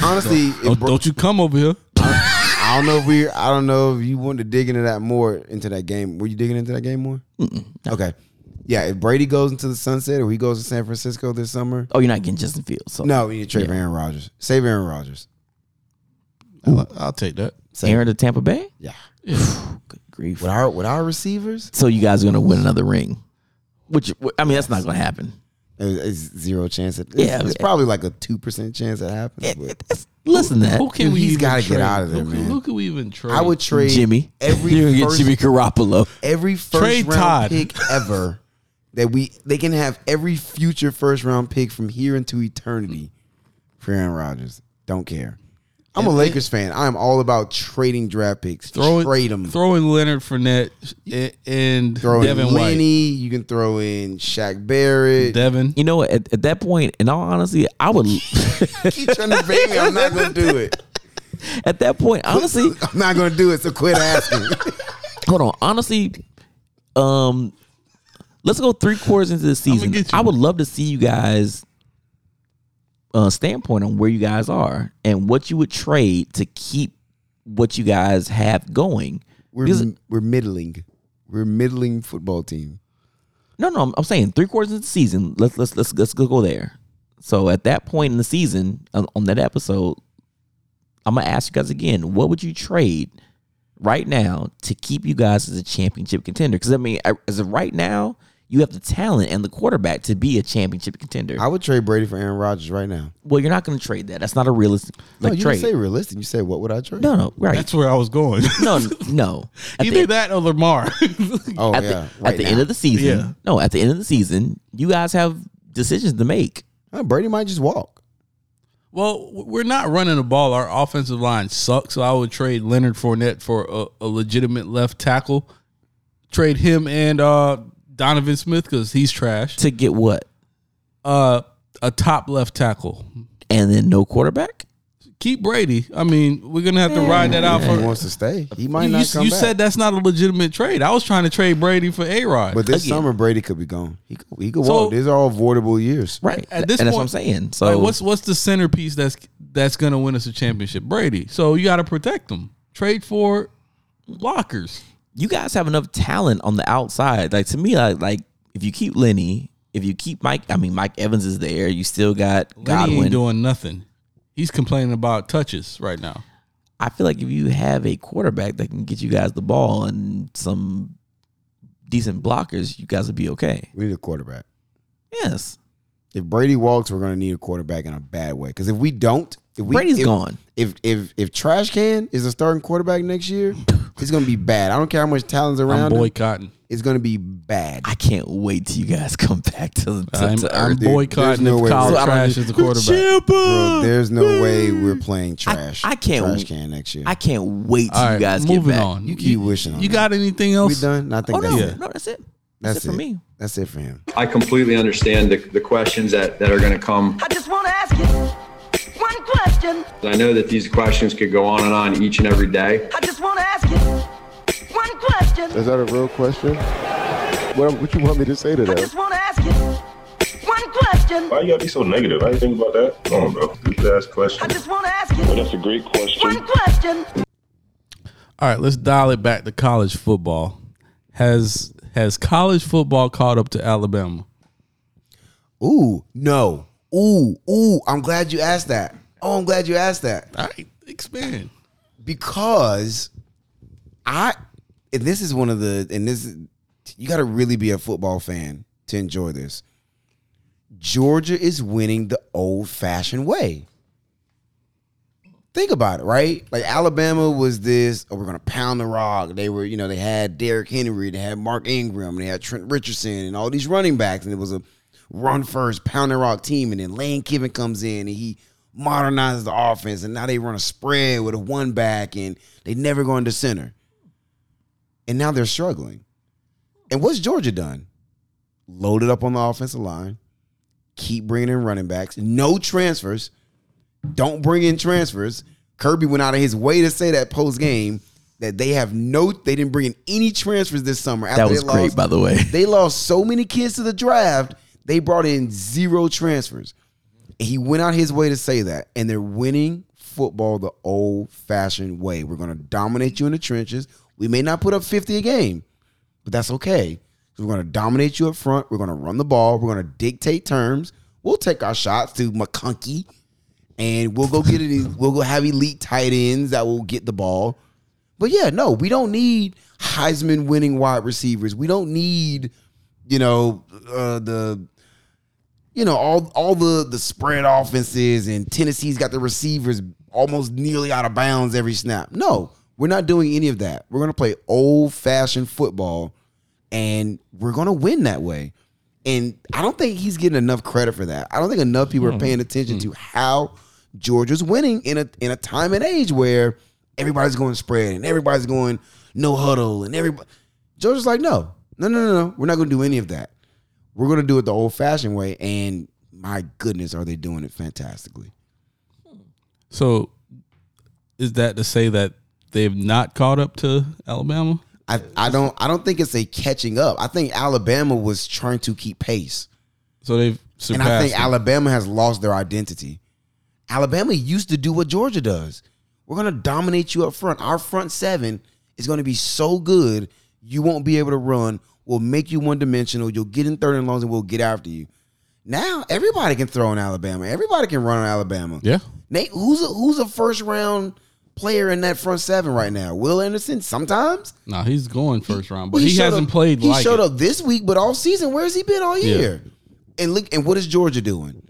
I: Honestly, if
C: don't,
I: Bro-
C: don't you come over here.
I: I don't know if we. I don't know if you want to dig into that more into that game. Were you digging into that game more? Okay. Yeah, if Brady goes into the sunset or he goes to San Francisco this summer,
B: Oh, you're not getting Justin Fields. So
I: no, we need to trade for Aaron Rodgers. Save Aaron Rodgers.
C: I'll, I'll take that.
B: Aaron to Tampa Bay.
I: Yeah.
B: Good grief.
I: With our with our receivers,
B: so you guys are gonna win another ring. Which I mean, that's not gonna happen.
I: there's there's zero chance. That,
B: Yeah,
I: it's, it's
B: yeah.
I: probably like a two percent chance that happens. But
B: It's- listen, to that
C: Who can we?
I: He's
C: even
I: gotta get
C: trade?
I: out of there,
C: who can,
I: man.
C: Who can we even trade?
I: I would trade
B: Jimmy.
I: every
B: you're gonna
I: first-
B: get Jimmy Garoppolo.
I: every first
C: Trade
I: round
C: Todd.
I: pick ever that we they can have every future first round pick from here into eternity for Aaron Rodgers. Don't care. I'm a Lakers fan. I'm all about trading draft picks.
C: throw in-
I: Trade them.
C: Throw in Leonard Fournette and, and
I: throw in
C: Devin White.
I: Lenny. You can throw in Shaq Barrett.
C: Devin.
B: You know, what? at, at that point, in all honesty, I would.
I: Keep trying to bait me. I'm not gonna do it.
B: at that point, honestly,
I: I'm not gonna do it. So quit asking.
B: hold on. Honestly, um, let's go three quarters into the season.
C: get you.
B: I would love to see you guys' uh, standpoint on where you guys are and what you would trade to keep what you guys have going.
I: We're
B: Because-
I: we're middling. We're middling football team.
B: No, no, I'm, I'm saying three quarters of the season. Let's let's let's let's go go there. So at that point in the season, on, on that episode, I'm gonna ask you guys again: What would you trade right now to keep you guys as a championship contender? Because I mean, I- as of right now, you have the talent and the quarterback to be a championship contender.
I: I would trade Brady for Aaron Rodgers right now.
B: well, you're not gonna trade that. That's not a realistic
I: No,
B: like,
I: you
B: trade.
I: didn't say realistic. You said what would I trade?
B: no, no, right?
C: That's where I was going.
B: no, no. At
C: Either
B: the,
C: that or Lamar.
I: Oh
B: at the,
I: yeah.
B: at the end of the season,
C: Yeah.
B: no, at the end of the season, you guys have decisions to make.
A: Uh,
I: Huh, Brady might just walk.
C: well, we're not running the ball. Our offensive line sucks. So I would trade Leonard Fournette for a, a legitimate left tackle. Trade him and uh, Donovan Smith because he's trash.
B: to get what?
C: Uh, a top left tackle.
B: And then no quarterback?
C: Keep Brady. I mean, we're gonna have to ride that out
I: He
C: for.
I: wants to stay. He might
C: You,
I: not
C: you-
I: come
C: you
I: back.
C: said that's not a legitimate trade. I was trying to trade Brady for A Rod.
I: but this
B: Again.
I: summer Brady could be gone. He could, he could
C: So-
I: walk. These are all avoidable years.
B: Right.
C: At this
B: and that's what
C: point-
B: I'm saying. So
C: Like, what's what's the centerpiece that's that's gonna win us a championship? Brady. So you got to protect them. Trade for blockers.
B: you guys have enough talent on the outside. Like to me, like, like if you keep Lenny, if you keep Mike, I mean Mike Evans is there. You still got
C: Lenny ain't
B: Godwin.
C: doing nothing. He's complaining about touches right now.
B: I feel like if you have a quarterback that can get you guys the ball and some decent blockers, you guys would be okay.
A: We need a quarterback.
B: Yes.
A: If Brady walks, we're going to need a quarterback in a bad way. Because if we don't, if we,
B: Brady's
A: if-
B: gone.
A: If if if Trash Can is the starting quarterback next year, it's going to be bad. I don't care how much talent's
C: I'm
A: around. him,
C: boycotting.
A: it's going to be bad.
B: I can't wait till you guys come back to, to,
C: I'm,
B: to
C: I'm
B: earth.
A: dude. There's
C: boycotting
A: no way
C: if Kyle
A: we're-
B: So I don't-
C: Trash is the quarterback.
B: Champa!
A: Bro, there's no way we're playing
B: I-
A: trash.
B: I, can't.
A: trash can next year.
B: I can't wait till
C: All
B: you
C: right,
B: guys get
C: moving
B: back.
C: on.
A: You keep wishing on
C: You
A: that.
C: got anything
A: we
C: else?
A: done? I think
B: Oh
A: that's
B: no,
A: it.
B: no, that's it. That's,
A: That's,
B: it for me.
A: That's it for him.
J: I completely understand the, the questions that, that are going to come.
K: I just want to ask you one question.
J: I know that these questions could go on and on each and every day.
K: I just want to ask you one question.
I: Is that a real question? What, what you want me to say to
K: I
I: that?
K: just want to ask you one question.
D: Why you gotta be so negative? I didn't think about that. I don't know. Just ask
K: I
D: questions.
K: just want to ask you
D: That's a great question.
K: one question.
C: All right, let's dial it back to college football. Has has college football caught up to Alabama?
A: Ooh, no. Ooh, ooh. I'm glad you asked that. Oh, I'm glad you asked that.
C: All right, expand.
A: because I and this is one of the and this is- you got to really be a football fan to enjoy this. Georgia is winning the old-fashioned way. Think about it, right? Like Alabama was this, oh, we're gonna pound the rock. They were, you know, they had Derrick Henry, they had Mark Ingram, they had Trent Richardson, and all these running backs, and it was a run first, pound the rock team. And then Lane Kiffin comes in and he modernizes the offense, and now they run a spread with a one back, and they never go into center. And now they're struggling. And what's Georgia done? Loaded up on the offensive line, keep bringing in running backs, no transfers don't bring in transfers. Kirby went out of his way to say that post game that they have no, they didn't bring in any transfers this summer.
B: That was
A: they
B: great,
A: lost,
B: by the way.
A: They lost so many kids to the draft. They brought in zero transfers. And he went out his way to say that, and they're winning football the old-fashioned way. We're going to dominate you in the trenches. We may not put up fifty a game, but that's okay. We're going to dominate you up front. We're going to run the ball. We're going to dictate terms. We'll take our shots to McConkey and we'll go get it. We'll go have elite tight ends that will get the ball. But yeah, no, we don't need Heisman winning wide receivers. We don't need, you know, uh, the, you know, all all the the spread offenses and Tennessee's got the receivers almost nearly out of bounds every snap. No, we're not doing any of that. We're gonna play old fashioned football, and we're gonna win that way. And I don't think he's getting enough credit for that. I don't think enough people are paying attention to how Georgia's winning in a in a time and age where everybody's going spread and everybody's going no huddle and everybody Georgia's like, no, no, no, no, no. We're not gonna do any of that. We're gonna do it the old fashioned way. And my goodness, are they doing it fantastically?
C: So, is that to say that they've not caught up to Alabama?
A: I, I don't I don't think it's a catching up. I think Alabama was trying to keep pace.
C: So they've surpassed.
A: And I think
C: them.
A: Alabama has lost their identity. Alabama used to do what Georgia does. We're going to dominate you up front. Our front seven is going to be so good, you won't be able to run. We'll make you one dimensional. You'll get in third and longs, and we'll get after you. Now everybody can throw in Alabama. Everybody can run on Alabama.
C: Yeah.
A: Nate, who's a who's a first round player in that front seven right now? Will Anderson sometimes,
C: No, he's going first round, but
A: Well,
C: he,
A: showed
C: hasn't
A: up-
C: played
A: He
C: like
A: showed
C: it.
A: up this week, but all season, where has he been all
C: Yeah.
A: year? And look, and what is Georgia doing?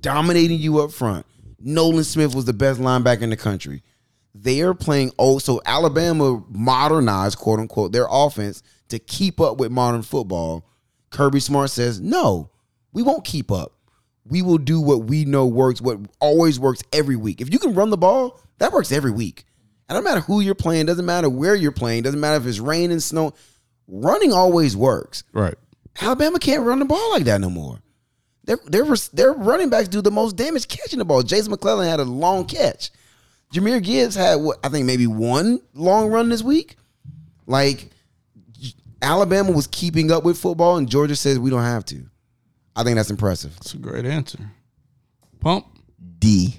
A: Dominating you up front. Nolan Smith was the best linebacker in the country. They are playing old. So Alabama modernized, quote unquote, their offense to keep up with modern football. Kirby Smart says, no, we won't keep up. We will do what we know works, what always works every week. If you can run the ball, that works every week. And no matter who you're playing, doesn't matter where you're playing, doesn't matter if it's rain and snow, running always works.
C: Right.
A: Alabama can't run the ball like that no more. Their their their running backs do the most damage catching the ball. Jason McClellan had a long catch. Jameer Gibbs had what I think maybe one long run this week. Like Alabama was keeping up with football, and Georgia says we don't have to. I think that's impressive.
C: That's a great answer. Pump.
B: D.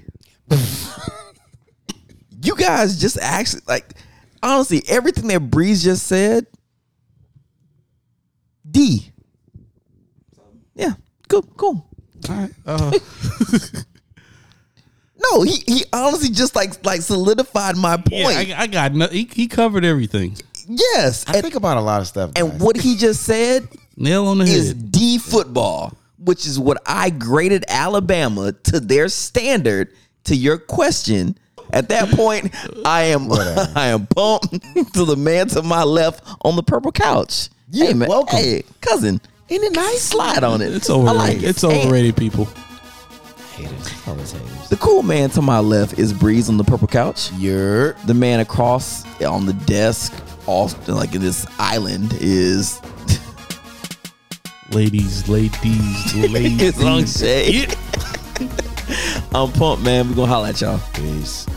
B: you guys just actually like honestly everything that Breeze just said. D. Yeah. Cool. Cool.
C: All right. Uh,
B: No,
A: No, he, he honestly just like like solidified my point.
C: Yeah, I, I got no, he, he covered everything.
A: yes,
I: I think about a lot of stuff.
A: and what he just said
C: Nail on the
A: is
C: head.
A: D football, which is what I graded Alabama to their standard. To your question, at that point, I am I am pumped to the man to my left on the purple couch.
I: Yeah,
A: Hey, man,
I: welcome.
A: hey, cousin.
I: Isn't it nice?
A: Slide on it.
C: It's
A: I
C: overrated.
A: like it.
C: It's
A: And
C: overrated, people.
I: Haters, always haters.
A: The cool man to my left is Breeze on the purple couch.
I: You're
A: The man across on the desk, off like in this island, is
C: Ladies, ladies, ladies.
A: It's long shade. I'm pumped, man. We're gonna holla at y'all.
I: peace.